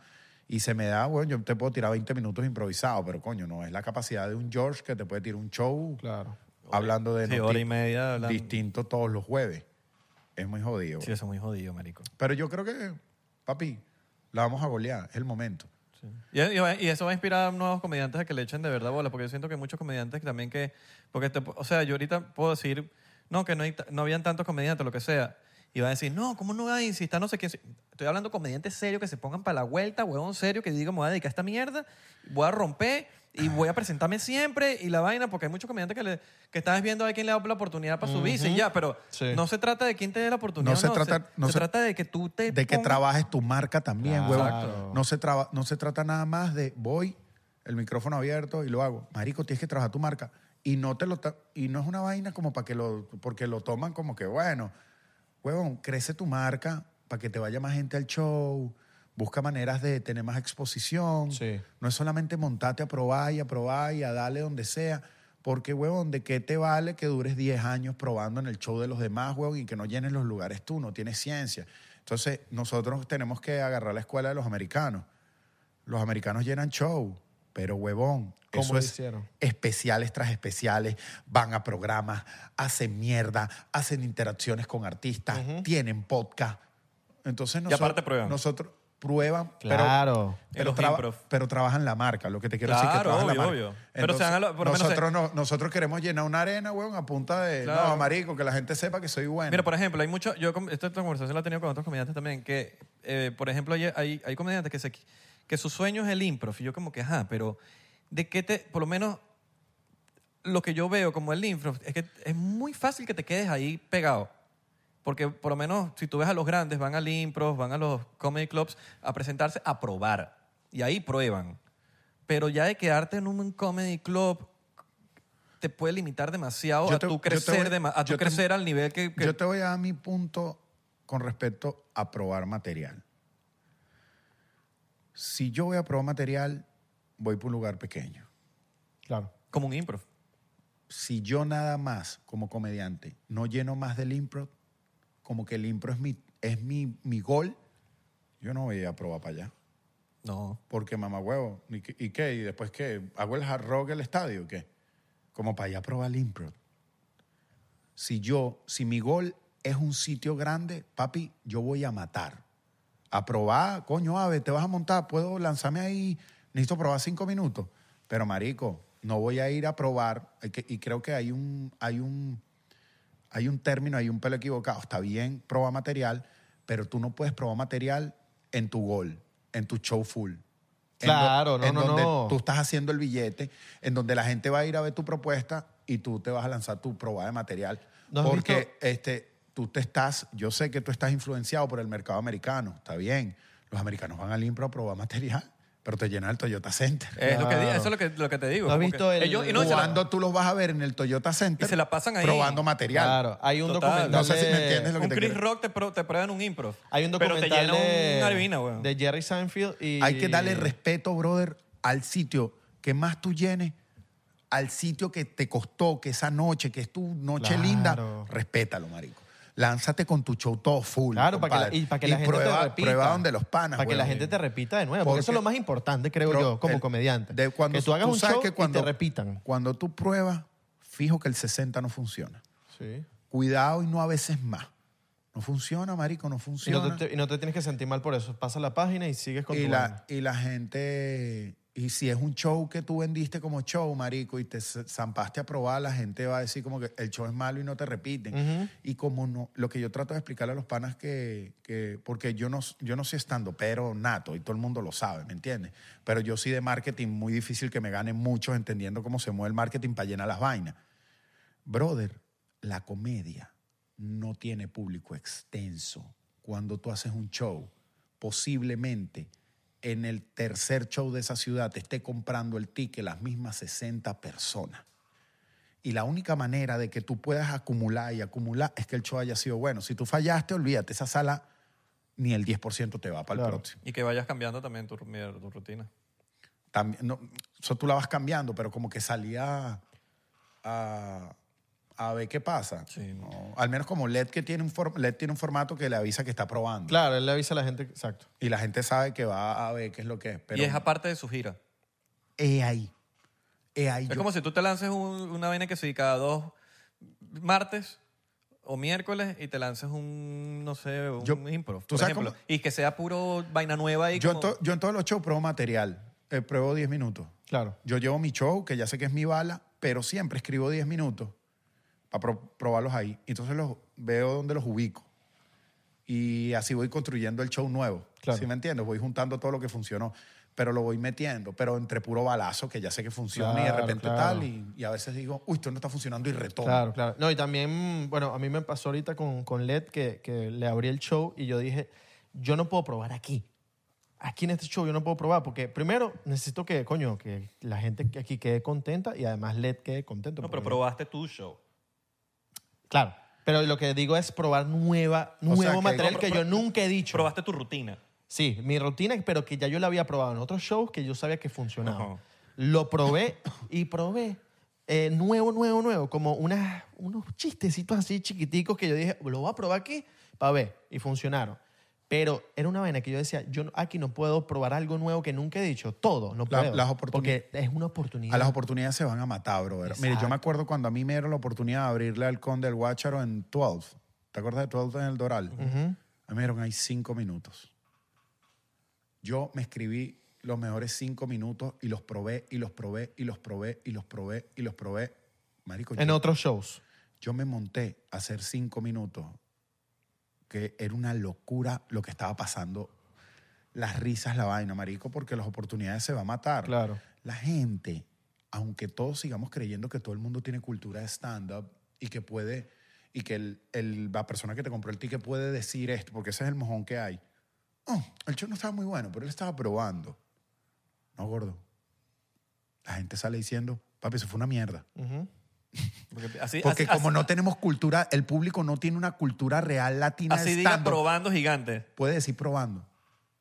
y se me da, weón, yo te puedo tirar 20 minutos improvisado, pero coño, no es la capacidad de un George que te puede tirar un show Claro. hablando de Sí, noti- hora y media hablando. distinto todos los jueves. Es muy jodido. Sí, eso es muy jodido, marico. Pero yo creo que, papi, la vamos a golear, es el momento. Y, y va- y eso va a inspirar a nuevos comediantes a que le echen de verdad bola, porque yo siento que hay muchos comediantes que también que... Porque te- o sea, yo ahorita puedo decir, no, que no, hay ta- no habían tantos comediantes, lo que sea. Y van a decir, no, ¿cómo no hay? Si está no sé quién... si-". Estoy hablando de comediantes serios que se pongan para la vuelta, huevón serio, que digan, me voy a dedicar a esta mierda, voy a romper y voy a presentarme siempre y la vaina, porque hay muchos comediantes que, le, que estás viendo a quién le da la oportunidad para subirse y ya, pero Sí. no se trata de quién te dé la oportunidad. No se trata- no se, se- trata de que tú te... de que pongas- trabajes tu marca también, huevón. Exacto. No se, traba- no se trata nada más de voy, el micrófono abierto y lo hago. Marico, tienes que trabajar tu marca. Y no, te lo ta- y no es una vaina como para que lo, porque lo toman como que, bueno, huevón, crece tu marca para que te vaya más gente al show, busca maneras de tener más exposición. Sí. No es solamente montarte a probar y a probar y a darle donde sea. Porque, huevón, ¿de qué te vale que dures 10 años probando en el show de los demás, huevón, y que no llenes los lugares tú? No tienes ciencia. Entonces, nosotros tenemos que agarrar la escuela de los americanos. Los americanos llenan show, pero, huevón, ¿Cómo eso lo es hicieron? especiales tras especiales, van a programas, hacen mierda, hacen interacciones con artistas, tienen podcast. Entonces, Y nosotros, aparte prueban. Nosotros prueban, pero- Claro. En pero, los traba- improv. pero trabajan la marca, lo que te quiero decir que Claro, trabajan la obvio, marca. obvio. Pero se van a lo- por lo menos nosotros, no- nosotros queremos llenar una arena, weón, a punta de, Claro. no, marico, que la gente sepa que soy bueno. Mira, por ejemplo, hay mucho. Yo con- esta, esta conversación la he tenido con otros comediantes también. Que, eh, por ejemplo, hay, hay, hay comediantes que, se, qui- que su sueño es el improv. Y yo, como que, ajá, pero ¿de qué te.? Por lo menos lo que yo veo como el improv es que es muy fácil que te quedes ahí pegado. Porque por lo menos si tú ves a los grandes, van al improv, van a los comedy clubs a presentarse, a probar. Y ahí prueban. Pero ya de quedarte en un comedy club te puede limitar demasiado Yo a te- tu yo te crecer, voy- dema- a tu yo te- crecer al nivel que, que- Yo te voy a dar mi punto con respecto a probar material. Si yo voy a probar material, voy por un lugar pequeño. Claro. como un improv. Si yo nada más, como comediante, no lleno más del impro, como que el impro es mi, es mi, mi gol, yo no voy a probar para allá. No. Porque mamá huevo, ¿y qué- ¿y qué? ¿Y después qué? ¿Hago el hard rock el estadio o qué? Como para ir a probar el improv. Si yo, si mi gol es un sitio grande, papi, yo voy a matar. A probar, coño, ave, te vas a montar, puedo lanzarme ahí, necesito probar cinco minutos. Pero marico, no voy a ir a probar, Hay que- y creo que hay un, hay un, hay un término, hay un pelo equivocado. Está bien probar material, pero tú no puedes probar material en tu gol, en tu show full. En do- Claro, no, en no, donde no. tú estás haciendo el billete, en donde la gente va a ir a ver tu propuesta y tú te vas a lanzar tu probada de material. ¿No has Porque visto? este, tú te estás, yo sé que tú estás influenciado por el mercado americano, está bien. Los americanos van al impro a probar material, pero te llenan el Toyota Center. Es lo que di- Claro. eso es lo que, lo que te digo. ¿No has como visto que el- ellos- y no, y se la- Cuando tú los vas a ver en el Toyota Center, Y se la pasan ahí. probando material. Claro. Hay un Total. documental. No sé si me de- entiendes lo que un te Chris quiero- Rock te, pro- te prueban un improv. Hay un pero te documental llena de, una harina, weón. de Jerry Seinfeld y... Hay que darle respeto, brother, al sitio que más tú llenes, al sitio que te costó, que esa noche, que es tu noche Claro. linda, respétalo, marico. Lánzate con tu show todo full. Claro, para que la, compadre. y para que la gente prueba, te repita. prueba donde los panas. Para que la huevón. gente te repita de nuevo. Porque, Porque- eso es lo más importante, creo Pero yo, como el- comediante. de cuando que tú hagas un sabes show que cuando, y te repitan. Cuando tú pruebas, fijo que el 60 no funciona. Sí. cuidado y no a veces más. No funciona, marico, no Y funciona. no, te, y no te tienes que sentir mal por eso. Pasa la página y sigues con y tu la, vaina. y la gente, y si es un show que tú vendiste como show, marico, y te z- zampaste a probar, la gente va a decir como que el show es malo y no te repiten. Y como no, lo que yo trato de explicarle a los panas que, que porque yo no, s- yo no soy estando, pero nato, y todo el mundo lo sabe, ¿me entiendes? Pero yo sí de marketing, muy difícil que me ganen muchos entendiendo cómo se mueve el marketing para llenar las vainas. Brother, la comedia no tiene público extenso. Cuando tú haces un show, posiblemente en el tercer show de esa ciudad te esté comprando el ticket las mismas 60 personas. Y la única manera de que tú puedas acumular y acumular es que el show haya sido bueno. Si tú fallaste, olvídate, esa sala ni el 10% te va para el Claro. próximo. Y que vayas cambiando también tu, ru- tu rutina. También, no, eso tú la vas cambiando, pero como que salía a, a ver qué pasa. Sí. No, al menos como LED que tiene un, for- LED tiene un formato que le avisa que está probando. Claro, él le avisa a la gente. Exacto. Y la gente sabe que va a ver qué es lo que es. Pero y es aparte de su gira. he ahí. He ahí. Es yo- como si tú te lances un- una vaina que si cada dos martes o miércoles y te lances un, no sé, un Yo- improv, ¿tú por sabes ejemplo. cómo- Y que sea puro vaina nueva y yo, en como- to- yo en todos los shows pruebo material. Eh, pruebo 10 minutos. Claro. Yo llevo mi show, que ya sé que es mi bala, pero siempre escribo 10 minutos para probarlos ahí. Entonces los veo donde los ubico. Y así voy construyendo el show nuevo. Claro. ¿Sí me entiendes? Voy juntando todo lo que funcionó, pero lo voy metiendo, pero entre puro balazo, que ya sé que funciona y de Claro, repente claro. tal. Y, y a veces digo, uy, esto no está funcionando y retomo. Claro, claro. No, y también, bueno, a mí me pasó ahorita con, con LED que, que le abrí el show y yo dije, yo no puedo probar aquí. Aquí en este show yo no puedo probar porque primero necesito que, coño, que la gente que aquí quede contenta y además LED quede contento. No, pero porque- probaste tu show. Claro. Pero lo que digo es probar nueva, nuevo sea, que- material no, que, pro- yo nunca he dicho. Probaste tu rutina. Sí, mi rutina, pero que ya yo la había probado en otros shows que yo sabía que funcionaba. Ajá. Lo probé y probé eh, nuevo, nuevo, nuevo, como unas, unos chistecitos así chiquiticos que yo dije, lo voy a probar aquí para ver, y funcionaron. Pero era una vaina que yo decía, yo no- aquí no puedo probar algo nuevo que nunca he dicho, todo, no La- puedo. las oportuni- porque es una oportunidad. A las oportunidades se van a matar, brother. Mire, yo me Exacto. acuerdo cuando a mí me dieron la oportunidad de abrirle al Conde del Guácharo en 12. ¿Te acuerdas de 12 en el Doral? A mí me dieron ahí cinco minutos. Yo me escribí los mejores cinco minutos y los probé, y los probé, y los probé, y los probé, y los probé. Marico, en yo, otros shows. yo me monté a hacer cinco minutos, que era una locura lo que estaba pasando. Las risas, la vaina, marico, porque las oportunidades se van a matar Claro. la gente, aunque todos sigamos creyendo que todo el mundo tiene cultura de stand-up y que puede, y que el- el- la persona que te compró el ticket puede decir esto, porque ese es el mojón que hay. Oh, el show no estaba muy bueno, pero él estaba probando. No, gordo. La gente sale diciendo, papi, eso fue una mierda. Porque, así, Porque así- como así- no tenemos cultura, el público no tiene una cultura real latina así de diga stand-up. probando gigante. Puede decir probando.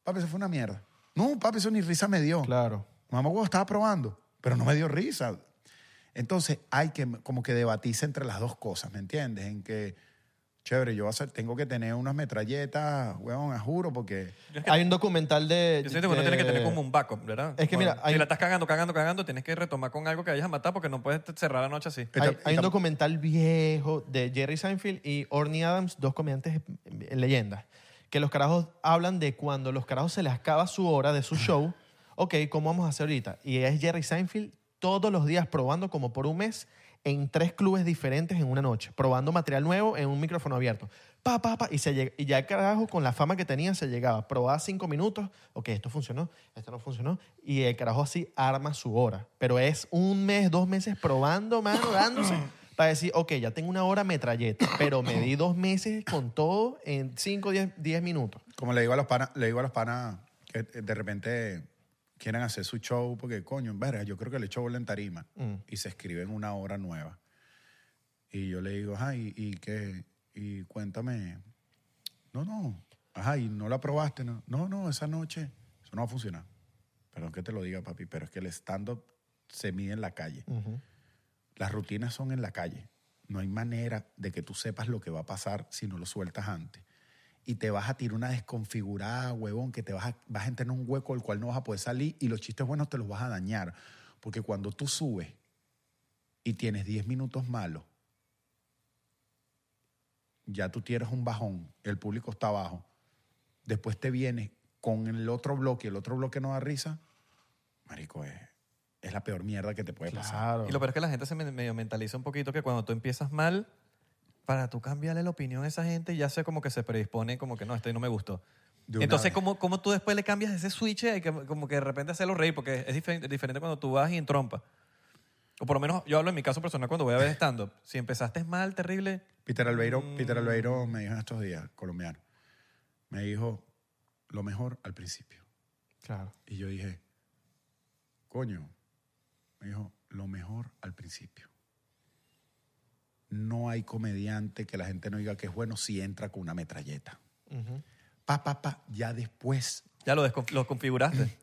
Papi, eso fue una mierda. No, papi, eso ni risa me dio. Claro. Mamá huevo estaba probando, pero no me dio risa. Entonces hay que como que debatirse entre las dos cosas, ¿me entiendes? En que, chévere, yo voy a hacer- tengo que tener unas metralletas, huevón, a juro, porque... Hay un documental de... Yo siento que uno de- tiene que tener como un backup, ¿verdad? Es que mira, si hay- la estás cagando, cagando, cagando, tienes que retomar con algo que vayas a matar porque no puedes t- cerrar la noche así. Esta- Hay, hay esta- un documental viejo de Jerry Seinfeld y Orny Adams, dos comediantes eh, leyendas, que los carajos hablan de cuando los carajos se les acaba su hora de su show. Ok, ¿cómo vamos a hacer ahorita? Y es Jerry Seinfeld todos los días probando como por un mes en tres clubes diferentes en una noche, probando material nuevo en un micrófono abierto. Pa, pa, pa, y, se lleg- y ya el carajo con la fama que tenía se llegaba. Probaba cinco minutos, ok, esto funcionó, esto no funcionó, y el carajo así arma su hora. Pero es un mes, dos meses probando, mano, dándose, para decir, ok, ya tengo una hora metralleta, pero me di dos meses con todo en cinco, diez, diez minutos. como le digo a los panas, le digo a los panas que eh, de repente quieren hacer su show porque, coño, verga, yo creo que le echo bola en tarima y se escriben una hora nueva. Y yo le digo, ajá, ¿y, y qué? Y cuéntame. No, no. Ajá, ¿y no la probaste? No, no, no, esa noche eso no va a funcionar. Perdón que te lo diga, papi, pero es que el stand-up se mide en la calle. Las rutinas son en la calle. No hay manera de que tú sepas lo que va a pasar si no lo sueltas antes. Y te vas a tirar una desconfigurada, huevón, que te vas a, vas a entrar en un hueco del cual no vas a poder salir y los chistes buenos te los vas a dañar. Porque cuando tú subes y tienes 10 minutos malos ya tú tienes un bajón, el público está abajo, después te vienes con el otro bloque, el otro bloque no da risa, marico, es, es la peor mierda que te puede pasar. Claro. Y lo peor es que la gente se me- medio mentaliza un poquito que cuando tú empiezas mal, para tú cambiarle la opinión a esa gente, ya sé como que se predispone, como que no, este no me gustó. De una Entonces, vez. ¿cómo, ¿cómo tú después le cambias ese switch y que- como que de repente hacerlo reír? Porque es difer- diferente cuando tú vas y en trompa. O por lo menos yo hablo en mi caso personal cuando voy a ver stand-up. Si empezaste mal, terrible, Peter Albeiro, Mm. Peter Albeiro me dijo en estos días, colombiano, me dijo lo mejor al principio. Claro. Y yo dije, coño, me dijo, lo mejor al principio. No hay comediante que la gente no diga que es bueno si entra con una metralleta. Pa, pa, pa, ya después, ya lo, descon- lo configuraste.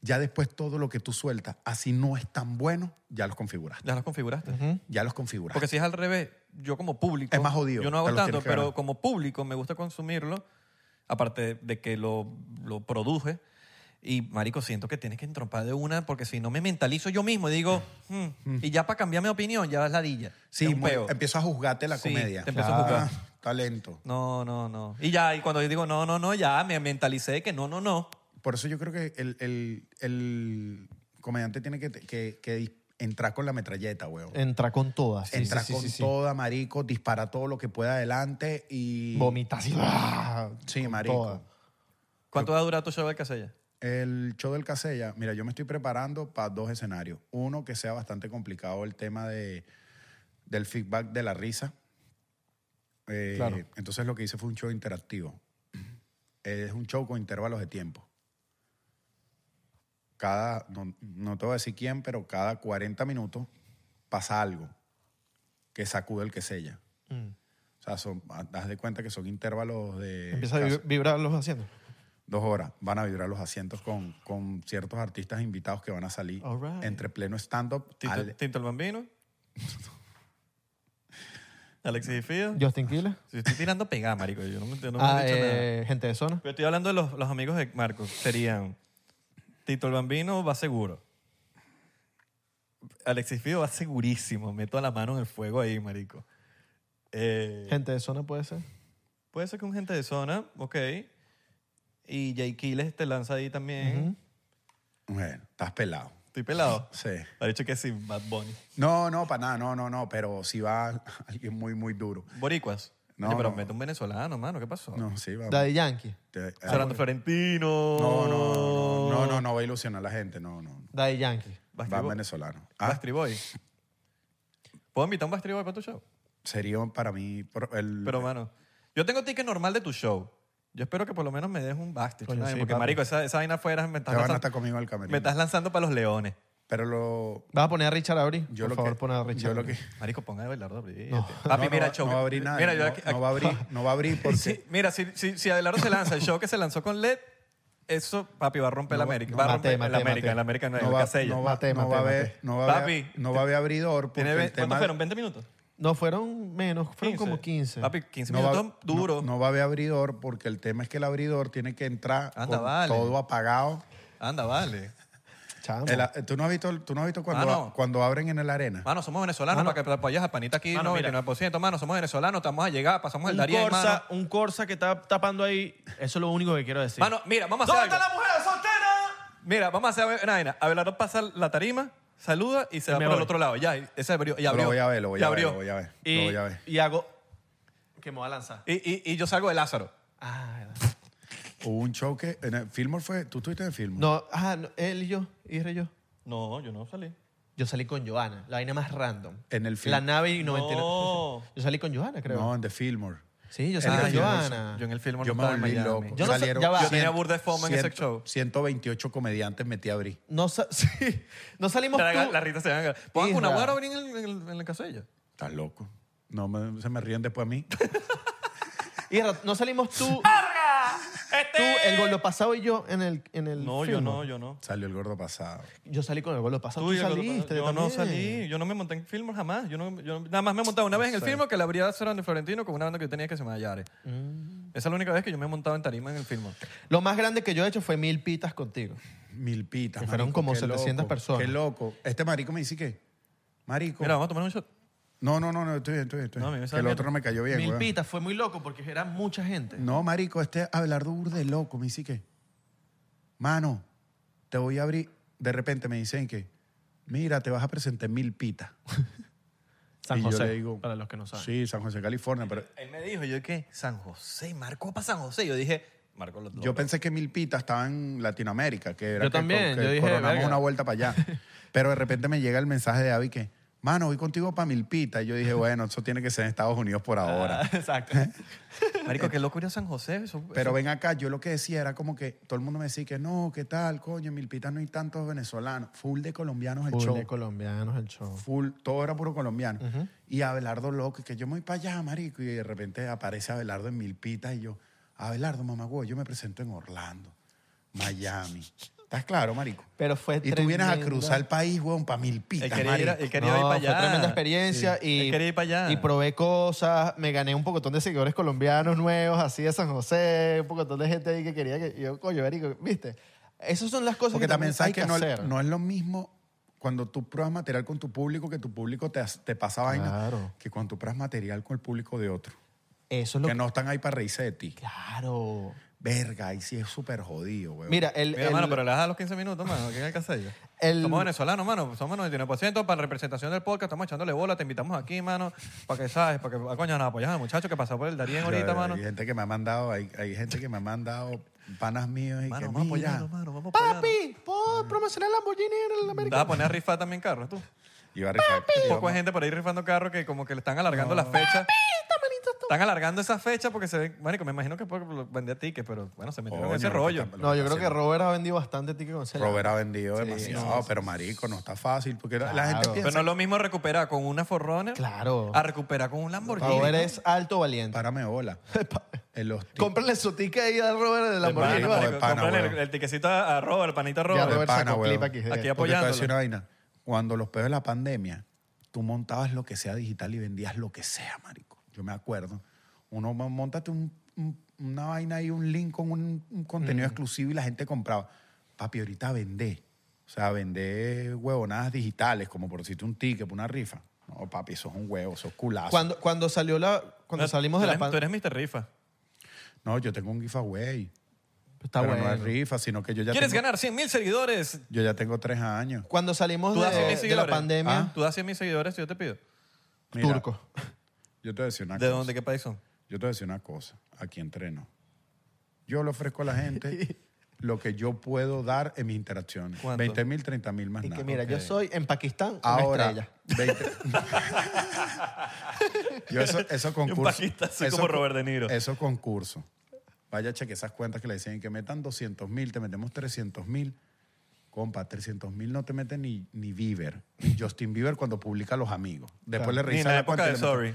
ya después todo lo que tú sueltas, así no es tan bueno, ya los configuraste. ya lo configuraste. Ya los configuraste. Porque si es al revés, yo como público. Es más jodido, Yo no hago te los tanto, tienes que pero ganar. como público me gusta consumirlo, aparte de que lo, lo produje. Y, marico, siento que tienes que entrompar de una, porque si no me mentalizo yo mismo, digo, "Hmm", y ya para cambiar mi opinión, ya es ladilla. Mm. sí, Es un muy- em- peo. empiezo a juzgarte la Sí, comedia. Ah, te empiezo a juzgar. talento. No, no, no. Y ya, y cuando yo digo no, no, no, ya me mentalicé de que no, no, no. Por eso yo creo que el, el- el comediante tiene que, que- que dis- entrar con la metralleta, weón. Entra con todas. Eh, Sí, Entra sí, sí, con sí, sí. toda, marico, dispara todo lo que pueda adelante y... Vomita así. ¡ah! Sí, Con marico. toda. ¿Cuánto va a durar tu show de casella? El show del Casella, mira, yo me estoy preparando para dos escenarios. Uno, que sea bastante complicado el tema de, del feedback de la risa. Eh, Claro. Entonces lo que hice fue un show interactivo. Es un show con intervalos de tiempo. Cada, no, no te voy a decir quién, pero cada 40 minutos pasa algo que sacude el que sella. Mm. O sea, son, haz de cuenta que son intervalos de... Empieza a casi- vib- vibrar los asientos. dos horas van a vibrar los asientos con, con ciertos artistas invitados que van a salir All right. entre pleno stand-up. Tito, al- Tinto el Bambino. Alexis y Fido. Justin Quiles. Si estoy tirando pegada, marico. Yo no, me- yo no me Ah, he dicho nada. eh, gente de zona. Pero estoy hablando de los, los amigos de Marcos. Serían Tito el Bambino va seguro. Alexis Fido va segurísimo. Meto la mano en el fuego ahí, marico. Eh, Gente de zona puede ser. puede ser que un gente de zona, ok. Y Jay Quiles te lanza ahí también. Bueno, estás pelado. Estoy pelado. Sí. Ha dicho que sí, Bad Bunny. No, no, para nada, no, no, no, pero si va alguien muy, muy duro. Boricuas. No, Oye, pero no. mete un venezolano, mano. ¿Qué pasó? No, sí, va. Daddy Yankee. Te- eh, Fernando Florentino. no, no, no, no, no, no va a ilusionar a la gente, no, no. no. Daddy Yankee. Va Backstreet Boy. venezolano. Ah, Backstreet Boy. ¿Puedo invitar a un Backstreet Boy para tu show? sería para mí por- el, Pero, mano, yo tengo ticket normal de tu show. Yo espero que por lo menos me des un backstage. Coño, ¿no? sí, porque, papi. marico, esa, esa vaina afuera me estás, te van a lanzando, estar conmigo al camerino. me estás lanzando para los leones. Pero lo ¿Vas a poner a Richard Abri? yo Por lo favor, que pon a yo Richard. lo que Abri. Marico, ponga a Abelardo Abril. No, Papi, no mira, va- show. no va a abrir nada. Mira, yo no, aquí- no va a abrir, no va a abrir porque Sí, mira, si, si, si Abelardo se lanza el show que se lanzó con LED, eso, papi, va a romper la América. no, va a Mateo, romper la Mateo, América, Mateo. la América no, no el va, Casella. no va- Mate, no va mate, a haber, mate. no va a haber, Papi, no va a haber abridor porque Tiene el ve- ¿Cuántos tema- fueron? ¿20 minutos? No, fueron menos. Fueron 15. como 15. Papi, 15 No minutos va, duro. No, no va a haber abridor porque el tema es que el abridor tiene que entrar Anda, con vale. todo apagado. Anda, vale. Chamo. El a- ¿tú, no has visto, ¿Tú no has visto cuando, Mano. cuando abren en el arena? Mano, somos venezolanos para que apoyes a Panita aquí Mano, mira. 99%. Mano, somos venezolanos, estamos a llegar, pasamos el Un Darío, mano. Corsa, un Corsa que está tapando ahí. Eso es lo único que quiero decir. Mano, mira, vamos a hacer ¿Dónde algo. está la mujer soltera? Mira, vamos a hacer una vaina. Abelardo pasa la tarima, saluda y se va me por el voy. otro lado. Ya, ese abrió. Lo Ya abrió. voy a ver, lo voy ya a ver, abrió. lo voy a ver. Lo Y, voy a ver. y hago... Que me voy a lanzar. Y, y, y yo salgo de Lázaro. Ah, verdad. Hubo un show que... En el, Fillmore fue... ¿Tú estuviste en Filmor? No, ah, no, él y yo. Isra y yo. No, yo no salí. Yo salí con Joana. La vaina más random. En el film. La nave y 99. No. Yo salí con Joana, creo. No, en The Fillmore. Sí, yo En salí el con film. Joana. Ah, Yo en el film Yo no me estaba en volví Miami. loco. Yo no sé- Salieron ya va. Yo tenía burda de fama en ese 100 show. 128 comediantes metí a abrir. No, sa- sí, no salimos Traga- tú. La rita se va a engar- Pongan Isra. una guarda en el, en, el, en la casella. Estás loco. No me- se me ríen después a mí. Isra, no salimos tú. Tú, Este el golo pasado y yo en el. En el No, yo film. no, yo no. Salió el gordo pasado. Yo salí con el golo pasado. Tú Tú, y el otro- saliste. yo no también. salí, yo no me monté en Filmor jamás. Yo, no, yo nada más me he montado una vez en el Filmor que la abría Serán de Florentino con una banda que yo tenía que se llama Yare. Esa es la única vez que yo me he montado en tarima en el Filmor. Lo más grande que yo he hecho fue mil pitas contigo. Mil pitas. Que fueron marico, como qué 700 loco, personas. Qué loco. Este marico me dice que... Marico. Mira, vamos a tomar un shot. No, no, no, no, estoy bien, estoy bien. estoy No, a bien. mí me Que sabe el bien. otro no me cayó bien, weón. Milpita fue muy loco porque era mucha gente. No, marico, este Abelardo Burde loco me dice que, mano, te voy a abrir. De repente me dicen que, mira, te vas a presentar en Milpita. San Y yo José, le digo, para los que no saben. Sí, San José, California. Pero Él me dijo, yo que San José, Marco para San José. Yo dije, Marco lo yo pensé que Milpita estaba en Latinoamérica, que era Yo que, también, que yo dije, coronamos verga. una vuelta para allá. Pero de repente me llega el mensaje de Avi que, mano, voy contigo para Milpita. Y yo dije, bueno, eso tiene que ser en Estados Unidos por ahora. Ah, Exacto. Marico, qué loco ir a San José. Eso, pues Pero eso- ven acá, yo lo que decía era como que todo el mundo me decía que no, ¿qué tal, coño? En Milpita no hay tantos venezolanos. Full de colombianos el Full show. de colombianos el show. full, todo era puro colombiano. Y Abelardo loco, que yo me voy para allá, marico, y de repente aparece Abelardo en Milpitas y yo, Abelardo, mamá, güey, yo me presento en Orlando, Miami. ¿Estás claro, marico? Pero fue Y tú vienes a tremenda. cruzar el país, weón, para Milpitas, Él quería ir, marico. a- él quería ir No, para fue allá. tremenda experiencia y, Él quería ir para allá. y probé cosas, me gané un pocotón de seguidores colombianos nuevos, así de San José, un pocotón de gente ahí que quería que y yo, coño, marico, ¿viste? Esas son las cosas Porque que también también, sabes hay que, que no, hacer. no es lo mismo cuando tú pruebas material con tu público que tu público te, hace- te pasa vaina Claro. que cuando tú pruebas material con el público de otro. Eso es lo Que no están ahí para reírse de ti. Claro. Verga, ahí sí es súper jodido, weón. Mira, el, Mira, el- mano, pero le das a los 15 minutos, mano. ¿Qué hay que hacer yo? El- Somos venezolanos, mano. Somos 99% para representación del podcast. Estamos echándole bola. Te invitamos aquí, mano. Para que, ¿sabes? Para que, ah, coño, nos apoyas al muchacho que pasó por el Darien Yo, ahorita, hay, mano. gente que me ha mandado, hay, hay gente que me ha mandado panas míos y Mano, que vamos a mira, apoyarnos, mano. Vamos a apoyarnos. papi, Ah. ¿puedo promocionar Lamborghini en el ¿Te vas a América? poner a rifar también carros, tú? iba a rifar. Un Yo, poco de gente por ahí rifando carros que como que le están alargando las fechas. Están alargando esas fechas porque se ven... Marico, me imagino que por vender tickets, pero bueno, se metieron en coño, ese lo que rollo. está- lo No, yo está creo que haciendo. Robert ha vendido bastante tickets con Cela. Robert ha vendido demasiado, pero marico, no está fácil porque la- la gente Claro. piensa, Pero no es lo mismo recuperar con una forrona Claro. Ah, a recuperar con un Lamborghini. Robert es alto valiente. párame bola. En los ti- Cómprale su ticket ahí a Robert de El pana, Lamborghini. Bueno, Ah, marico, de pana, cómprale el, weón. el tiquecito a a Robert, el panita Ya Robert. de Robert pana, sacó weón. clip aquí. Aquí Porque te voy a decir apoyándolo. una vaina. Cuando los peores de la pandemia, tú montabas lo que sea digital y vendías lo que sea, marico. Yo me acuerdo. Uno montate una vaina ahí, un link con un, un Mm. contenido exclusivo y la gente compraba. Papi, ahorita vendé. O sea, vendé huevonadas digitales, como por decirte un ticket, una rifa. No, papi, eso es un huevo, eso es culazo. Cuando, cuando salió la. Cuando No, salimos de tú la eres- pan- Tú eres Mr. Rifa. No, yo tengo un giveaway. Está pero no es bueno. rifa, sino que yo ya ¿Quieres tengo, ganar 100 mil seguidores? Yo ya tengo tres años. Cuando salimos Tú das 100 de, mil de la seguidores. pandemia, Ah, Tú das 100 mil seguidores, yo te pido. Mira, turco. Yo te voy a decir una ¿De cosa. dónde? ¿Qué país son? Yo te voy a decir una cosa, aquí entreno. Yo le ofrezco a la gente lo que yo puedo dar en mis interacciones. ¿Cuánto? 20 mil, 30 mil más Y nada. que mira, yo soy en Pakistán una Ah, Ahora, estrella. 20 yo eso, esos concursos. paquita, soy esos como con- Robert De Niro. Esos concursos. Vaya a chequear esas cuentas que le decían que metan 200 mil, te metemos 300 mil. Compa, 300 mil no te meten ni, ni Bieber, ni Justin Bieber cuando publica Los Amigos. Después le Ni en revisan la la época cuenta y de le meten- Sorry.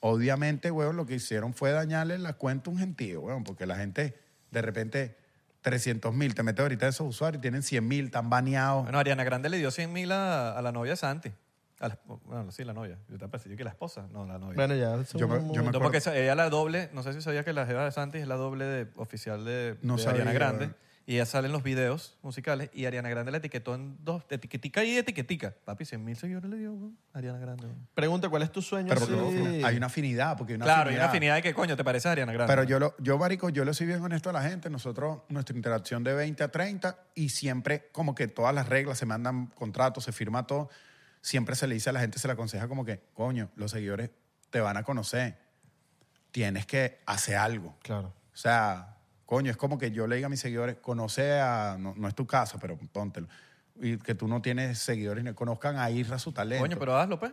Obviamente, weón, lo que hicieron fue dañarle la cuenta a un gentío, weón, porque la gente de repente 300 mil, te metes ahorita a esos usuarios y tienen 100 mil, están baneados. Bueno, Ariana Grande le dio 100 mil a, a la novia de Santi. A la- bueno, sí, la novia. Yo te pensé yo que la esposa. No, la novia. Bueno, ya. Yo me- yo me- No, acuerdo. porque esa- ella la doble, no sé si sabía que la jeva de Santi es la doble de, oficial de, No de sabía, Ariana Grande. weón. Y ella sale en los videos musicales y Ariana Grande la etiquetó en dos, etiquetica y etiquetica. Papi, 100 mil seguidores le dio weón, a Ariana Grande. weón. Pregunta, ¿cuál es tu sueño? Pero así? porque hay una afinidad, porque hay una claro, hay afinidad. una afinidad de que, coño, te pareces a Ariana Grande. Pero yo, lo, yo, marico, yo le soy bien honesto a la gente. Nosotros, nuestra interacción de 20 a 30 y siempre como que todas las reglas, se mandan contratos, se firma todo. Siempre se le dice a la gente, se le aconseja como que, coño, los seguidores te van a conocer. Tienes que hacer algo. Claro. O sea, coño, es como que yo le diga a mis seguidores, conoce a, no, no es tu caso, pero póntelo, y que tú no tienes seguidores, ni conozcan a Isra su talento. Coño, pero hazlo, pues.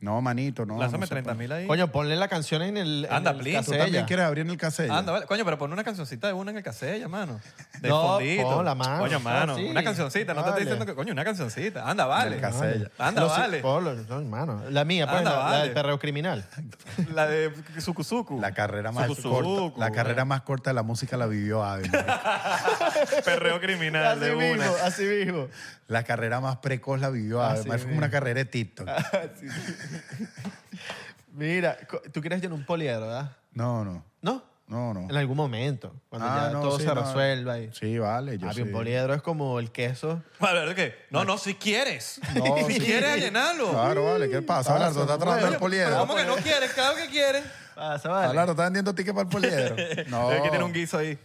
No, manito, no. pues. Lánzame no se 30 mil ahí. Coño, ponle la canción en el. en Anda, el please, tú puede. cassette ¿Tú también ya. quieres abrir en el cassette? Anda, vale. Coño, pero pon una cancioncita de una en el casella, mano. De No, fondito. pon la mano, Coño, mano. así. Una cancioncita. No te Vale. estoy diciendo que. Coño, una cancioncita. Anda, vale. Del casella. Anda, Los- vale. Polo, no, hermano. Ah, La mía, pues, Anda, la, la vale. del perreo criminal. La de Sukusuku. La carrera más corta, la carrera más corta de la música la vivió Ave. marico. Perreo criminal así de mismo, una. así mismo. la carrera más precoz la vivió Ah, Ave. Así marico, Fue como una carrera de TikTok. Mira, co- tú quieres llenar un poliedro, ¿verdad? No, no. ¿No? No, no. En algún momento, cuando Ah, ya no, todo sí, se no. resuelva. Y... Sí, vale. Yo Ah, sí. bien, poliedro es como el queso. Vale, ¿verdad que? No, no, si quieres. No, si sí. quieres, llenalo. Claro, vale. ¿Qué pasa? Alardo, está tratando el poliedro. ¿Cómo que no quieres? Claro que quieres. Pasa, vale. Alardo, está vendiendo tickets para el poliedro. No. Hay que tiene un guiso ahí.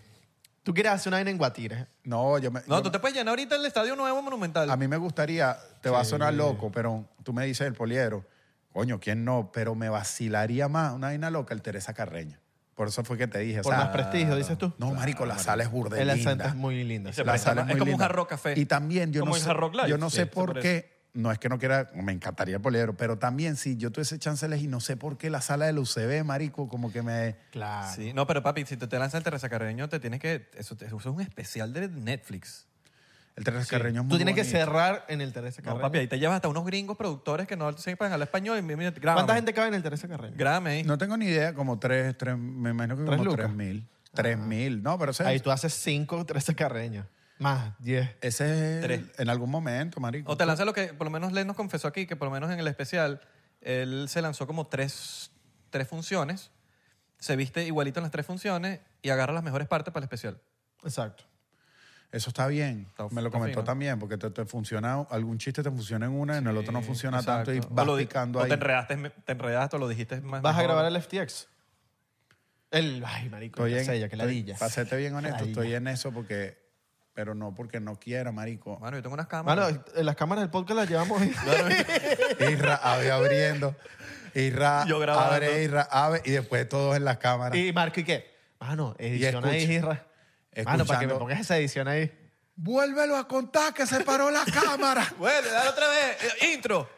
Tú quieres hacer una vaina en Guatire. No, yo me. No, yo tú me- te puedes llenar ahorita el Estadio Nuevo Monumental. A mí me gustaría, te va a sonar loco, pero tú me dices el poliedro. Coño, ¿quién no? Pero me vacilaría más una vaina loca el Teresa Carreño. Por eso fue que te dije. o Por sea, más prestigio, dices tú. No, marico, la sala es burda y En la linda. Santa es muy linda. Y se La parece sala más- muy es como un linda. hard rock café. Y también yo Como no el sé, hard rock live. yo no Sí, sé se por parece. qué, no es que no quiera, me encantaría el poliedro, pero también si yo tuviese chance de elegir, no sé por qué la sala del UCB, marico, como que me... Claro. Sí, no, pero papi, si te, te lanzas el Teresa Carreño, te tienes que. Eso, eso es un especial de Netflix. El Teresa Carreño es muy Tú tienes que bonito. cerrar en el Teresa No, Carreño. papi, ahí te llevas hasta unos gringos productores que no sepan hablar español y mira, grábame. ¿Cuánta gente cabe en el Teresa Carreño? Grábame ahí. No tengo ni idea, como tres, tres me imagino que ¿Tres como lucas? tres mil. Ah. Tres mil, no, pero ese, Ahí tú haces cinco Teresa Carreño. Más diez. ese es Tres. en algún momento, marico. O te lanzas lo que por lo menos Len nos confesó aquí, que por lo menos en el especial, él se lanzó como tres, tres funciones, se viste igualito en las tres funciones y agarra las mejores partes para el especial. Exacto. Eso está bien. Está- me lo está comentó fino. también, porque te, te funciona, algún chiste te funciona en una, en el otro no funciona tanto y Exacto. vas o lo di- picando o ahí. te enredaste, te enredaste o lo dijiste más. ¿Vas a mejor. grabar el FTX? El, ay, marico, Estoy ya en, sé, ya que estoy- ladilla. Para serte bien honesto, Ladilla. estoy en eso porque, pero no porque no quiera, marico. Mano, yo tengo unas Mano, cámaras. en las cámaras del podcast las llevamos ahí. Irra abre abriendo, Irra Yo grabando. abre, Irra abre y después todos en la cámara. y Marco, ¿y qué? Mano, edición ahí, escucha. Isra. Mano, para que me Escuchando. pongas esa edición ahí. Vuélvelo a contar que se paró la cámara. Bueno, dale otra vez. Eh, intro.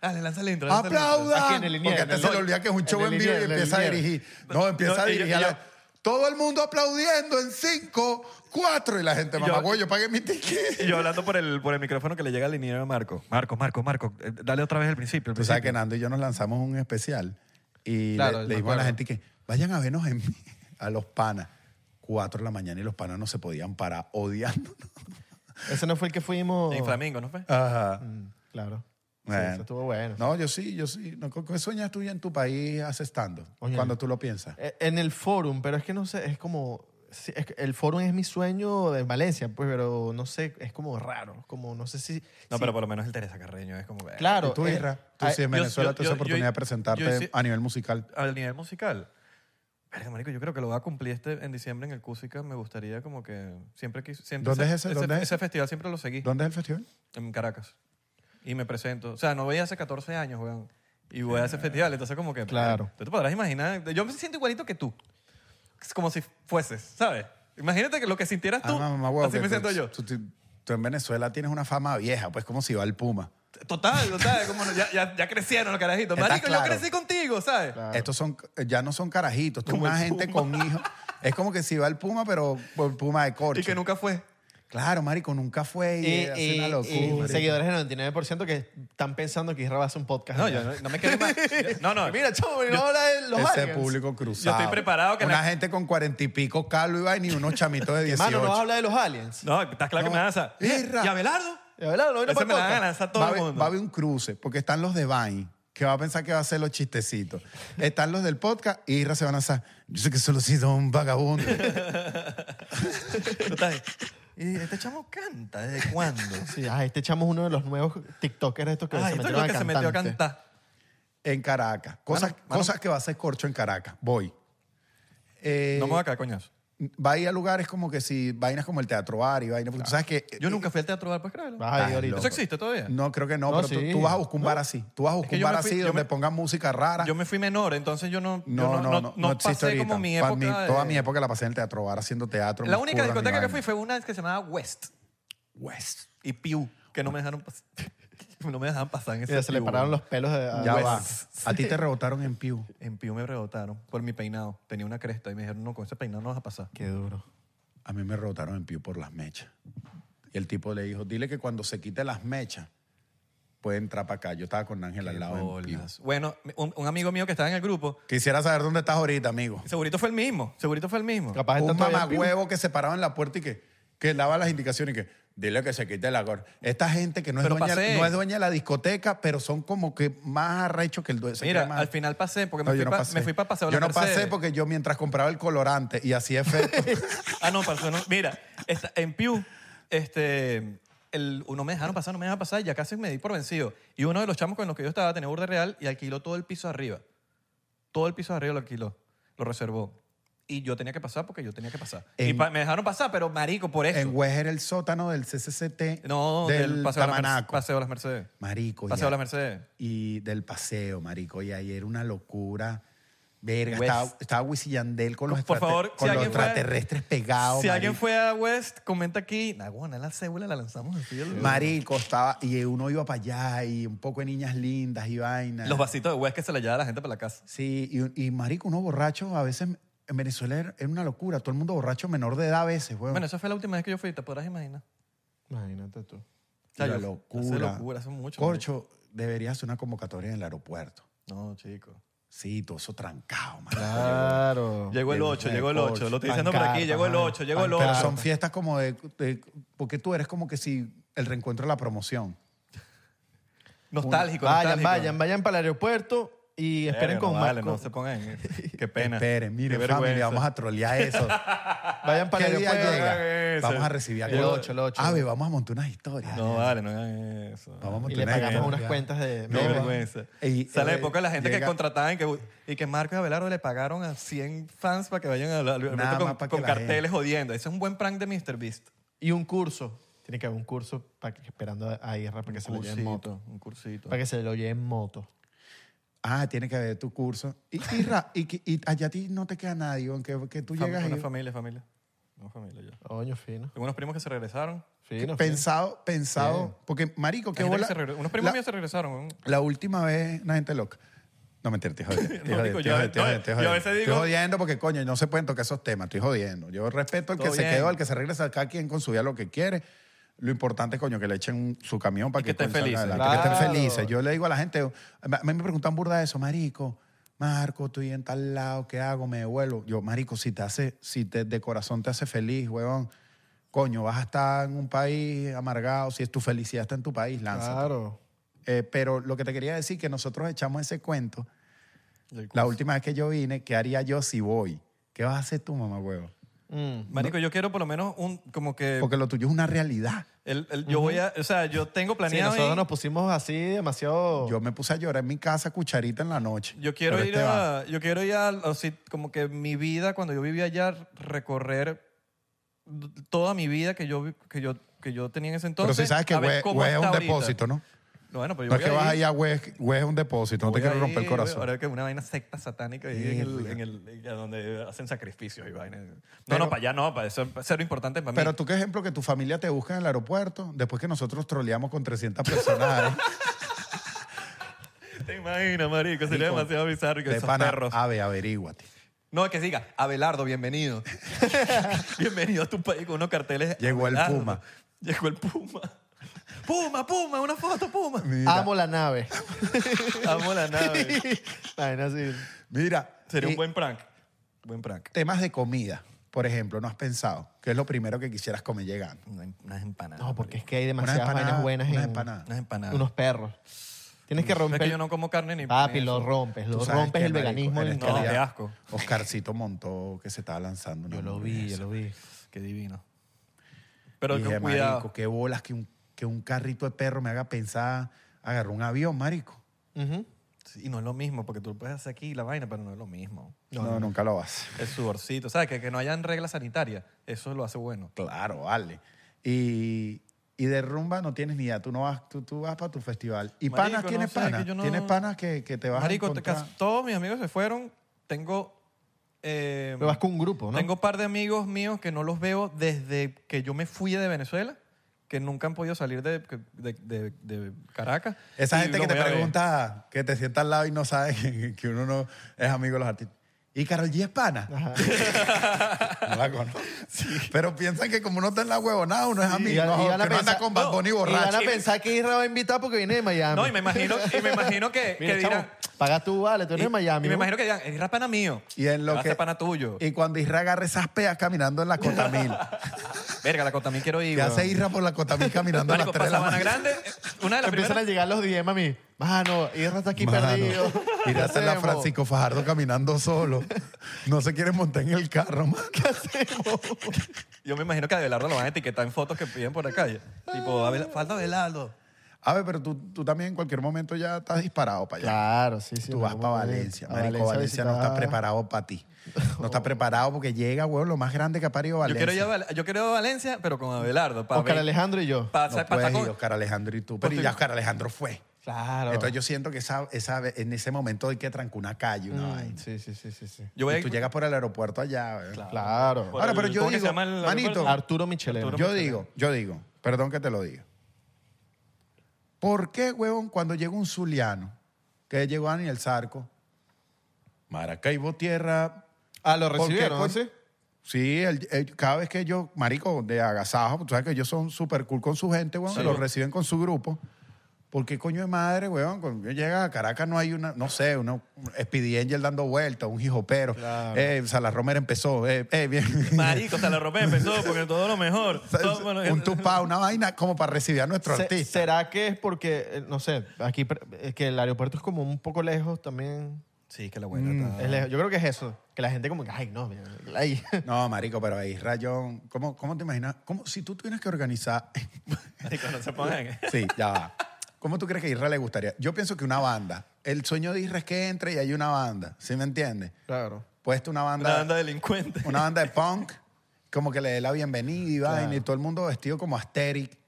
Dale, lanza el intro. lanza el intro. Aquí ¡Aplaudan! en el Liniers, Porque en el antes se le Lloyd. olvida que es un En show el en vivo y Liniers, en el empieza a Liniers. dirigir. No, empieza no, a y yo- dirigir. y a la- yo- todo el mundo aplaudiendo en cinco, cuatro. Y la gente, mamá, güey, yo pagué mi ticket. Y yo hablando por el, por el micrófono que le llega al liniero a Marco. Marco, Marco, Marco, eh, dale otra vez el principio. el Tú sabes que principio. Nando y yo nos lanzamos un especial y Claro, le, me le dijimos a la acuerdo. gente que vayan a vernos en- a los panas. Cuatro de la mañana y los panas no se podían parar odiándonos. Ese no fue el que fuimos. En Flamingo, ¿no fue? Ah, Ajá. Claro. Bueno. Sí, eso estuvo bueno. No, yo sí, yo sí. No, ¿Qué sueñas tú ya en tu país asestando? Oye. Cuando tú lo piensas. Eh, En el forum, pero es que no sé, es como. sí, es que el forum es mi sueño de Valencia, pues, pero no sé, es como raro. Como no sé si. No, si- pero por lo menos el Teresa Carreño es como. eh, Claro. ¿Y tú, eh, Isra? Tú ay, sí, en yo- Venezuela yo- tuviste yo- presentarte yo- de presentarte yo sí- a nivel musical. al nivel musical. Verga, marico, yo creo que lo va a cumplir este, en diciembre en el Cusica. Me gustaría como que siempre quis- siempre ¿Dónde es ese? ¿Dónde es ese? festival siempre lo seguí ¿Dónde es el festival? en Caracas. Y me presento. O sea, no veía hace 14 años, weón. Y voy a Ah. ese festival. Entonces como que... Claro. Tú te podrás imaginar... Yo me siento igualito que tú. Es como si fueses, ¿sabes? Imagínate que lo que sintieras tú. Ah, mamá, huevo, así que me tú- siento yo. Tú, tú- tú en Venezuela tienes una fama vieja, pues como si va el Puma. Total, total. Como no- ya, ya, ya crecieron los carajitos. Está Marico, claro. yo crecí contigo, ¿sabes? Estos son, ya no son carajitos, tú una gente con hijos. Es como que si va el Puma, pero por Puma de corcho. Y que nunca fue. Claro, marico, nunca fue y, Y, hace una y- locura. y marico. Eh, seguidores del 99% que están pensando que Isra va a hacer un podcast. No, yo no, no me quiero más. No, no. Mira, chamo, no Yo- habla de los Ese aliens. público cruzado. Yo estoy preparado que Una la- gente con cuarenta y pico calvo y vaina y unos chamitos de 18. Mano, no habla de los aliens. No, estás claro que me lanza. Irra. ¿Y Abelardo? De verdad, no vino Ese para me la van a lanzar todo va, a el haber- mundo. va a haber un cruce, porque están los de Vine, que va a pensar que va a hacer los chistecitos. Están los del podcast y Irra se van a lanzar. Yo sé que solo he sido un vagabundo. Total. Y este chamo canta, ¿desde cuándo? Sí, ah, este chamo es uno de los nuevos TikTokers estos que Ah, se esto es metieron lo a que se metió a cantar. en Caracas. Cosas, Mano, mano. cosas que va a hacer Corcho en Caracas. Voy. Eh, No me voy a caer, coñazo. va a ir a lugares como que si vainas como el Teatro Bar y vainas. Porque tú sabes que. Yo nunca fui al teatro bar, pues créelo. Vas ahí Ah, ahorita. ¿Eso existe todavía? No, creo que no, No, pero tú- sí. tú, vas a buscar un bar así. Tú vas a buscar que un yo bar me fui- así yo donde me- pongan música rara. Yo me fui menor, entonces yo no... yo no, no, no, no, existe pasé ahorita. como mi Pa' época. mí, de- Toda mi época la pasé en el Teatro Bar haciendo teatro. La mis única curras, mi discoteca que vaina. fui fue una que se llamaba West. West. Y Pew, que no me dejaron pasar. No me dejaban pasar en ese Mira, se le Pew, pararon weón. los pelos de- a- Ya Wes. va. A ti te rebotaron en Pew. En Pew me rebotaron por mi peinado. Tenía una cresta y me dijeron, no, con ese peinado no vas a pasar. Qué duro. A mí me rebotaron en Pew por las mechas. Y el tipo le dijo, dile que cuando se quite las mechas, puede entrar para acá. Yo estaba con Ángel al lado en Pew. Bolas. Bueno, un, un amigo mío que estaba en el grupo, Quisiera saber dónde estás ahorita, amigo. segurito fue el mismo, segurito fue el mismo. Capaz está Un todavía en vivo. mamagüevo que se paraba en la puerta y que, que daba las indicaciones y que Dile que se quite la gorra. Esta gente que no es, Pero dueña, pasé. no es dueña de la discoteca, pero son como que más arrechos que el dueño. se Mira, cree más. al final pasé porque me No, fui yo no pa- pasé. me fui para paseo de Yo la no pasé Mercedes. porque yo mientras compraba el colorante y hacía efecto. Ah, no, pasó. no. Mira, esta- en Pew, este, el, no me dejaron pasar, no me dejaron pasar, ya casi me di por vencido. Y uno de los chamos con los que yo estaba tenía burda real y alquiló todo el piso arriba. Todo el piso arriba lo alquiló, lo reservó. Y yo tenía que pasar porque yo tenía que pasar. y En- pa- me dejaron pasar, pero marico, por eso. en Hues era el sótano del CCCT no, del, del, paseo, de las Merce- Tamanaco. paseo de las Mercedes. Marico. Paseo de ya. las Mercedes. y del paseo, marico. Y ahí era una locura. Verga, Wes. estaba, estaba Wisin y Yandel con los, Por extrate- favor, con si los alguien fue- extraterrestres pegados. si alguien Ah, oh, marico. fue a West, comenta aquí. La guana, la cédula la lanzamos así. el- Marico, estaba. Y uno iba para allá y un poco de niñas lindas y vainas. Los vasitos de West que se le lleva a la gente para la casa. Sí, y, y marico, uno borracho a veces. En Venezuela era era una locura. Todo el mundo borracho menor de edad a veces, weón. Bueno, esa fue la última vez que yo fui, te podrás imaginar. Imagínate tú. sea, Una yo- locura. hace locura, hace mucho, Corcho, deberías hacer una convocatoria en el aeropuerto. No, chico. Sí, todo eso trancado, marico. Claro. Llegó el 8, llegó el 8. Lo estoy diciendo por aquí, Pancarta, llegó el ajá. 8, llegó el Pero 8. son fiestas como de, de- Porque tú eres como que si el reencuentro de la promoción. Nostálgico, Vayan, nostálgico. vayan, vayan para el aeropuerto y Verga, esperen con no, Marco. vale, no se pongan. Qué pena. Esperen, Qué miren, vergüenza. familia, vamos a trolear eso. Vayan para el ¿Qué día aeropuerto. hagan llega? eso. Vamos a recibir a El ocho, el ocho. Ave, vamos a montar unas historias. No, vale, no hagan eso. Vamos a montar Y le unas pagamos historias. unas cuentas de. Qué no, vergüenza. y- Sale eh, de poco la gente que llega- contrataban y que, y que Marco y Abelardo le pagaron a 100 fans para que vayan a la- al Nada con, más para que con la carteles gente- jodiendo. Ese es un buen prank de Mr. Beast. Y un curso. Tiene que haber un curso para que, esperando a Irra para que se lo lleve en moto. un cursito. Para que se lo lleve en moto. Ah, tiene que haber tu curso. Y, y, ra- y, que- y allá a ti no te queda nadie, aunque que tú Fam- llegas una y- familia, familia. Una familia ya. Coño, fino. Tengo unos primos que se regresaron. Fino. Pensado, pensado. Bien. Porque, marico, Hay qué gente que bola. se regre- Unos primos la- míos se regresaron. weón. La última vez, una gente loca. No, mentira, estoy jodiendo. Estoy No, jodiendo, digo, yo- estoy jodiendo, estoy no, jodiendo, estoy yo a jodiendo. veces Estoy digo- jodiendo porque, coño, no se pueden tocar esos temas. Estoy jodiendo. Yo respeto al que Todo se bien. quedó, al que se regresa, al cada quien con su vida lo que quiere. Lo importante es, coño, que le echen un- su camión para Y que estén coño, salga felices. adelante, Que estén Claro. felices. Yo le digo a la gente, a mí me preguntan burda de eso, marico, Marco, estoy en tal lado, ¿qué hago? ¿Me devuelvo? Yo, marico, si te hace, si te, de corazón te hace feliz, huevón, coño, vas a estar en un país amargado, si es tu felicidad está en tu país, lánzate. Claro. Eh, pero lo que te quería decir que nosotros echamos ese cuento Del la curso. última vez que yo vine, ¿qué haría yo si voy? ¿Qué vas a hacer tú, mamá huevo? Mm. Marico, yo quiero por lo menos un, como que, Porque lo tuyo es una realidad. el, el- yo voy a, o sea, yo tengo Sí, planeado, nosotros ir- nos pusimos así demasiado. Yo me puse a llorar en mi casa cucharita en la noche. yo quiero Pero ir este va. a, yo quiero ir a, o si- como que mi vida, cuando yo vivía allá, recorrer toda mi vida que yo, vi- que yo, que yo tenía en ese Pero entonces. si sabes que a ver Hue cómo Hue es está un ahorita. depósito, ¿no? No, bueno, pero yo No es que voy vas a ir- ahí a Hue, Hue es un depósito, no te voy a quiero romper el ir, corazón. Ahora que una vaina secta satánica ahí en el, Verga. en el, en donde hacen sacrificios y vainas. No, Pero- no, para allá no, para eso es cero importante para mí. Pero tú qué ejemplo que tu familia te busca en el aeropuerto después que nosotros troleamos con 300 personas. ¿eh? Te imaginas, marico, sería Marico, demasiado bizarro que De esos pana, perros. ave, averíguate. No, que siga, Abelardo, bienvenido. bienvenido a tu país con unos carteles. Llegó el Abelardo. Puma. Llegó el Puma. Puma, Puma, una foto, Puma. Amo la nave. Amo la nave. Vaina así. Mira, Sería y- un buen prank. Buen prank. Temas de comida, por ejemplo, ¿no has pensado qué es lo primero que quisieras comer llegando? Una em- Unas empanadas. No, porque es marico. que hay Unas demasiadas empanadas, vainas buenas unas en empanadas. Unas empanadas. unos perros. Tienes que Es romper. que yo no como carne ni Papi, ni lo eso. rompes, Tú lo sabes rompes que, el marico, veganismo. eres en- No, calidad. qué asco. Oscarcito montó que se estaba lanzando una Yo lo vi, hamburguesa. yo lo vi. Qué divino. Pero Dije, con cuidado. marico, qué bolas que un, que un carrito de perro me haga pensar agarrar un avión, marico. Ujú. Sí, Y no es lo mismo, porque tú lo puedes hacer aquí la vaina, pero no es lo mismo. No, nunca lo vas. El sudorcito, ¿sabes? Que, que no hayan reglas sanitarias, eso lo hace bueno. Claro, vale. Y, y de rumba no tienes ni idea. Tú no vas, tú, tú vas para tu festival. Y Marico, panas no tienes sé, que panas. yo no- Tienes panas que, que te vas a Marico, te- encontrar. casi todos mis amigos se fueron. Tengo. eh, Pero vas con un grupo, ¿no? Tengo un par de amigos míos que no los veo desde que yo me fui de Venezuela, que nunca han podido salir de, de- de- de Caracas. Esa Y gente los que te voy a ver. pregunta, que te sienta al lado y no sabe que, que uno no es amigo de los artistas. ¿Y Carol G es pana? no la conozco. Pero piensan que como uno está en la huevonada, uno es Y amigo. van- y No, van a que no anda pensar- con Bad Bunny no, Y van borracho. a pensar que Isra va a invitar porque viene de Miami. No, y me imagino, y me imagino que, que Mira, dirán, chamo. Paga tú, vale, tú eres Y- de Miami. Y me ¿no? imagino que digan, es pana mío. Y en lo Va a que- ser pana tuyo. Y cuando Isra agarra esas peas caminando en la Cotamil, Verga, la también quiero ir. que hace weón. Isra por la Cotamil caminando a las 3 Marico, para de la Sabana mañana. Grande, eh, una de las Empiezan a primeras... llegar los DM a mí. Mano, Irra está aquí Mano, perdido. Y le ¿Qué hace la hacemos? Francisco Fajardo caminando solo. No se quiere montar en el carro, man. Yo me imagino que a Abelardo lo van a etiquetar en fotos que piden por la calle. Tipo, Abel- falta Abelardo. A ver, pero tú, tú también en cualquier momento ya estás disparado para allá. Claro, sí, sí. Tú en vas algún para momento. Valencia, A marico. Valencia, no está visitar. preparado para ti. No está preparado porque llega, huevón, lo más grande que ha parido Yo Valencia. quiero, ir a, Val- yo quiero ir a Valencia, pero con Abelardo. Para Oscar Alejandro y yo. Para, No puedes ir, Oscar Alejandro y tú. Pero Porque- ya Oscar Alejandro fue. Claro. Entonces yo siento que esa, esa, en ese momento hay que trancar una calle, una Mm, vaina. Sí, sí, sí, sí, sí. yo voy a Y tú ir- llegas por el aeropuerto allá. huevón. Claro. por Ahora, el- pero yo ¿cómo que digo, se llama el manito, aeropuerto? Arturo Michelena. Arturo. Yo digo, yo digo, perdón que te lo diga. ¿Por qué, huevón, cuando llega un zuliano, que llegó Daniel Zarco, Maracaibo Tierra... Ah, lo ¿por qué recibieron, con- ¿sí? Sí, el- el- cada vez que yo, marico, de agasajo, tú sabes que ellos son súper cool con su gente, huevón, Sí. lo reciben con su grupo. ¿Por qué coño de madre, huevón? Cuando yo llega a Caracas no hay una, no sé, una un Speedy Angel dando vueltas, un hijopero. Eh, Salas Romero empezó, eh, eh, bien. Marico, hasta la ropa empezó porque todo lo mejor. Todo- bueno, eh, un tupá, una vaina como para recibir a nuestro Se- artista. ¿Será que es porque, eh, no sé, aquí pre- es que el aeropuerto es como un poco lejos también? Sí, que la buena Mm. está. Es lejos. Yo creo que es eso. Que la gente como que, ay, no, mira, ahí. No, marico, pero ahí rayón. ¿Cómo, cómo te imaginas? ¿Cómo, si tú tuvieras que organizar... Marico, no se pongan. sí, ya va. ¿Cómo tú crees que a Isra le gustaría? Yo pienso que una banda. El sueño de Isra es que entre y hay una banda. ¿Sí me entiendes? Claro. Puesto una banda... Una banda delincuente. una banda de punk, como que le dé la bienvenida y vaina, y todo el mundo vestido como Asterix.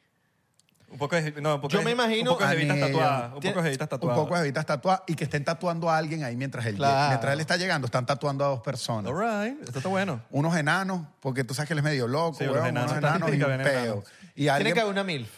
Un poco de, no, un poco Yo de- me imagino- Un poco de jevitas Anillo. tatuadas. Un Tiene- poco de jevitas tatuadas. Un poco de evitas tatuadas y que estén tatuando a alguien ahí mientras él, Claro. mientras él está llegando, están tatuando a dos personas. All right, esto está bueno. Unos enanos, porque tú sabes que él es medio loco, Sí, los huevón, enanos, unos está enanos y típica un de enanos. peo. Y alguien, Tiene que haber una MILF.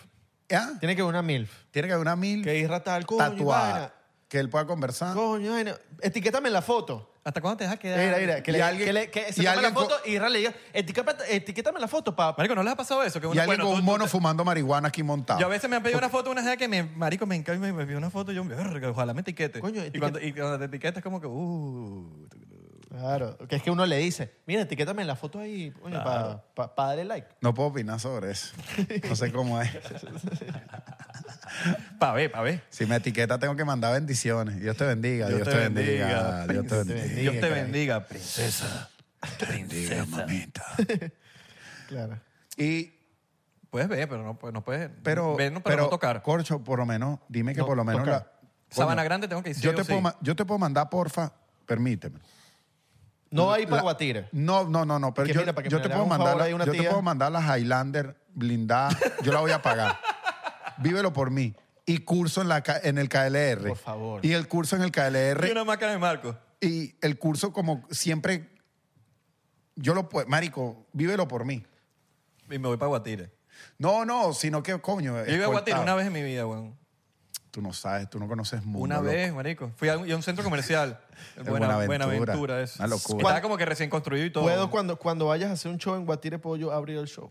¿Ah? Tiene que haber una MILF. Tiene que haber una mil Que Isra tal, coño, tatuada. vaina. Que él pueda conversar. Coño, vaina. Etiquétame en la foto. ¿Hasta cuándo te dejas quedar? Mira, mira, que, Y le, alguien- que, le- que se y tome la alguien foto y Isra le diga, "Etiquétame- etiquétame en la foto, papá. Marico, ¿no les ha pasado eso? Que uno, y alguien bueno, con tú- un tú mono te- fumando marihuana aquí montado. Yo a veces me han pedido una foto, una gente que me, marico, me encanta y me, me pidió una foto y yo, verga, ojalá me etiquete. Coño, y, etiqueta. cuando, y cuando te etiquetas como que, uh. Claro, que es que uno le dice, mira, etiquétame en la foto ahí, coño, para darle like. No puedo opinar sobre eso. No sé cómo es. Pa' ver, pa' ver. Si me etiqueta tengo que mandar bendiciones. Dios te bendiga. Dios, te bendiga. Dios te bendiga. Dios te caray. bendiga, princesa. Bendiga, mamita. Claro. Y, Puedes ver, pero no, pues, no puedes pero, ver, no, pero, pero no tocar. Corcho, por lo menos, dime que No por lo menos... tocar. la- Sabana Coño, Grande tengo que ir sí yo o te, sí. puedo, ma- yo te puedo mandar, porfa, permíteme. No va a ir para La- Guatire. No, no, no, no. Pero Que yo, mira, para que yo me te le puedo haga un mandar favor la- ahí una yo te tía. puedo mandar la Highlander blindada. Yo la voy a pagar. Vívelo por mí. Y curso en, la, K- en el KLR. Por favor. Y el curso en el Y KLR. una máscara de Marco. Y el curso como siempre... Yo lo puedo... Marico, vívelo por mí. Y me voy para Guatire. No, no, sino que, coño... Yo iba a Guatire escoltado. una vez en mi vida, weón. Tú no sabes, tú no conoces mundo. Una loco. vez, marico. Fui a un, y a un centro comercial. Es Buena, Buenaventura. buena aventura eso. Una locura. Estaba como que recién construido y todo. Puedo cuando, cuando vayas a hacer un show en Guatire, puedo yo abrir el show.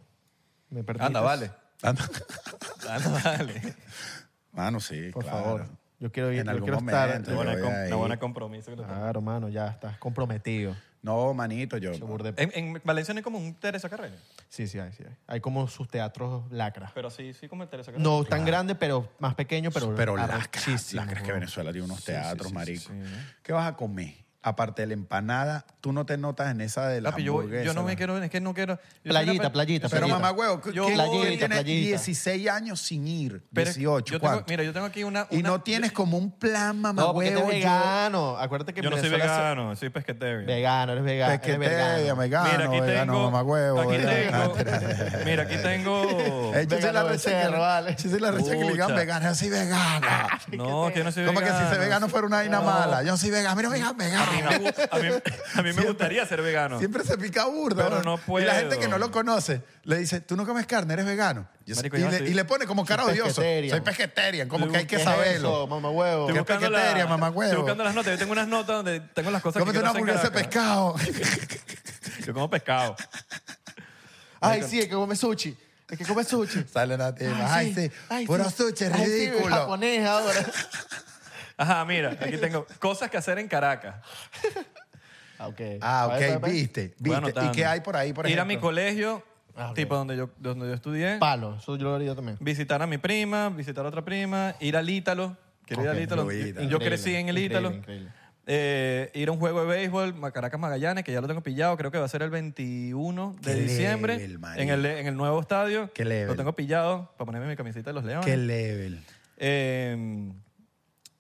¿Me permites? Anda, vale. Anda. Anda, vale. Mano, sí, Por claro. favor. Yo quiero ir, En yo algún quiero momento, estar- yo Una buena, voy com- ahí. una buena compromiso. que le toca. Claro, mano, ya estás comprometido. No, manito, yo. Seguro de- En, en Valencia no hay como un Teresa Carreño. Sí, sí, hay, sí. Hay. Hay como sus teatros lacras. Pero sí, sí como el Teresa Carreño. No tan grande, pero más pequeño, pero Pero lacras, arrechísimo, lacras que weón. Venezuela tiene unos Sí, sí, teatros, sí, marico. sí, sí. ¿Qué vas a comer? Aparte de la empanada, tú no te notas en esa de la Papi, yo, hamburguesa. yo no me la- quiero, es que no quiero. yo soy Playita, una- playita, Pero playita. mamá, huevo, ¿qué- Yo ¿quién voy- tiene Playita, playita. 16 años sin ir? Pero 18, yo tengo- ¿cuánto? Mira, yo tengo aquí una. y una- no tienes como un plan, mamá, No, porque eres Ah, huevo. vegano. Acuérdate que Yo no soy Venezuela se- vegano, soy pesquetero. Vegano, eres yo, vegano. eres pesquete, vegano. vegano, mira, aquí vegano, tengo. mamá, huevo. aquí vegano. tengo. mira, aquí tengo. Eh, yo soy la Vegano ah. recha que, becerro, vale. yo soy la recha que le digan Pucha. vegana, yo soy vegana. no, que yo no soy Como vegano. que si ser vegano fuera una vaina mala. Yo soy vegano, mira, vegano, A mí, me vegano. gu- a mí- a mí me gustaría ser vegano. Siempre se pica burda. Pero ¿verdad? no puedo. Y la gente que no lo conoce le dice, tú no comes carne, eres vegano. Yo soy- Marico, y, yo le, soy- y le pone como cara soy odioso. pesqueterian. Soy pesqueterian, como que hay que ¿Qué es eso, saberlo. mamá huevo? Estoy Qué buscando, pesqueteria, mamagüevo. estoy buscando las notas. Yo tengo unas notas donde tengo las cosas Cómete que una quiero hacer en hamburguesa de Caracas. pescado. Yo como pescado. Ay, sí, es que come sushi. Es que come sushi. Sale la tía. Ay, sí. Puro sushi, Ay, sí, ridículo. japonés ahora. Ajá, mira, aquí tengo cosas que hacer en Caracas. Ah, ok. Ah, A ver, a ok, ver. viste, Voy viste. ¿Y anotando. qué hay por ahí, por Ir a mi ejemplo? colegio, Ah, ok. tipo donde yo, donde yo estudié. Palo, eso yo lo haría también. visitar a mi prima, visitar a otra prima, ir al Ítalo. Quiero ir Ok, al Ítalo. muy Yo, bien. yo crecí en el Increíble, Ítalo. increíble. Eh, ir a un juego de béisbol, Ma- Caracas Magallanes, que ya lo tengo pillado, creo que va a ser el 21 de Qué diciembre level, marico. en el, en el nuevo estadio. Qué level. Lo tengo pillado para ponerme mi camiseta de los Leones. Qué level. Eh,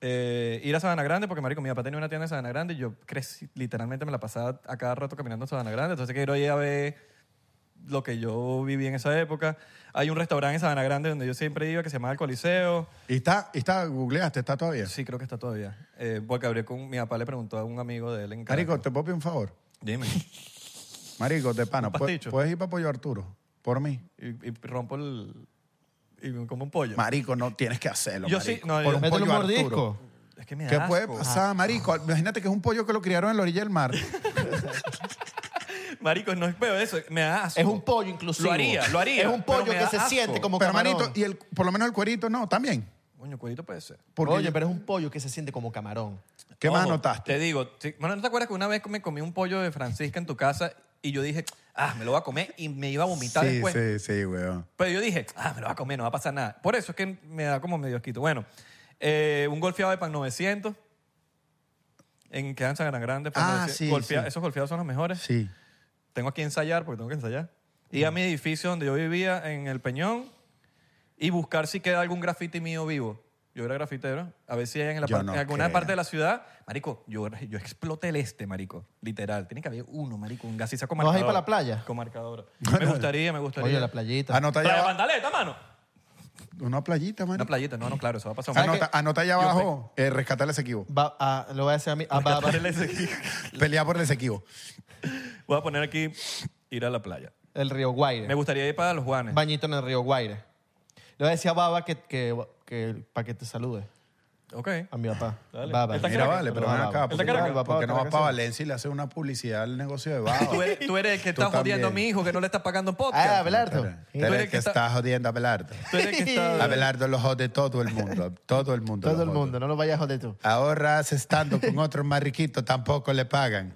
eh, ir a Sabana Grande, porque marico, mi papá tenía una tienda en Sabana Grande y yo crecí, literalmente me la pasaba a cada rato caminando en Sabana Grande. Entonces quiero ir a ver lo que yo viví en esa época. Hay un restaurante en Sabana Grande donde yo siempre iba que se llama El Coliseo. ¿Y está, y está, googleaste, está todavía? Sí, creo que está todavía. Eh, porque abrió con mi papá, le preguntó a un amigo de él en Caracas. Marico, ¿te puedo pedir un favor? Dime. Marico, de pana, Un ¿pu- pasticho. ¿puedes ir para Pollo Arturo? Por mí. Y, y rompo el. Y me como un pollo. Marico, no tienes que hacerlo, Yo marico. sí, no, por yo- un Métele pollo un Arturo. mordisco. Es que me da ¿Qué asco. puede pasar, marico? Imagínate que es un pollo que lo criaron en la orilla del mar. Marico, no es peor eso. Me da asco. Es un pollo inclusivo. Lo haría, lo haría, Es un pero pollo me que da se asco. siente como pero, camarón. manito, y el, por lo menos el cuerito, no, también. Coño, cuellito puede ser. Porque Oye, yo- pero es un pollo que se siente como camarón. ¿Qué más Ojo, anotaste? Te digo, sí, bueno, ¿no te acuerdas que una vez me comí un pollo de Francisca en tu casa y yo dije, ah, me lo voy a comer y me iba a vomitar sí, después? sí, sí, weón. Pero yo dije, ah, me lo va a comer, no va a pasar nada. Por eso es que me da como medio asquito. Bueno, eh, un golfeado de pan 900 en Quedan Gran Grande. Pan Ah, 900. sí, Golfea- sí. Esos golfeados son los mejores. Sí. Tengo que ensayar porque tengo que ensayar. Ir a mi edificio donde yo vivía, en El Peñón, y buscar si queda algún grafiti mío vivo. Yo era grafitero. A ver si hay en, la Yo par- no en alguna creo. parte de la ciudad. Marico, yo, yo exploté el este, marico. Literal. Tiene que haber uno, marico. Un gasisa con ¿No vas a ir marcador. para la playa? Con marcador. Me gustaría, me gustaría. Oye, la playita. Anota Playa allá, Pantaleta, mano. una playita, Una man. playita, no, no, claro, eso va a pasar. ¿Sabes Anota, anota allá abajo, eh, rescatar el Esequibo. Va- ah, lo voy a decir a mí. Ah, va- va- Pelear por el Esequibo. Voy a poner aquí ir a la playa. el río Me Guaire. gustaría ir para los Juanes. Bañito en el río Guaire. Le voy a decir a Baba que, que, para que te salude. Ok. A mi papá. Dale. Baba. Está Mira, Caracas, vale, pero pero ven va, va. acá. Porque, Está Caracas. porque, no Va, vas va, para va. Valencia y le haces una publicidad al negocio de Baba. Tú eres, tú eres el que Tú está jodiendo a mi también. hijo que no le está pagando podcast. Ah, Abelardo. Tú eres el que está jodiendo a Abelardo. Tú eres el que está. Abelardo lo jode todo el mundo. Todo el mundo. Todo lo el jode. mundo, no lo vayas a joder tú. Ahora hace estando con otro más riquito, tampoco le pagan.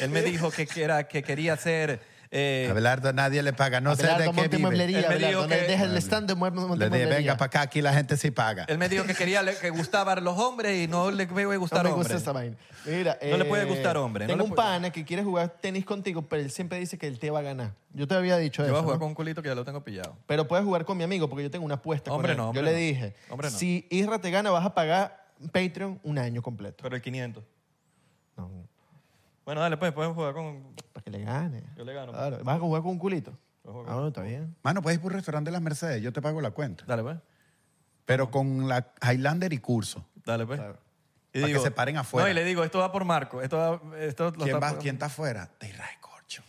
Él me dijo que, era, que quería hacer. eh, Abelardo a nadie le paga. No Abelardo, sé de monte qué vive. mueblería, Él me Abelardo, dijo no, que- Deja el stand de muebles, monte Le dije, mueblería. venga para acá, aquí la gente sí paga. él me dijo que quería le- que gustaban los hombres y no le me No gustar me hombres. gusta esta vaina. Mira, eh, No le puede gustar hombre, no Tengo le un puede- pana que quiere jugar tenis contigo, pero él siempre dice que él te va a ganar. Yo te había dicho Yo eso. voy a jugar ¿no? con un culito que ya lo tengo pillado. Pero puedes jugar con mi amigo porque yo tengo una apuesta Hombre, con él. no, hombre, yo le no. dije, Hombre, no. si Isra te gana vas a pagar Patreon un año completo. Pero el 500. No, Bueno, dale, pues podemos jugar con. para que le gane. Yo le gano. Claro, vas a jugar con un culito. Ah, jugar bueno, está bien. Mano, puedes ir por un restaurante de las Mercedes, yo te pago la cuenta. Dale, pues. Pero con la Highlander y curso. Dale, pues. Para que se paren afuera. No, y le digo, esto va por Marco. Esto va, esto lo ¿Quién, está- va- quién está afuera? Te irá de corcho.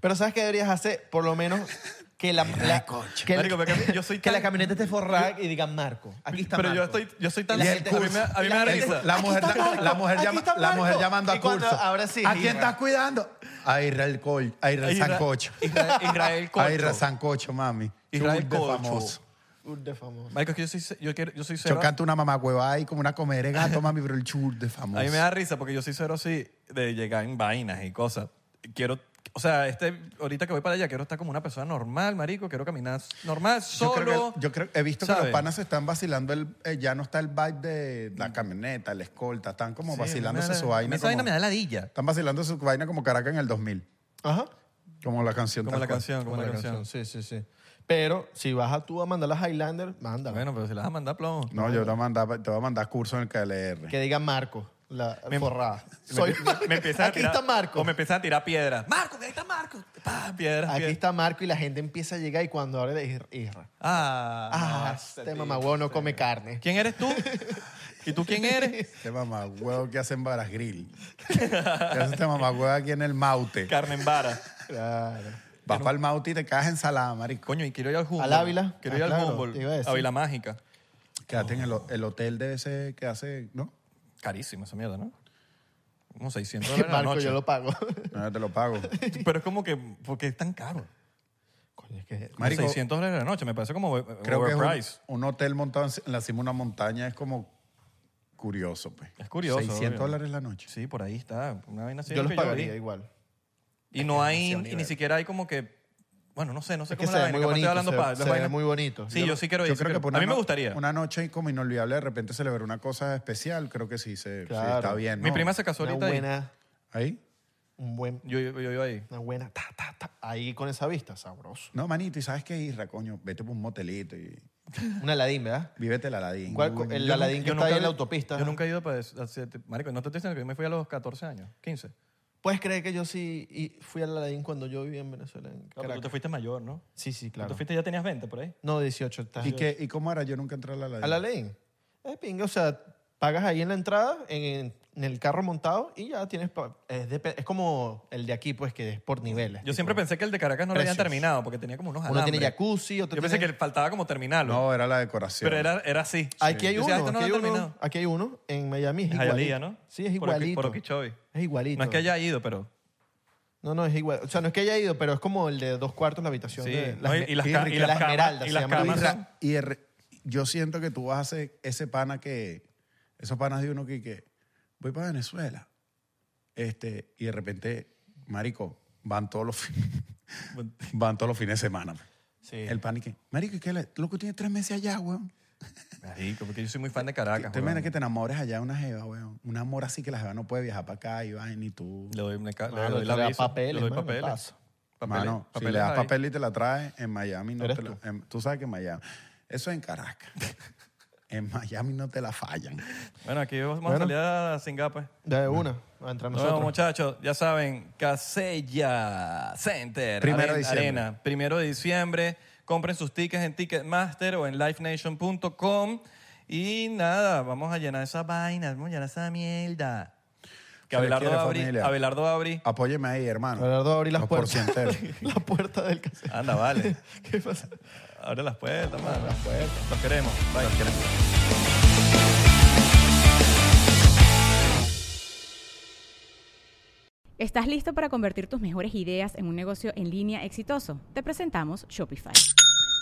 Pero ¿sabes qué deberías hacer? Por lo menos que la, la- concha. que, el- Marico, porque yo soy que la tan- camioneta esté forrada y digan Marco. Aquí está Pero yo, Marco. estoy, yo soy tan. Y la a mí gente- me- a mí me da la gente- risa. La mujer, está Marco, la mujer, aquí llama- está la mujer Marco. llamando a Y cuando- curso. ahora sí, ¿A quién Isra. estás cuidando? A Israel Col, a Israel Isra- Sancocho. Isra- Israel Cocho. A Israel Sancocho, mami. Israel Tú, de Cocho. famoso. Un de famoso. Marico, es que yo soy, ce- yo quiero, yo soy cero. Yo canto una mamá hueva ahí como una comer de gato, mami, pero el chur de famoso. A mí me da risa porque yo soy cero así de llegar en vainas y cosas. Quiero, o sea, este, ahorita que voy para allá, quiero estar como una persona normal, marico. Quiero caminar normal, yo solo. creo, que, yo creo- he visto que ¿sabes? los panas se están vacilando, el, eh, ya no está el vibe de la camioneta, la escolta, están como Sí, vacilándose me da- su vaina. Esa vaina como- me da ladilla. Están vacilando su vaina como Caracas en el 2000, Ajá. como la canción. Como tal la cual. canción, como, la canción. Sí, sí, sí. Pero si vas a tú a mandar las Highlander, mándala. Bueno, pero si la vas a mandar plomo. No, yo te voy, a mandar, te voy a mandar curso en el KLR. Que digan Marco, la Me- forrada. Me- Soy me- Marco. me empiezan a Aquí tirar- está Marco. O me empiezan a tirar piedras. Marco, ahí está Marco. Pa, piedras, Aquí piedras. está Marco y la gente empieza a llegar y cuando habla de Isra- Isra. Ah, Ah, no, este mamagüeo no come carne. ¿Quién eres tú? ¿Y tú quién eres? Este mamá huevo que hacen varas grill. que hace este mamá huevo aquí en el Maute. Carmen Vara. Claro. Vas para el Maute y te cagas ensalada, marico. Coño, y quiero ir al Humboldt. Al Ávila. Quiero Ah, ir al claro, Humboldt. te iba a decir. Ávila Mágica. Quédate en el, ho- el hotel de ese que hace, ¿no? Carísima esa mierda, ¿no? Como 600 Que dólares la Marco noche. yo lo pago. No, yo te lo pago. Pero es como que, porque es tan caro. Coño, es que... Como Marico, 600 dólares la noche, me parece como creo que es overpriced. un, un hotel montado en- en la cima de una montaña. Es como curioso, pues. Es curioso, 600 obvio. dólares la noche. Sí, por ahí está. Una vaina así yo los que vi. pagaría igual. Y no hay, demasiado y ni nivel. siquiera hay como que, bueno, no sé, no sé Es que cómo se la ve vaina, muy capaz estoy bonito. hablando se- pa- se vaina- ve muy bonito. Sí, yo, sí quiero ir. Yo sí creo que quiero- por a una mí me no- gustaría. Una noche ahí como inolvidable, de repente celebrar una cosa especial, creo que sí, se, sí Claro. está bien. Mi ¿no? prima se casó Una ahorita ahí. buena, ¿Ahí? un buen, Yo, yo, yo iba ahí. una buena, ta, ta, ta, ahí con esa vista, sabroso. No, manito, ¿y sabes qué, Isra, coño? Vete por un motelito y Una Aladín, ¿verdad? vívete el Aladín. ¿Cuál co- el Aladín que Yo está ahí nunca- en la autopista. Yo nunca he ido para eso. Así, te- Marico, no te estoy diciendo que yo me fui a los 14 años, 15. ¿Puedes creer que yo sí y fui al Aladín cuando yo vivía en Venezuela? en No, pero tú Caracas? te fuiste mayor, ¿no? Sí, sí, Tú claro. fuiste ya tenías 20 por ahí. No, 18. Estás ¿Y, qué, ¿Y cómo era? Yo nunca entré al Aladín. ¿Al Aladín? Es Eh, pinga, o sea, pagas ahí en la entrada, en, en el carro montado y ya tienes... pa- Es, de- es como el de aquí, pues, que es por niveles. Yo tipo, siempre pensé que el de Caracas no lo habían precios. terminado porque tenía como unos Uno tiene alambres. jacuzzi, otro Yo pensé que tiene- faltaba como terminarlo. No, era la decoración. pero era, era así. Aquí hay Yo uno, decía, esto no aquí, hay lo han uno terminado. aquí hay uno en Miami. Es En Hialeah, igualito. ¿no? Sí, es Por Oqui- igualito. Por Okeechobee. es igualito. No es que haya ido, pero... No, no, es igual. O sea, no es que haya ido, pero es como el de dos cuartos la habitación. Sí, de, no, y- y las ca- rica, y las la camas- esmeralda, y se las llama. camas Isra- son- Isra, y er- yo siento que tú vas a hacer ese pana que. Esos panas de uno que, que voy para Venezuela. Este, y de repente, marico, van todos los fines. van todos los fines de semana. pues. Sí. El pan y que, marico, ¿y ¿qué le- loco tiene tres meses allá, weón? Marico, porque yo soy muy fan de Caracas. Te imaginas weón. que te enamores allá de una jeva, weón. Un amor así que la jeva no puede viajar para acá y va ni tú. Le doy, una ca- le Mano, doy te la le da visa, papeles, Le doy mano, papeles. paso. Papeles, Mano, si papeles le das ahí. papel y te la traes en Miami, no Eres te la- tú. en- tú sabes que en Miami. Eso es en Caracas. en Miami no te la fallan. Bueno, aquí vamos Bueno. a salir a Singapur. De una, entre Nos nosotros. vemos, muchachos. Ya saben, Casella Center. Primero de Arena- diciembre. Arena. Primero de diciembre. Compren sus tickets en Ticketmaster o en LiveNation.com. Y nada, vamos a llenar esa vaina, vamos a llenar esa mierda. Se Que les Abelardo quiere, va a abrir. familia. Abelardo va a abrir. Apóyeme ahí, hermano. Abelardo, abrí las Los puertas. porcienteros. la puerta del casero. Anda, vale. ¿Qué pasa? Abre las puertas, mano. Las puertas. Los queremos. Bye. Los queremos. ¿Estás listo para convertir tus mejores ideas en un negocio en línea exitoso? Te presentamos Shopify.